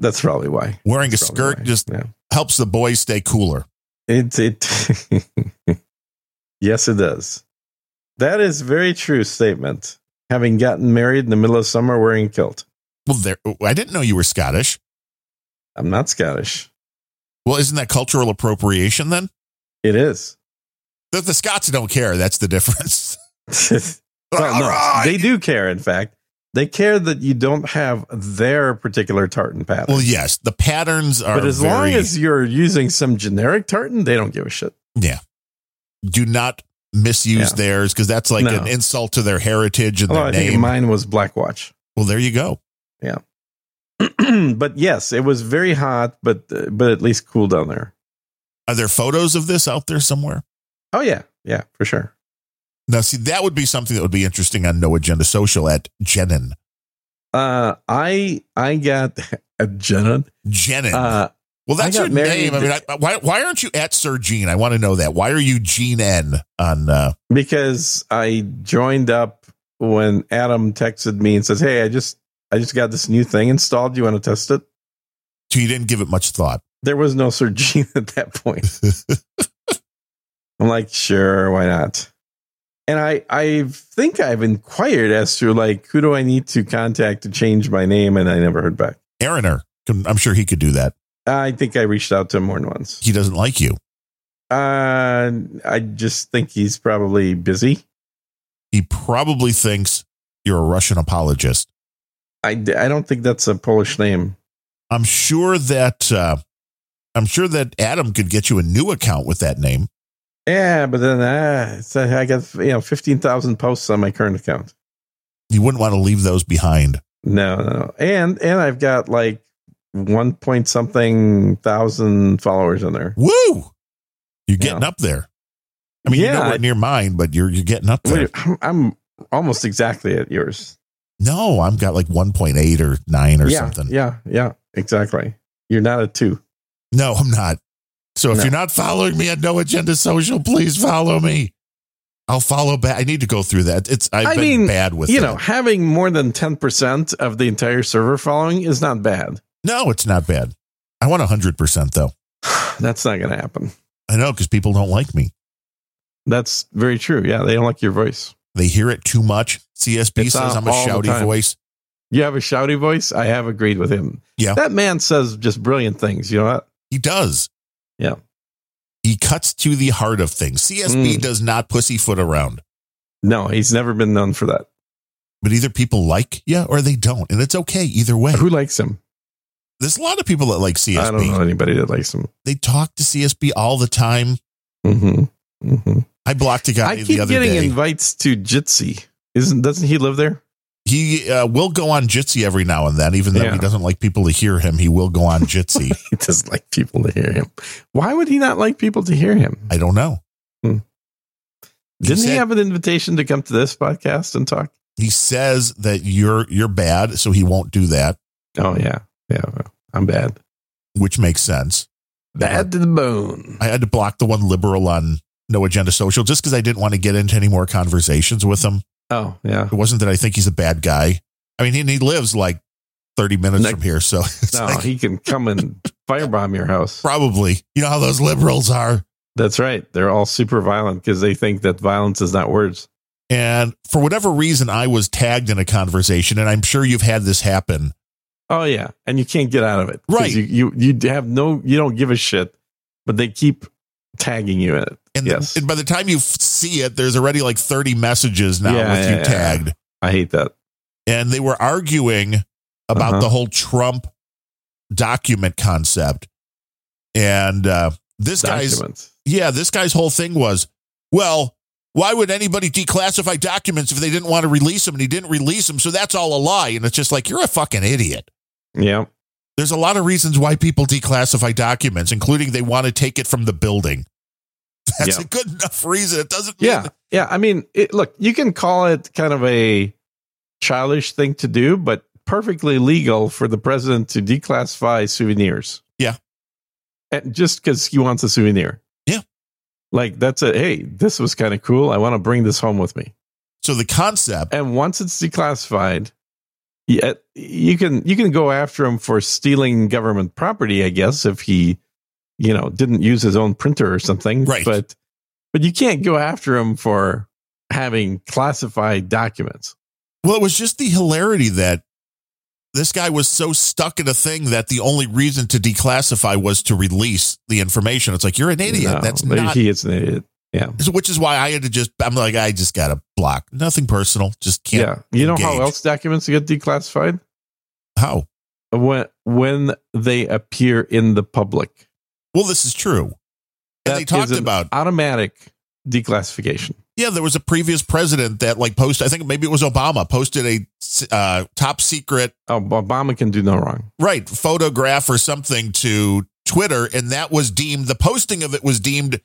Speaker 2: That's probably why.
Speaker 1: Wearing a
Speaker 2: Probably
Speaker 1: skirt
Speaker 2: why.
Speaker 1: just
Speaker 2: yeah.
Speaker 1: helps the boys stay cooler.
Speaker 2: It it. [laughs] yes, it does. That is very true statement. Having gotten married in the middle of summer wearing a kilt.
Speaker 1: Well, there, I didn't know you were Scottish.
Speaker 2: I'm not Scottish.
Speaker 1: Well, isn't that cultural appropriation then?
Speaker 2: It is. [laughs]
Speaker 1: The, the Scots don't care. That's the difference. [laughs]
Speaker 2: Well,
Speaker 1: All
Speaker 2: no,
Speaker 1: right.
Speaker 2: they do care. In fact, they care that you don't have their particular tartan pattern.
Speaker 1: Well, yes, the patterns are.
Speaker 2: but as long
Speaker 1: very-
Speaker 2: as you're using some generic tartan, they don't give a shit.
Speaker 1: do not misuse
Speaker 2: Yeah.
Speaker 1: theirs because that's like
Speaker 2: No.
Speaker 1: an insult to their heritage and
Speaker 2: Although
Speaker 1: their
Speaker 2: I think
Speaker 1: name.
Speaker 2: mine was Black Watch. [clears throat]
Speaker 1: well, there you go.
Speaker 2: but yes, it was very hot, but but at least cool down there.
Speaker 1: Are there photos of this out there somewhere?
Speaker 2: Oh yeah, yeah, for sure.
Speaker 1: Now, see, that would be something that would be interesting on No Agenda Social at Jenin.
Speaker 2: Uh, I I got [laughs] a Jenna.
Speaker 1: Jenin.
Speaker 2: Uh,
Speaker 1: well, that's
Speaker 2: I
Speaker 1: your
Speaker 2: got married-
Speaker 1: name. I mean, I, why, why aren't you at Sir Gene? I want to know that. Why are you Gene N on. Uh,
Speaker 2: because I joined up when Adam texted me and says, "Hey, I just I just got this new thing installed. Do you want to test it?"
Speaker 1: so you didn't give it much thought.
Speaker 2: There was no Sir [laughs] Gene at that point. I'm like, sure, why not? And I I think I've inquired as to like who do I need to contact to change my name, and I never heard back.
Speaker 1: Aaroner, can- I'm sure he could do that.
Speaker 2: I think I reached out to him more than once.
Speaker 1: He doesn't like you.
Speaker 2: Uh, I just think he's probably busy.
Speaker 1: He probably thinks you're a Russian apologist.
Speaker 2: I, I don't think that's a Polish name.
Speaker 1: I'm sure that uh, I'm sure that Adam could get you a new account with that name.
Speaker 2: Yeah, but then uh, so I got you know fifteen thousand posts on my current account.
Speaker 1: You wouldn't want to leave those behind.
Speaker 2: No, no, and and I've got like one point something thousand followers on there.
Speaker 1: Woo! You're getting
Speaker 2: Yeah.
Speaker 1: up there. I mean,
Speaker 2: Yeah,
Speaker 1: you're nowhere
Speaker 2: I-
Speaker 1: near mine, but you're you're getting up there.
Speaker 2: Wait, I'm, I'm almost exactly at yours.
Speaker 1: No, I'm got like 1.8 or nine or
Speaker 2: yeah,
Speaker 1: something.
Speaker 2: yeah, yeah, exactly. You're not at two.
Speaker 1: No, I'm not. So if
Speaker 2: No.
Speaker 1: you're not following me at No Agenda Social, please follow me. I'll follow back. I need to go through that. It's I've
Speaker 2: I
Speaker 1: been
Speaker 2: mean,
Speaker 1: bad with
Speaker 2: you
Speaker 1: that.
Speaker 2: know, having more than ten percent of the entire server following is not bad. [sighs]
Speaker 1: No, it's not bad. I want 100% though.
Speaker 2: That's not going to happen.
Speaker 1: I know because people don't like me.
Speaker 2: That's very true. Yeah, they don't like your voice.
Speaker 1: They hear it too much. CSB
Speaker 2: It's
Speaker 1: says
Speaker 2: on
Speaker 1: I'm a
Speaker 2: all the
Speaker 1: shouty
Speaker 2: time.
Speaker 1: voice.
Speaker 2: You have a shouty voice. I have agreed with him.
Speaker 1: Yeah.
Speaker 2: That man says just brilliant things. You know what?
Speaker 1: He does.
Speaker 2: Yeah.
Speaker 1: He cuts to the heart of things. CSB
Speaker 2: Mm.
Speaker 1: does not pussyfoot around,
Speaker 2: No, he's never been known for that.
Speaker 1: but either people like you or they don't. And it's okay either way.
Speaker 2: Who likes him?
Speaker 1: There's a lot of people that like
Speaker 2: I don't know
Speaker 1: CSB.
Speaker 2: anybody that likes him.
Speaker 1: They talk to CSB all the time.
Speaker 2: hmm hmm
Speaker 1: I blocked a guy
Speaker 2: I
Speaker 1: the
Speaker 2: keep
Speaker 1: other
Speaker 2: getting
Speaker 1: day.
Speaker 2: invites to Jitsi. Isn't doesn't he live there? [laughs]
Speaker 1: he uh, will go on Jitsi every now and then, even though he
Speaker 2: Yeah.
Speaker 1: doesn't like people to hear him. He will go on
Speaker 2: [laughs]
Speaker 1: Jitsi.
Speaker 2: He doesn't like people to hear him. Why would he not like people to hear him?
Speaker 1: I don't know.
Speaker 2: Hmm.
Speaker 1: He
Speaker 2: Didn't he,
Speaker 1: said-
Speaker 2: have an invitation to come to this podcast and talk?
Speaker 1: he says that you're you're bad, so he won't do that,
Speaker 2: Oh yeah, yeah. well, I'm bad,
Speaker 1: which makes sense.
Speaker 2: bad to the bone.
Speaker 1: I had to block the one liberal on No Agenda Social just because I didn't want to get into any more conversations with him.
Speaker 2: Oh yeah.
Speaker 1: It wasn't that I think he's a bad guy. I mean, and he lives like thirty minutes
Speaker 2: Like-
Speaker 1: from here, so [laughs] it's
Speaker 2: No,
Speaker 1: like,
Speaker 2: he can come and firebomb your house.
Speaker 1: probably you know how those liberals are.
Speaker 2: That's right. They're all super violent because they think that violence is not words.
Speaker 1: And for whatever reason, I was tagged in a conversation, and I'm sure you've had this happen.
Speaker 2: Oh yeah, and you can't get out of it. 'Cause
Speaker 1: Right.
Speaker 2: You you you have no. You don't give a shit, but they keep tagging you in it.
Speaker 1: And,
Speaker 2: Yes.
Speaker 1: and by the time you f- see it, there's already like 30 messages now
Speaker 2: Yeah,
Speaker 1: with
Speaker 2: yeah,
Speaker 1: you
Speaker 2: yeah.
Speaker 1: tagged.
Speaker 2: I hate that.
Speaker 1: and they were arguing about
Speaker 2: Uh-huh.
Speaker 1: the whole Trump document concept. And uh, this guy's,
Speaker 2: Documents.
Speaker 1: yeah, this guy's whole thing was, well, why would anybody declassify documents if they didn't want to release them and he didn't release them? So that's all a lie. And it's just like, you're a fucking idiot.
Speaker 2: Yeah.
Speaker 1: There's a lot of reasons why people declassify documents, including they want to take it from the building. [laughs] That's a
Speaker 2: Yeah.
Speaker 1: good enough reason. It doesn't mean
Speaker 2: Yeah. Yeah. I mean, it, look, you can call it kind of a childish thing to do, but perfectly legal for the president to declassify souvenirs.
Speaker 1: Yeah.
Speaker 2: And just because he wants a souvenir.
Speaker 1: Yeah.
Speaker 2: Like that's a, hey, this was kind of cool. I want to bring this home with me.
Speaker 1: So the concept,
Speaker 2: And once it's declassified, yeah, you can you can go after him for stealing government property, I guess, if he, you know, didn't use his own printer or something.
Speaker 1: Right.
Speaker 2: But but you can't go after him for having classified documents.
Speaker 1: well, it was just the hilarity that this guy was so stuck in a thing that the only reason to declassify was to release the information. It's like you're an idiot.
Speaker 2: No,
Speaker 1: That's not
Speaker 2: he is an idiot. Yeah.
Speaker 1: [laughs] which is why I had to just I'm like I just got to block. Nothing personal. Just can't.
Speaker 2: Yeah. You know how
Speaker 1: engage.
Speaker 2: else documents get declassified?
Speaker 1: How?
Speaker 2: When when they appear in the public.
Speaker 1: Well, this is true. And
Speaker 2: That
Speaker 1: they
Speaker 2: is
Speaker 1: talked
Speaker 2: an
Speaker 1: about
Speaker 2: automatic declassification.
Speaker 1: yeah, there was a previous president that like post. I think maybe it was Obama posted a uh, top secret
Speaker 2: Oh, Obama can do no wrong.
Speaker 1: right photograph or something to Twitter, and that was deemed the posting of it was deemed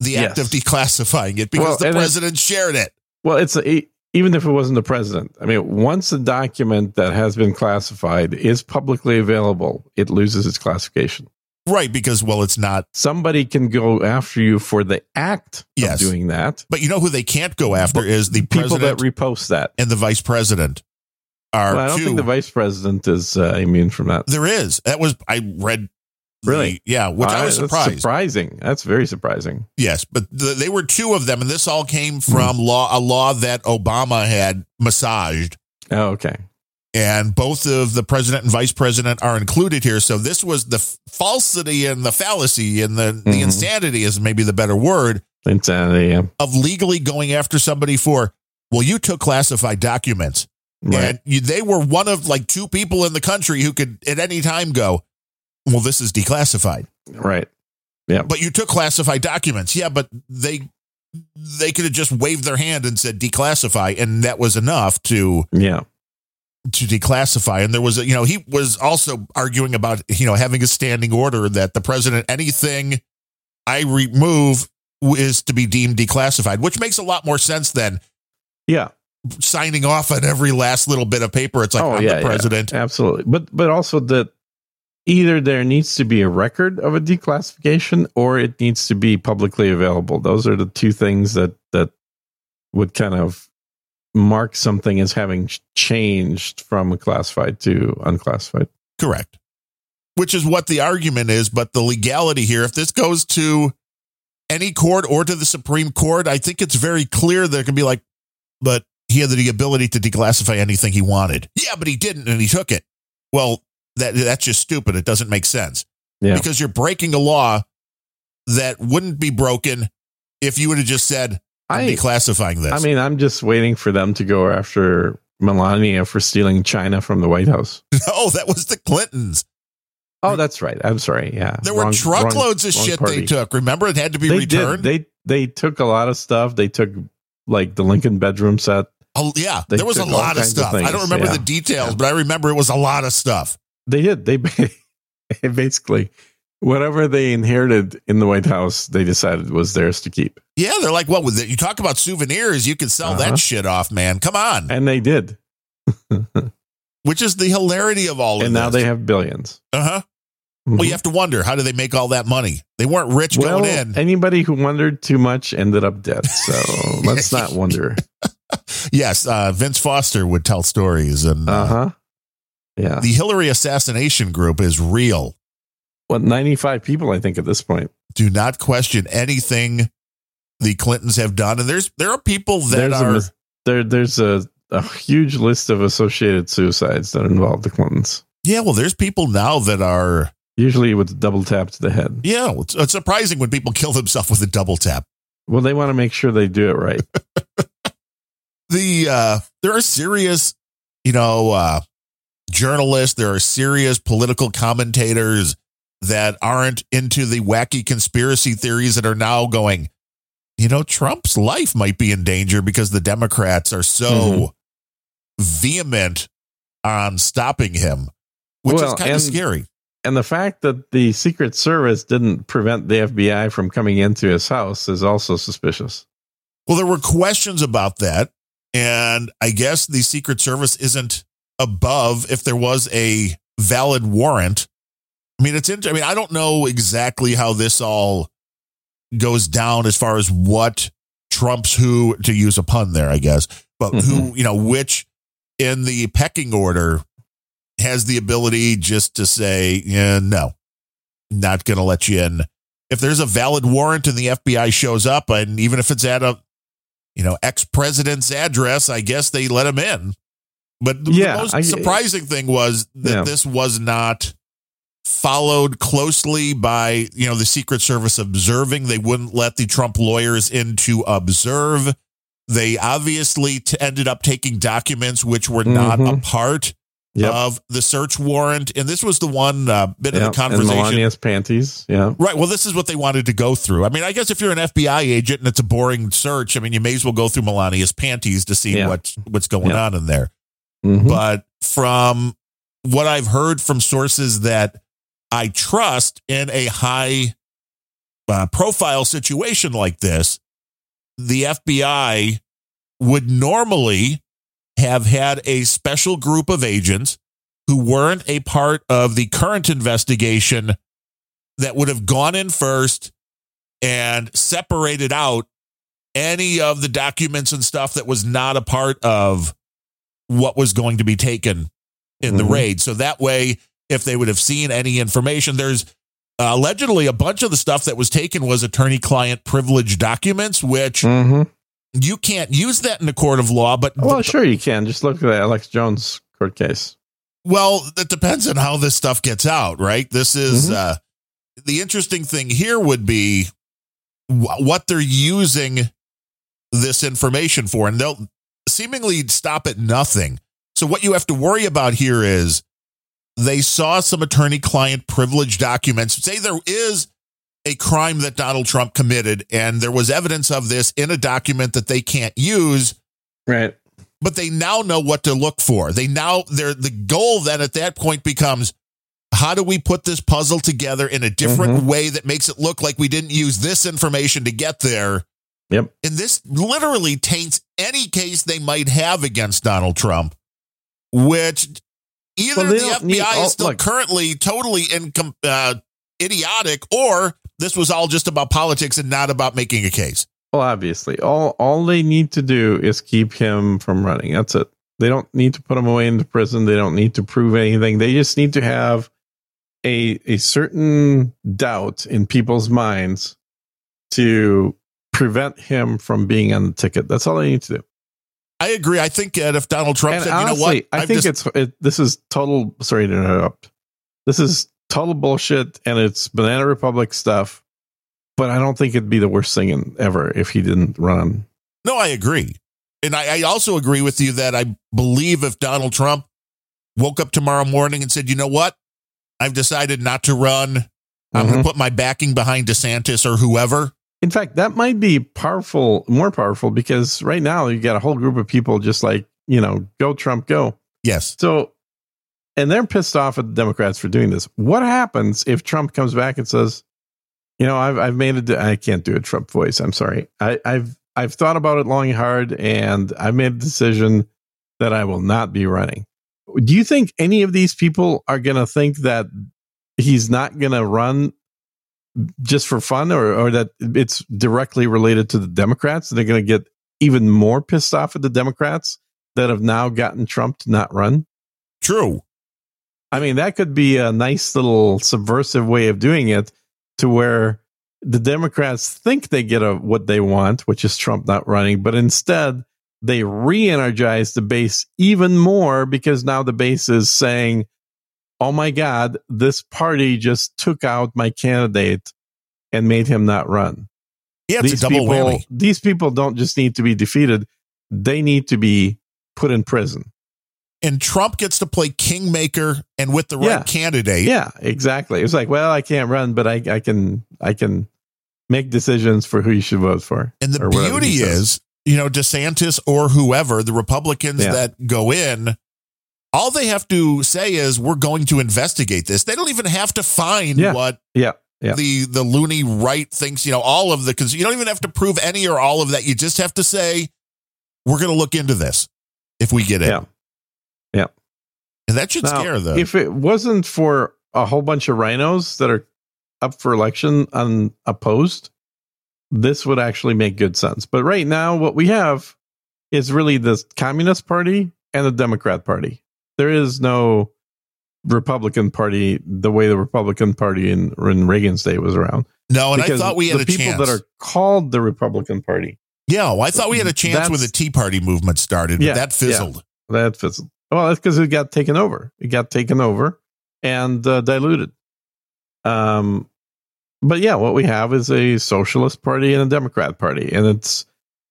Speaker 1: the act
Speaker 2: Yes.
Speaker 1: of declassifying it because
Speaker 2: Well,
Speaker 1: the
Speaker 2: and it-
Speaker 1: president shared it.
Speaker 2: Well, it's a, e- even if it wasn't the president. I mean, once a document that has been classified is publicly available, it loses its classification.
Speaker 1: Right, because well, it's not.
Speaker 2: Somebody can go after you for the act
Speaker 1: Yes.
Speaker 2: of doing that.
Speaker 1: But you know who they can't go after
Speaker 2: But
Speaker 1: is the
Speaker 2: People that
Speaker 1: president
Speaker 2: repost that.
Speaker 1: and the vice president are
Speaker 2: Well, I don't
Speaker 1: two.
Speaker 2: think the vice president is uh, immune from that.
Speaker 1: There is. That was I read. the-
Speaker 2: Really?
Speaker 1: yeah, which I, was
Speaker 2: Uh, that's
Speaker 1: surprised.
Speaker 2: surprising. That's very surprising.
Speaker 1: yes, but the, they were two of them, and this all came
Speaker 2: Hmm.
Speaker 1: from law a law that Obama had massaged,
Speaker 2: Oh, okay.
Speaker 1: and both of the president and vice president are included here. So this was the f- falsity and the fallacy and the the
Speaker 2: Mhm.
Speaker 1: insanity is maybe the better word
Speaker 2: Insanity. uh, Yeah.
Speaker 1: of legally going after somebody for. Well, you took classified documents.
Speaker 2: Right.
Speaker 1: And you, they were one of like two people in the country who could at any time go, well, this is declassified.
Speaker 2: Right.
Speaker 1: But you took classified documents. Yeah, but they they could have just waved their hand and said declassify and that was enough to
Speaker 2: Yeah.
Speaker 1: to declassify and there was a, you know he was also arguing about you know having a standing order that the president anything i remove is to be deemed declassified which makes a lot more sense than
Speaker 2: Yeah.
Speaker 1: signing off on every last little bit of paper it's like
Speaker 2: Oh,
Speaker 1: i'm
Speaker 2: yeah,
Speaker 1: the
Speaker 2: yeah.
Speaker 1: president
Speaker 2: Absolutely. But but also that either there needs to be a record of a declassification or it needs to be publicly available. Those are the two things that that would kind of mark something as having ch- changed from classified to unclassified.
Speaker 1: Correct. Which is what the argument is, but the legality here, if this goes to any court or to the Supreme Court, I think it's very clear that it can be like, but he had the ability to declassify anything he wanted. Yeah, but he didn't and he took it. Well, that that's just stupid. It doesn't make sense.
Speaker 2: Yeah.
Speaker 1: Because you're breaking a law that wouldn't be broken if you would have just said, I'm
Speaker 2: I
Speaker 1: declassifying this.
Speaker 2: I mean, I'm just waiting for them to go after Melania for stealing China from the White House.
Speaker 1: [laughs] no, that was the Clintons.
Speaker 2: Oh, that's right. I'm sorry. Yeah.
Speaker 1: There
Speaker 2: Wrong-
Speaker 1: were
Speaker 2: wrong-
Speaker 1: truckloads of
Speaker 2: wrong
Speaker 1: shit
Speaker 2: party.
Speaker 1: they took. Remember, it had to be
Speaker 2: They
Speaker 1: returned.
Speaker 2: did. They they took a lot of stuff. They took like the Lincoln bedroom set.
Speaker 1: Oh yeah,
Speaker 2: They
Speaker 1: there was a
Speaker 2: took all
Speaker 1: lot of
Speaker 2: kinds of
Speaker 1: stuff. I don't
Speaker 2: things,
Speaker 1: remember
Speaker 2: yeah.
Speaker 1: the details,
Speaker 2: Yeah.
Speaker 1: but I remember it was a lot of stuff.
Speaker 2: They did. They [laughs] ba- basically whatever they inherited in the White House, they decided was theirs to keep,
Speaker 1: Yeah, they're like, what with it? You talk about souvenirs, you can sell
Speaker 2: Uh-huh.
Speaker 1: that shit off, man. Come on.
Speaker 2: and they did. [laughs]
Speaker 1: Which is the hilarity of all of
Speaker 2: and now
Speaker 1: this.
Speaker 2: they have 1000000000s
Speaker 1: uh huh. Well, you have to wonder how do they make all that money? They weren't rich
Speaker 2: well,
Speaker 1: going in.
Speaker 2: anybody who wondered too much ended up
Speaker 1: [laughs]
Speaker 2: dead. So let's not wonder.
Speaker 1: Yes, uh, Vince Foster would tell stories, and uh,
Speaker 2: Uh huh. Yeah.
Speaker 1: the Hillary assassination group is real.
Speaker 2: Well, 95 people, I think, at this point.
Speaker 1: Do not question anything the Clintons have done, and there's there are people that
Speaker 2: there's a,
Speaker 1: are
Speaker 2: mis- there, there's a, a huge list of associated suicides that involve the Clintons,
Speaker 1: yeah. Well, there's people now that are
Speaker 2: usually with a double tap to the head.
Speaker 1: Yeah, it's, uh, it's surprising when people [laughs] kill themselves with a double tap.
Speaker 2: Well, they want to make sure they do it right.
Speaker 1: The uh, there are serious, you know, uh, journalists. There are serious political commentators that aren't into the wacky conspiracy theories that are now going. You know, Trump's life might be in danger because the
Speaker 2: Mm-hmm.
Speaker 1: Democrats are so vehement on stopping him. which is
Speaker 2: Well,
Speaker 1: kind of
Speaker 2: and-
Speaker 1: scary.
Speaker 2: And the fact that the Secret Service didn't prevent the FBI from coming into his house is also suspicious.
Speaker 1: Well, there were questions about that. And I guess the Secret Service isn't above if there was a valid warrant. I mean, it's, int- I mean, I don't know exactly how this all goes down as far as what trumps who, to use a pun there, I guess, but who, you know, which in the pecking order has the ability just to say, yeah, no, not going to let you in. If there's a valid warrant and the FBI shows up, and even if it's at a, you know, ex president's address, I guess they let him in. But the, the
Speaker 2: Yeah,
Speaker 1: most
Speaker 2: I-
Speaker 1: surprising thing was that
Speaker 2: Yeah.
Speaker 1: this was not followed closely by, you know, the Secret Service observing. They wouldn't let the Trump lawyers in to observe. They obviously t- ended up taking documents which were not
Speaker 2: Mhm.
Speaker 1: a part
Speaker 2: Yep.
Speaker 1: of the search warrant. And this was the one uh, bit
Speaker 2: Yeah,
Speaker 1: of the conversation.
Speaker 2: And Melania's panties. Yeah.
Speaker 1: Right. Well, this is what they wanted to go through. I mean, I guess if you're an FBI agent and it's a boring search, I mean, you may as well go through Melania's panties to see
Speaker 2: Yeah.
Speaker 1: what's what's going
Speaker 2: Yeah.
Speaker 1: on in there.
Speaker 2: Mhm.
Speaker 1: But from what I've heard from sources that I trust in a high uh, profile situation like this, the FBI would normally have had a special group of agents who weren't a part of the current investigation that would have gone in first and separated out any of the documents and stuff that was not a part of what was going to be taken in the
Speaker 2: Mhm.
Speaker 1: raid. So that way, if they would have seen any information, there's uh, allegedly a bunch of the stuff that was taken was attorney client privilege documents, which
Speaker 2: Mhm.
Speaker 1: you can't use that in a court of law, but
Speaker 2: Well, sure you can. Just look at the Alex Jones court case.
Speaker 1: Well, that depends on how this stuff gets out, right? This is
Speaker 2: Mhm.
Speaker 1: uh, the interesting thing here would be wh- what they're using this information for, and they'll seemingly stop at nothing. So, what you have to worry about here is they saw some attorney client privilege documents. Say there is a crime that Donald Trump committed, and there was evidence of this in a document that they can't use
Speaker 2: Right.
Speaker 1: but they now know what to look for. They now they're the goal then at that point becomes how do we put this puzzle together in a different
Speaker 2: Mm-hmm.
Speaker 1: way that makes it look like we didn't use this information to get there?
Speaker 2: Yep.
Speaker 1: And this literally taints any case they might have against Donald Trump, which either
Speaker 2: Well, they
Speaker 1: the
Speaker 2: don't
Speaker 1: FBI
Speaker 2: need all-
Speaker 1: is still
Speaker 2: look.
Speaker 1: currently totally incom- uh, idiotic or this was all just about politics and not about making a case.
Speaker 2: Well, obviously, all all they need to do is keep him from running. That's it. They don't need to put him away into prison. They don't need to prove anything. They just need to have a a certain doubt in people's minds to prevent him from being on the ticket. That's all they need to do.
Speaker 1: I agree. I think that if Donald Trump
Speaker 2: and
Speaker 1: said,
Speaker 2: honestly,
Speaker 1: you know what,
Speaker 2: I
Speaker 1: I've
Speaker 2: think
Speaker 1: just-
Speaker 2: it's it, this is total. Sorry to interrupt. This is total bullshit, and it's banana republic stuff. But I don't think it'd be the worst thing in, ever if he didn't run.
Speaker 1: No, I agree. And I, I also agree with you that I believe if Donald Trump woke up tomorrow morning and said, you know what? I've decided not to run. I'm going to
Speaker 2: Mhm.
Speaker 1: put my backing behind DeSantis or whoever.
Speaker 2: In fact, that might be powerful, more powerful, because right now you got a whole group of people just like, you know, go Trump, go.
Speaker 1: Yes.
Speaker 2: So, and they're pissed off at the Democrats for doing this. What happens if Trump comes back and says, you know, I've, I've made it, I can't do a Trump voice. I'm sorry. I, I've, I've thought about it long and hard and I made a decision that I will not be running. Do you think any of these people are going to think that he's not going to run just for fun or, or that it's directly related to the Democrats? They're going to get even more pissed off at the Democrats that have now gotten Trump to not run.
Speaker 1: True.
Speaker 2: I mean, that could be a nice little subversive way of doing it to where the Democrats think they get a, what they want, which is Trump not running, but instead they re energize the base even more because now the base is saying, oh my God, this party just took out my candidate and made him not run.
Speaker 1: Yeah, it's a double
Speaker 2: people,
Speaker 1: whammy.
Speaker 2: these people don't just need to be defeated, they need to be put in prison.
Speaker 1: And Trump gets to play kingmaker and with the right
Speaker 2: Yeah.
Speaker 1: candidate.
Speaker 2: Yeah, exactly. It's like, well, I can't run, but I, I can I can make decisions for who you should vote for.
Speaker 1: And the
Speaker 2: or whatever he
Speaker 1: beauty
Speaker 2: says.
Speaker 1: is, you know, DeSantis or whoever, the Republicans
Speaker 2: Yeah.
Speaker 1: that go in All they have to say is we're going to investigate this. They don't even have to find
Speaker 2: Yeah.
Speaker 1: what
Speaker 2: Yeah. Yeah.
Speaker 1: the the loony right thinks. You know, all of the because you don't even have to prove any or all of that. You just have to say we're going to look into this if we get in.
Speaker 2: Yeah. Yeah.
Speaker 1: and that should
Speaker 2: Now,
Speaker 1: scare them.
Speaker 2: If it wasn't for a whole bunch of rhinos that are up for election unopposed, this would actually make good sense. But right now, what we have is really the Communist Party and the Democrat Party. There is no Republican Party the way the Republican Party in, in Reagan's day was around.
Speaker 1: no, and I
Speaker 2: Because
Speaker 1: thought we had
Speaker 2: the
Speaker 1: a
Speaker 2: people
Speaker 1: chance.
Speaker 2: that are called the Republican Party
Speaker 1: yeah, well, I thought we had a chance
Speaker 2: That's-
Speaker 1: when the Tea Party movement started, but
Speaker 2: Yeah,
Speaker 1: that fizzled.
Speaker 2: that fizzled. Well, that's because it got taken over. It got taken over and uh, diluted. Um, but yeah, what we have is a socialist party and a Democrat party, and it's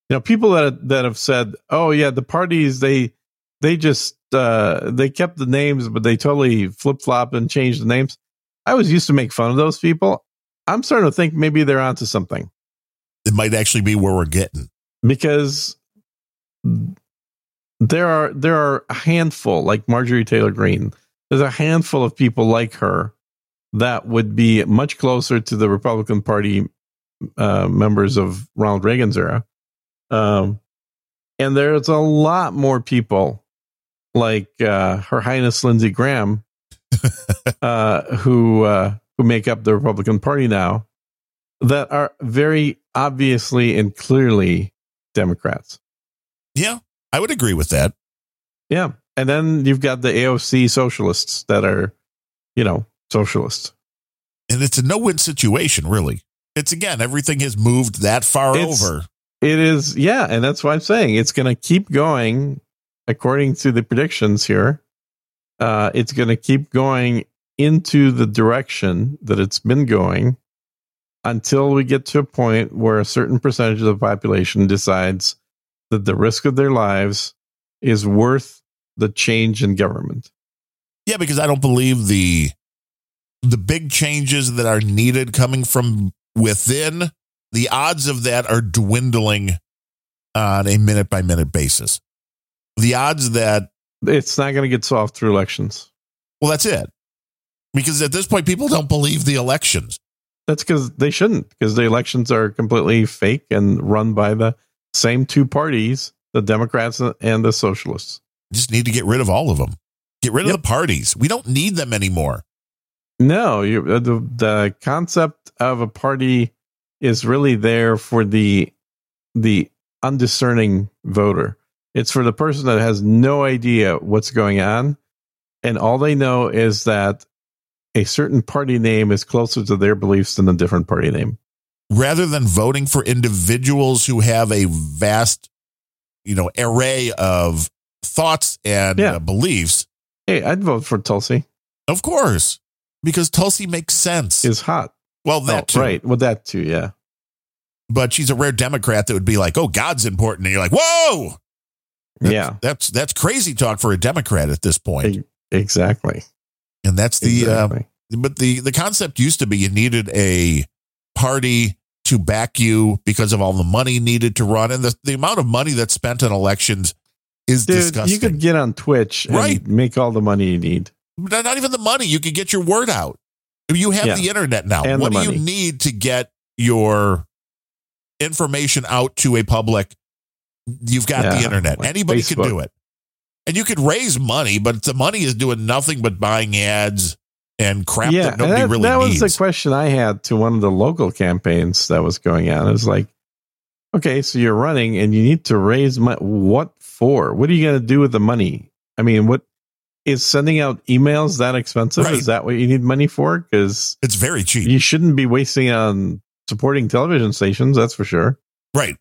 Speaker 2: you know people that that have said, oh yeah, the parties they they just uh, they kept the names, but they totally flip flop and changed the names. I was used to make fun of those people. I'm starting to think maybe they're onto something
Speaker 1: It might actually be where we're getting.
Speaker 2: because there are there are a handful like Marjorie Taylor Greene. There's a handful of people like her that would be much closer to the Republican Party uh, members of Ronald Reagan's era, um, and there's a lot more people like uh, Her Highness Lindsey Graham uh, who uh, who make up the Republican Party now that are very obviously and clearly Democrats.
Speaker 1: Yeah, I would agree with that.
Speaker 2: Yeah. And then you've got the AOC socialists that are, you know, socialists.
Speaker 1: and it's a no-win situation really it's again everything has moved that far
Speaker 2: It's-
Speaker 1: over
Speaker 2: It is, yeah. And that's why I'm saying it's going to keep going, according to the predictions here. Uh, it's going to keep going into the direction that it's been going until we get to a point where a certain percentage of the population decides that the risk of their lives is worth the change in government.
Speaker 1: yeah because i don't believe the the big changes that are needed coming from within the odds of that are dwindling on a minute by minute basis the odds that
Speaker 2: It's not going to get solved through elections.
Speaker 1: well that's it because at this point people don't believe the elections
Speaker 2: That's because they shouldn't, because the elections are completely fake and run by the same two parties, the Democrats and the Socialists.
Speaker 1: just need to get rid of all of them get rid of
Speaker 2: Yep.
Speaker 1: the parties we don't need them anymore
Speaker 2: No, you, uh, the, the concept of a party is really there for the the undiscerning voter. It's for the person that has no idea what's going on, and all they know is that a certain party name is closer to their beliefs than a different party name.
Speaker 1: rather than voting for individuals who have a vast, you know, array of thoughts and
Speaker 2: Yeah.
Speaker 1: uh, beliefs.
Speaker 2: Hey, I'd vote for Tulsi.
Speaker 1: Of course, because Tulsi makes sense.
Speaker 2: Is hot.
Speaker 1: well, that
Speaker 2: oh,
Speaker 1: too.
Speaker 2: right. Well, that too. Yeah.
Speaker 1: But she's a rare Democrat that would be like, "Oh, God's important," and you're like, "Whoa, That's-
Speaker 2: yeah.
Speaker 1: that's that's crazy talk for a Democrat at this point."
Speaker 2: Hey. Exactly.
Speaker 1: And that's the uh,
Speaker 2: exactly.
Speaker 1: but the the concept used to be you needed a party to back you because of all the money needed to run and the, the amount of money that's spent on elections is
Speaker 2: Dude,
Speaker 1: disgusting.
Speaker 2: you could get on Twitch and
Speaker 1: Right.
Speaker 2: make all the money you need.
Speaker 1: not, not even the money. You can get your word out. You have
Speaker 2: Yeah.
Speaker 1: the internet now.
Speaker 2: And
Speaker 1: what
Speaker 2: the
Speaker 1: do you
Speaker 2: money.
Speaker 1: need to get your information out to a public? You've got the
Speaker 2: Yeah,
Speaker 1: internet.
Speaker 2: like
Speaker 1: Anybody can
Speaker 2: Facebook.
Speaker 1: do it. And you could raise money, but the money is doing nothing but buying ads and crap
Speaker 2: yeah.
Speaker 1: that
Speaker 2: and
Speaker 1: nobody
Speaker 2: that,
Speaker 1: really
Speaker 2: that
Speaker 1: needs.
Speaker 2: was the question I had to one of the local campaigns that was going on. It was like, okay, so you're running and you need to raise money. What for? What are you going to do with the money? I mean, what is sending out emails that expensive?
Speaker 1: Right.
Speaker 2: Is that what you need money for? Because
Speaker 1: it's very cheap.
Speaker 2: you shouldn't be wasting on supporting television stations that's for sure
Speaker 1: Right.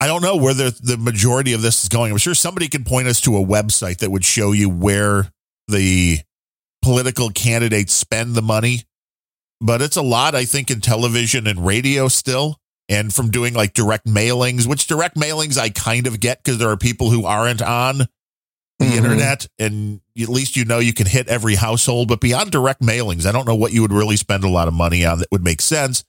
Speaker 1: I don't know where the, the majority of this is going. I'm sure somebody can point us to a website that would show you where the political candidates spend the money. But it's a lot, I think, in television and radio still, and from doing like direct mailings, which direct mailings I kind of get because there are people who aren't on the
Speaker 2: Mhm.
Speaker 1: internet. And at least you know you can hit every household. But beyond direct mailings, I don't know what you would really spend a lot of money on that would make sense.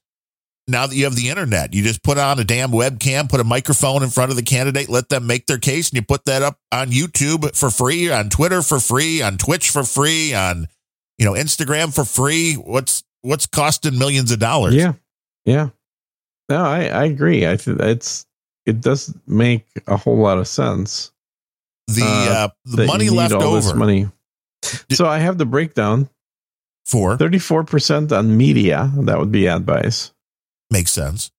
Speaker 1: now that you have the internet, you just put on a damn webcam, put a microphone in front of the candidate, let them make their case, and you put that up on YouTube for free, on Twitter for free, on Twitch for free, on you know Instagram for free. What's what's costing millions of dollars?
Speaker 2: Yeah, yeah. No, I I agree. I think it's it does make a whole lot of sense.
Speaker 1: the uh, the
Speaker 2: that
Speaker 1: money
Speaker 2: you need
Speaker 1: left
Speaker 2: all this
Speaker 1: over
Speaker 2: money. So I have the breakdown:
Speaker 1: for
Speaker 2: thirty-four percent on media. That would be ad buys.
Speaker 1: makes sense.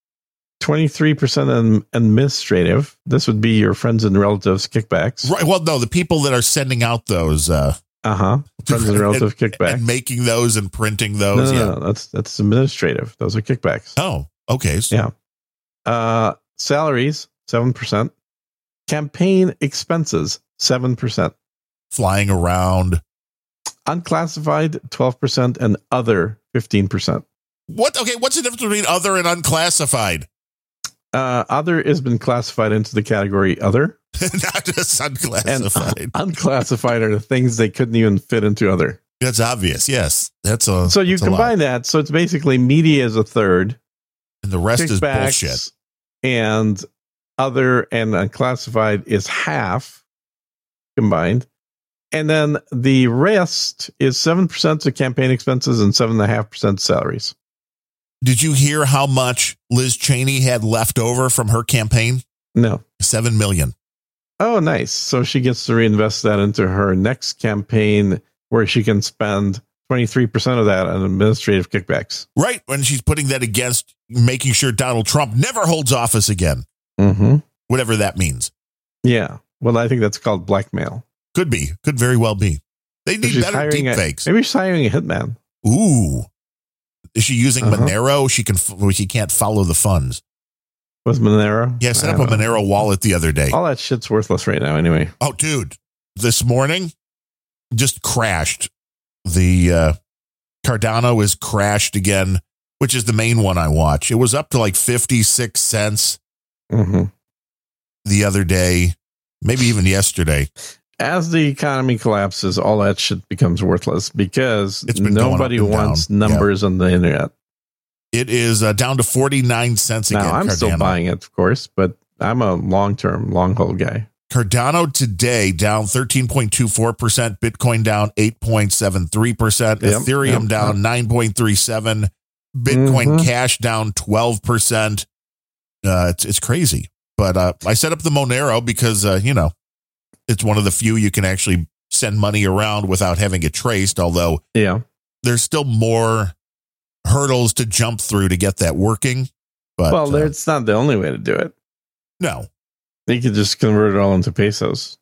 Speaker 2: 23% on administrative. This would be your friends and relatives kickbacks.
Speaker 1: Right. Well, no, the people that are sending out those uh,
Speaker 2: Uh huh. Friends and relative kickbacks.
Speaker 1: [laughs] and making those and printing
Speaker 2: no, no,
Speaker 1: those. yeah.
Speaker 2: no, that's that's administrative. Those are kickbacks.
Speaker 1: Oh, okay. So-
Speaker 2: Yeah. Uh, salaries seven percent. Campaign expenses seven percent.
Speaker 1: Flying around.
Speaker 2: Unclassified twelve percent, and other fifteen percent.
Speaker 1: What? Okay. What's the difference between other and unclassified?
Speaker 2: Uh, other has been classified into the category other,
Speaker 1: [laughs] Not just
Speaker 2: and uh,
Speaker 1: unclassified.
Speaker 2: unclassified are the things they couldn't even fit into other.
Speaker 1: That's obvious. Yes. That's uh, a.
Speaker 2: So you
Speaker 1: that's a lot.
Speaker 2: combine that. So it's basically media is a third,
Speaker 1: And the rest is
Speaker 2: kickbacks
Speaker 1: bullshit.
Speaker 2: and other and unclassified is half combined. And then the rest is 7% to campaign expenses and 7.5% salaries.
Speaker 1: Did you hear how much Liz Cheney had left over from her campaign?
Speaker 2: No.
Speaker 1: Seven million.
Speaker 2: Oh, nice. So she gets to reinvest that into her next campaign where she can spend 23% of that on administrative kickbacks.
Speaker 1: Right. When she's putting that against making sure Donald Trump never holds office again,
Speaker 2: Mm-hmm.
Speaker 1: whatever that means.
Speaker 2: Yeah. Well, I think that's called blackmail.
Speaker 1: Could be. Could very well be. They need
Speaker 2: She's
Speaker 1: better
Speaker 2: hiring
Speaker 1: deep
Speaker 2: a-
Speaker 1: fakes.
Speaker 2: Maybe she's hiring a hitman.
Speaker 1: Ooh. Is she using
Speaker 2: Uh-huh.
Speaker 1: Monero? She can. f- She can't follow the funds.
Speaker 2: Was Monero?
Speaker 1: Yeah, I set
Speaker 2: I
Speaker 1: up a
Speaker 2: don't know.
Speaker 1: Monero wallet the other day.
Speaker 2: All that shit's worthless right now, anyway.
Speaker 1: Oh, dude, this morning just crashed. The uh, Cardano is crashed again, which is the main one I watch. It was up to like 56 cents
Speaker 2: Mm-hmm.
Speaker 1: the other day, maybe even yesterday.
Speaker 2: as the economy collapses, all that shit becomes worthless because
Speaker 1: It's been going
Speaker 2: nobody
Speaker 1: up and
Speaker 2: wants
Speaker 1: down.
Speaker 2: numbers on the internet.
Speaker 1: It is uh, down to 49 cents again.
Speaker 2: now, I'm still buying it, of course, but I'm a long term, long haul guy.
Speaker 1: Cardano today down 13.24%, Bitcoin down 8.73%,
Speaker 2: Yep,
Speaker 1: Ethereum
Speaker 2: yep,
Speaker 1: down 9.37, Bitcoin
Speaker 2: Mhm.
Speaker 1: Cash down 12%. Uh, it's, it's crazy. But uh, I set up the Monero because, uh, you know, it's one of the few you can actually send money around without having it traced, although
Speaker 2: Yeah.
Speaker 1: there's still more hurdles to jump through to get that working. But
Speaker 2: well,
Speaker 1: uh,
Speaker 2: it's not the only way to do it.
Speaker 1: no,
Speaker 2: You could just convert it all into pesos.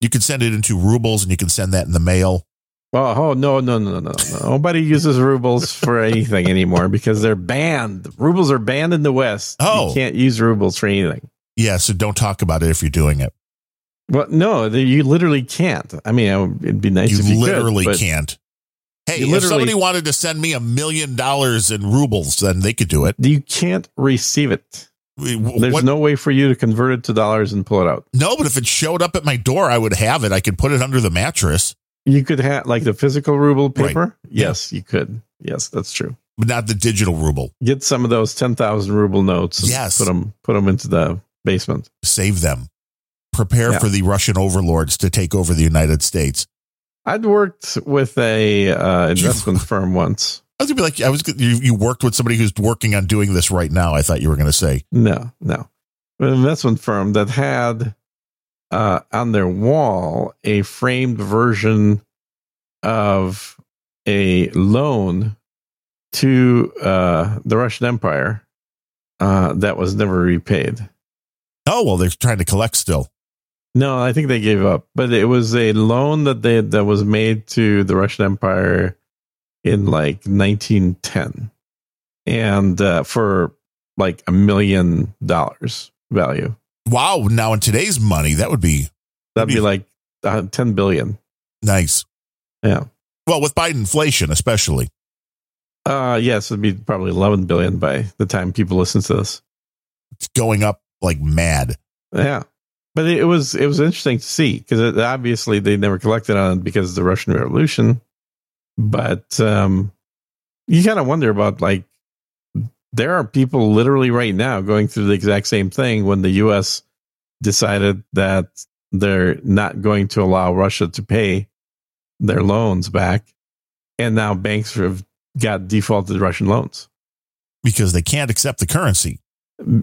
Speaker 1: you can send it into rubles and you can send that in the mail.
Speaker 2: Oh, oh no, no, no, no, no. Nobody uses rubles for anything anymore because they're banned. Rubles are banned in the West.
Speaker 1: Oh.
Speaker 2: You can't use rubles for anything.
Speaker 1: Yeah, so don't talk about it if you're doing it.
Speaker 2: Well, no, they- you literally can't. I mean, I- it'd be nice
Speaker 1: you
Speaker 2: if you
Speaker 1: literally
Speaker 2: could, but-
Speaker 1: can't. Hey,
Speaker 2: You
Speaker 1: if
Speaker 2: literally-
Speaker 1: somebody wanted to send me a million dollars in rubles, then they could do it.
Speaker 2: you can't receive it.
Speaker 1: We- w-
Speaker 2: There's
Speaker 1: What? No-,
Speaker 2: no way for you to convert it to dollars and pull it out.
Speaker 1: but if it showed up at my door, I would have it. I could put it under the mattress,
Speaker 2: You could have like the physical ruble
Speaker 1: Right.
Speaker 2: paper. Yes, you could. Yes, that's true.
Speaker 1: but not the digital ruble.
Speaker 2: Get some of those ten thousand ruble notes. And
Speaker 1: Yes.
Speaker 2: put them put them into the basement.
Speaker 1: Save them. Prepare
Speaker 2: Yeah.
Speaker 1: for the Russian overlords to take over the United States.
Speaker 2: I'd worked with a uh, investment firm once.
Speaker 1: I was gonna be like, I was. You, you worked with somebody who's working on doing this right now. I thought you were gonna say
Speaker 2: No, no, an investment firm that had uh, on their wall a framed version of a loan to uh, the Russian Empire uh, that was never repaid.
Speaker 1: Oh well, they're trying to collect still.
Speaker 2: No, I think they gave up, but it was a loan that they that was made to the Russian Empire in like 1910, and uh, for like a million dollars value.
Speaker 1: Wow! Now in today's money, that would be
Speaker 2: That'd be like uh, 10 billion.
Speaker 1: nice.
Speaker 2: Yeah.
Speaker 1: Well, with Biden inflation, especially.
Speaker 2: Uh, yes, it'd be probably 11 billion by the time people listen to this.
Speaker 1: it's going up like mad.
Speaker 2: Yeah. But it was it was interesting to see because obviously they never collected on it because of the Russian Revolution. But um, you kind of wonder about like there are people literally right now going through the exact same thing when the US decided that they're not going to allow Russia to pay their loans back. And now banks have got defaulted Russian loans.
Speaker 1: because they can't accept the currency.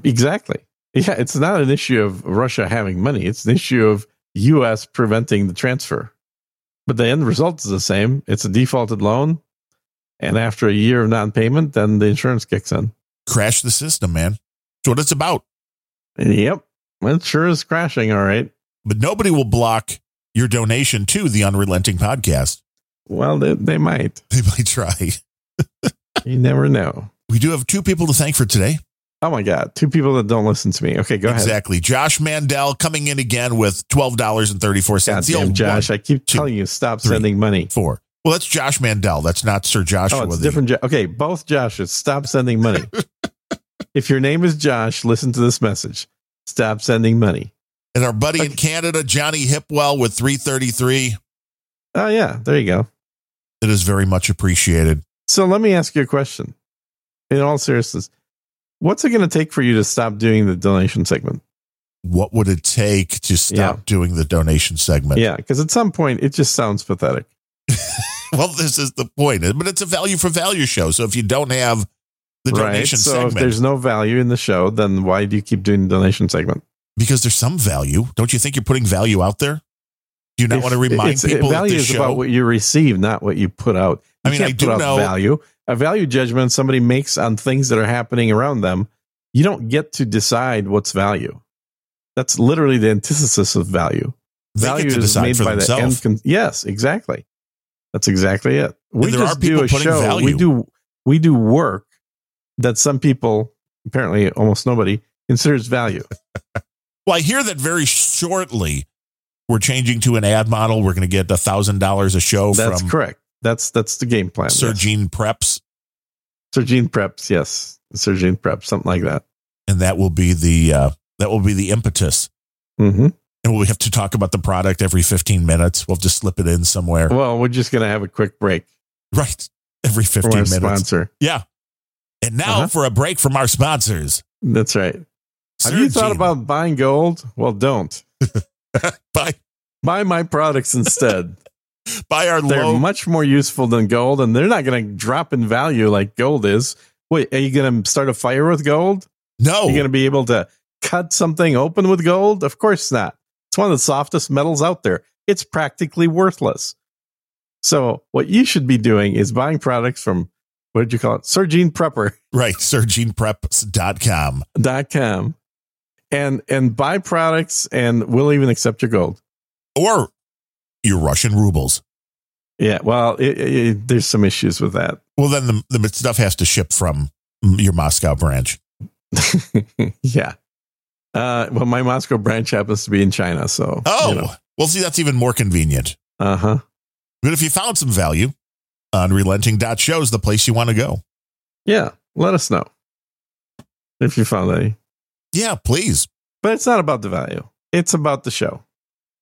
Speaker 2: Exactly. Yeah, it's not an issue of Russia having money. It's an issue of US preventing the transfer. But the end result is the same. It's a defaulted loan. And after a year of non payment, then the insurance kicks in.
Speaker 1: Crash the system, man. That's what it's about.
Speaker 2: Yep. It sure is crashing. All right.
Speaker 1: But nobody will block your donation to the Unrelenting Podcast. [laughs]
Speaker 2: Well, they, they might.
Speaker 1: They might try.
Speaker 2: You never know.
Speaker 1: We do have two people to thank for today.
Speaker 2: Oh my God. Two people that don't listen to me. Okay, go ahead.
Speaker 1: exactly. Josh Mandel coming in again with $12.34.
Speaker 2: God
Speaker 1: The
Speaker 2: damn,
Speaker 1: old
Speaker 2: Josh,
Speaker 1: one,
Speaker 2: I keep
Speaker 1: two,
Speaker 2: telling you, stop
Speaker 1: three.
Speaker 2: sending money.
Speaker 1: four. Well, that's Josh Mandel. That's not Sir Joshua.
Speaker 2: Oh, it's
Speaker 1: the-
Speaker 2: different. Jo- okay, both Joshes, stop
Speaker 1: [laughs]
Speaker 2: sending money. if your name is Josh, listen to this message. Stop sending money.
Speaker 1: And our buddy in
Speaker 2: Okay.
Speaker 1: Canada, Johnny Hipwell with 333.
Speaker 2: Oh yeah, there you go.
Speaker 1: It is very much appreciated.
Speaker 2: So let me ask you a question. In all seriousness, what's it going to take for you to stop doing the donation segment?
Speaker 1: What would it take to stop
Speaker 2: Yeah.
Speaker 1: doing the donation segment?
Speaker 2: Yeah, because at some point it just sounds pathetic.
Speaker 1: [laughs] Well, this is the point. But it's a value for value show. So if you don't have the donation
Speaker 2: So if
Speaker 1: segment,
Speaker 2: there's no value in the show, then why do you keep doing the donation segment?
Speaker 1: because there's some value, don't you think you're putting value out there? Do you not
Speaker 2: If-
Speaker 1: want to remind
Speaker 2: it's- it-
Speaker 1: people that
Speaker 2: value
Speaker 1: this
Speaker 2: is about
Speaker 1: show?
Speaker 2: what you receive, not what you put out.
Speaker 1: I
Speaker 2: You
Speaker 1: mean, I
Speaker 2: can't
Speaker 1: do
Speaker 2: put out
Speaker 1: know-
Speaker 2: value. A value judgment somebody makes on things that are happening around them. You don't get to decide what's value. That's literally the antithesis of value.
Speaker 1: They
Speaker 2: value
Speaker 1: get to decide for themselves.
Speaker 2: con- yes, exactly. That's exactly it. We
Speaker 1: And there
Speaker 2: just
Speaker 1: are
Speaker 2: do
Speaker 1: people
Speaker 2: a
Speaker 1: putting
Speaker 2: show.
Speaker 1: value.
Speaker 2: We do we do work that some people, apparently almost nobody, considers value.
Speaker 1: Well, I hear that very shortly we're changing to an ad model. We're going to get a thousand dollars a show
Speaker 2: That's
Speaker 1: from
Speaker 2: correct. That's that's the game plan.
Speaker 1: Sir
Speaker 2: yes.
Speaker 1: Gene Preps,
Speaker 2: Sergine Preps, yes. Sergine Preps, something like that.
Speaker 1: and that will be the uh, that will be the impetus.
Speaker 2: hmm
Speaker 1: And we have to talk about the product every fifteen minutes. We'll have to slip it in somewhere,
Speaker 2: Well, we're just going to have a quick break
Speaker 1: right? Every fifteen
Speaker 2: from our
Speaker 1: minutes.
Speaker 2: sponsor.
Speaker 1: And now
Speaker 2: Uh-huh.
Speaker 1: for a break from our sponsors.
Speaker 2: That's right. Have
Speaker 1: Sir
Speaker 2: you thought
Speaker 1: Gene,
Speaker 2: about buying gold? Well, don't.
Speaker 1: buy
Speaker 2: Buy my products instead.
Speaker 1: [laughs] buy our
Speaker 2: they're
Speaker 1: low?
Speaker 2: much more useful than gold, and they're not going to drop in value like gold is. Wait, are you going to start a fire with gold?
Speaker 1: no,
Speaker 2: Are you going to be able to cut something open with gold? Of course not. It's one of the softest metals out there. It's practically worthless. So, what you should be doing is buying products from what did you call it? Sergine Prepper
Speaker 1: right? SirGenePreps.com.
Speaker 2: dot com and and buy products and we'll even accept your gold
Speaker 1: or your Russian rubles.
Speaker 2: yeah well it, it- it- there's some issues with that [laughs]
Speaker 1: Well, then the, the stuff has to ship from your Moscow branch.
Speaker 2: yeah uh well my moscow branch happens to be in china so
Speaker 1: Oh, well, see, that's even more convenient.
Speaker 2: uh-huh
Speaker 1: But if you found some value, unrelenting.show is the place you want to go.
Speaker 2: yeah let us know if you found any
Speaker 1: Yeah, please.
Speaker 2: but it's not about the value it's about the show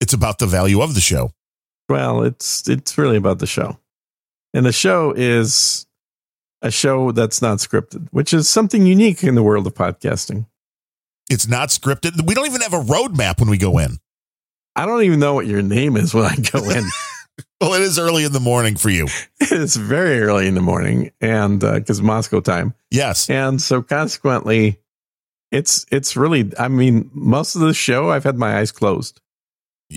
Speaker 1: It's about the value of the show.
Speaker 2: well it's it's really about the show and the show is a show that's not scripted which is something unique in the world of podcasting
Speaker 1: It's not scripted. We don't even have a roadmap when we go in.
Speaker 2: I don't even know what your name is when I go
Speaker 1: [laughs]
Speaker 2: in.
Speaker 1: Well, it is early in the morning for you.
Speaker 2: it's very early in the morning, and because Moscow time,
Speaker 1: Yes.
Speaker 2: and so consequently, it's it's really. I mean, most of the show I've had my eyes closed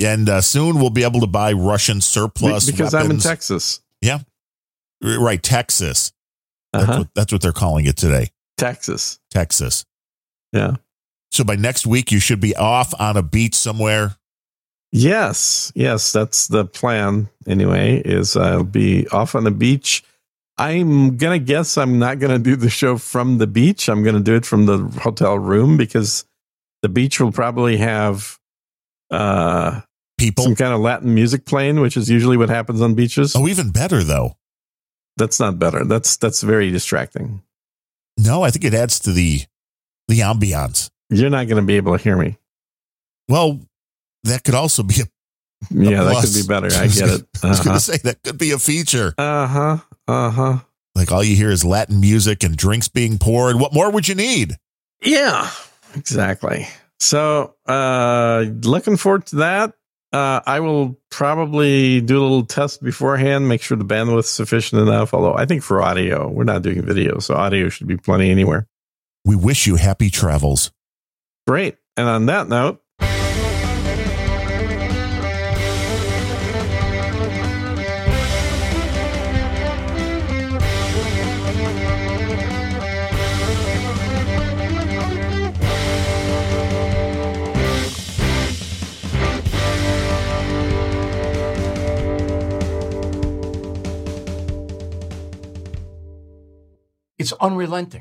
Speaker 1: And uh, soon we'll be able to buy Russian
Speaker 2: be-
Speaker 1: surplus
Speaker 2: because I'm in
Speaker 1: weapons.
Speaker 2: Texas.
Speaker 1: R- Right, Texas. That's,
Speaker 2: Uh-huh.
Speaker 1: what, that's what they're calling it today.
Speaker 2: Texas.
Speaker 1: Texas.
Speaker 2: Yeah.
Speaker 1: So by next week, you should be off on a beach somewhere.
Speaker 2: Yes, yes, that's the plan. Anyway, is I'll be off on the beach. I'm gonna guess I'm not gonna do the show from the beach. I'm gonna do it from the hotel room because the beach will probably have uh
Speaker 1: People.
Speaker 2: some kind of Latin music playing, which is usually what happens on beaches.
Speaker 1: Oh, even better though.
Speaker 2: That's not better. That's that's very distracting.
Speaker 1: No, I think it adds to the the ambiance.
Speaker 2: You're not going to be able to hear me.
Speaker 1: Well, that could also be a [laughs]
Speaker 2: Yeah, that
Speaker 1: plus.
Speaker 2: could be better. [laughs] I get it. Uh-huh.
Speaker 1: I was going
Speaker 2: Uh
Speaker 1: to say that could be a feature.
Speaker 2: huh. Uh huh.
Speaker 1: Like all you hear is Latin music and drinks being poured. What more would you need?
Speaker 2: Yeah, exactly. So, uh, looking forward to that. Uh, I will probably do a little test beforehand, make sure the bandwidth's sufficient enough. Although I think for audio, we're not doing video, so audio should be plenty anywhere.
Speaker 1: We wish you happy travels.
Speaker 2: Great. And on that note,
Speaker 3: It's unrelenting.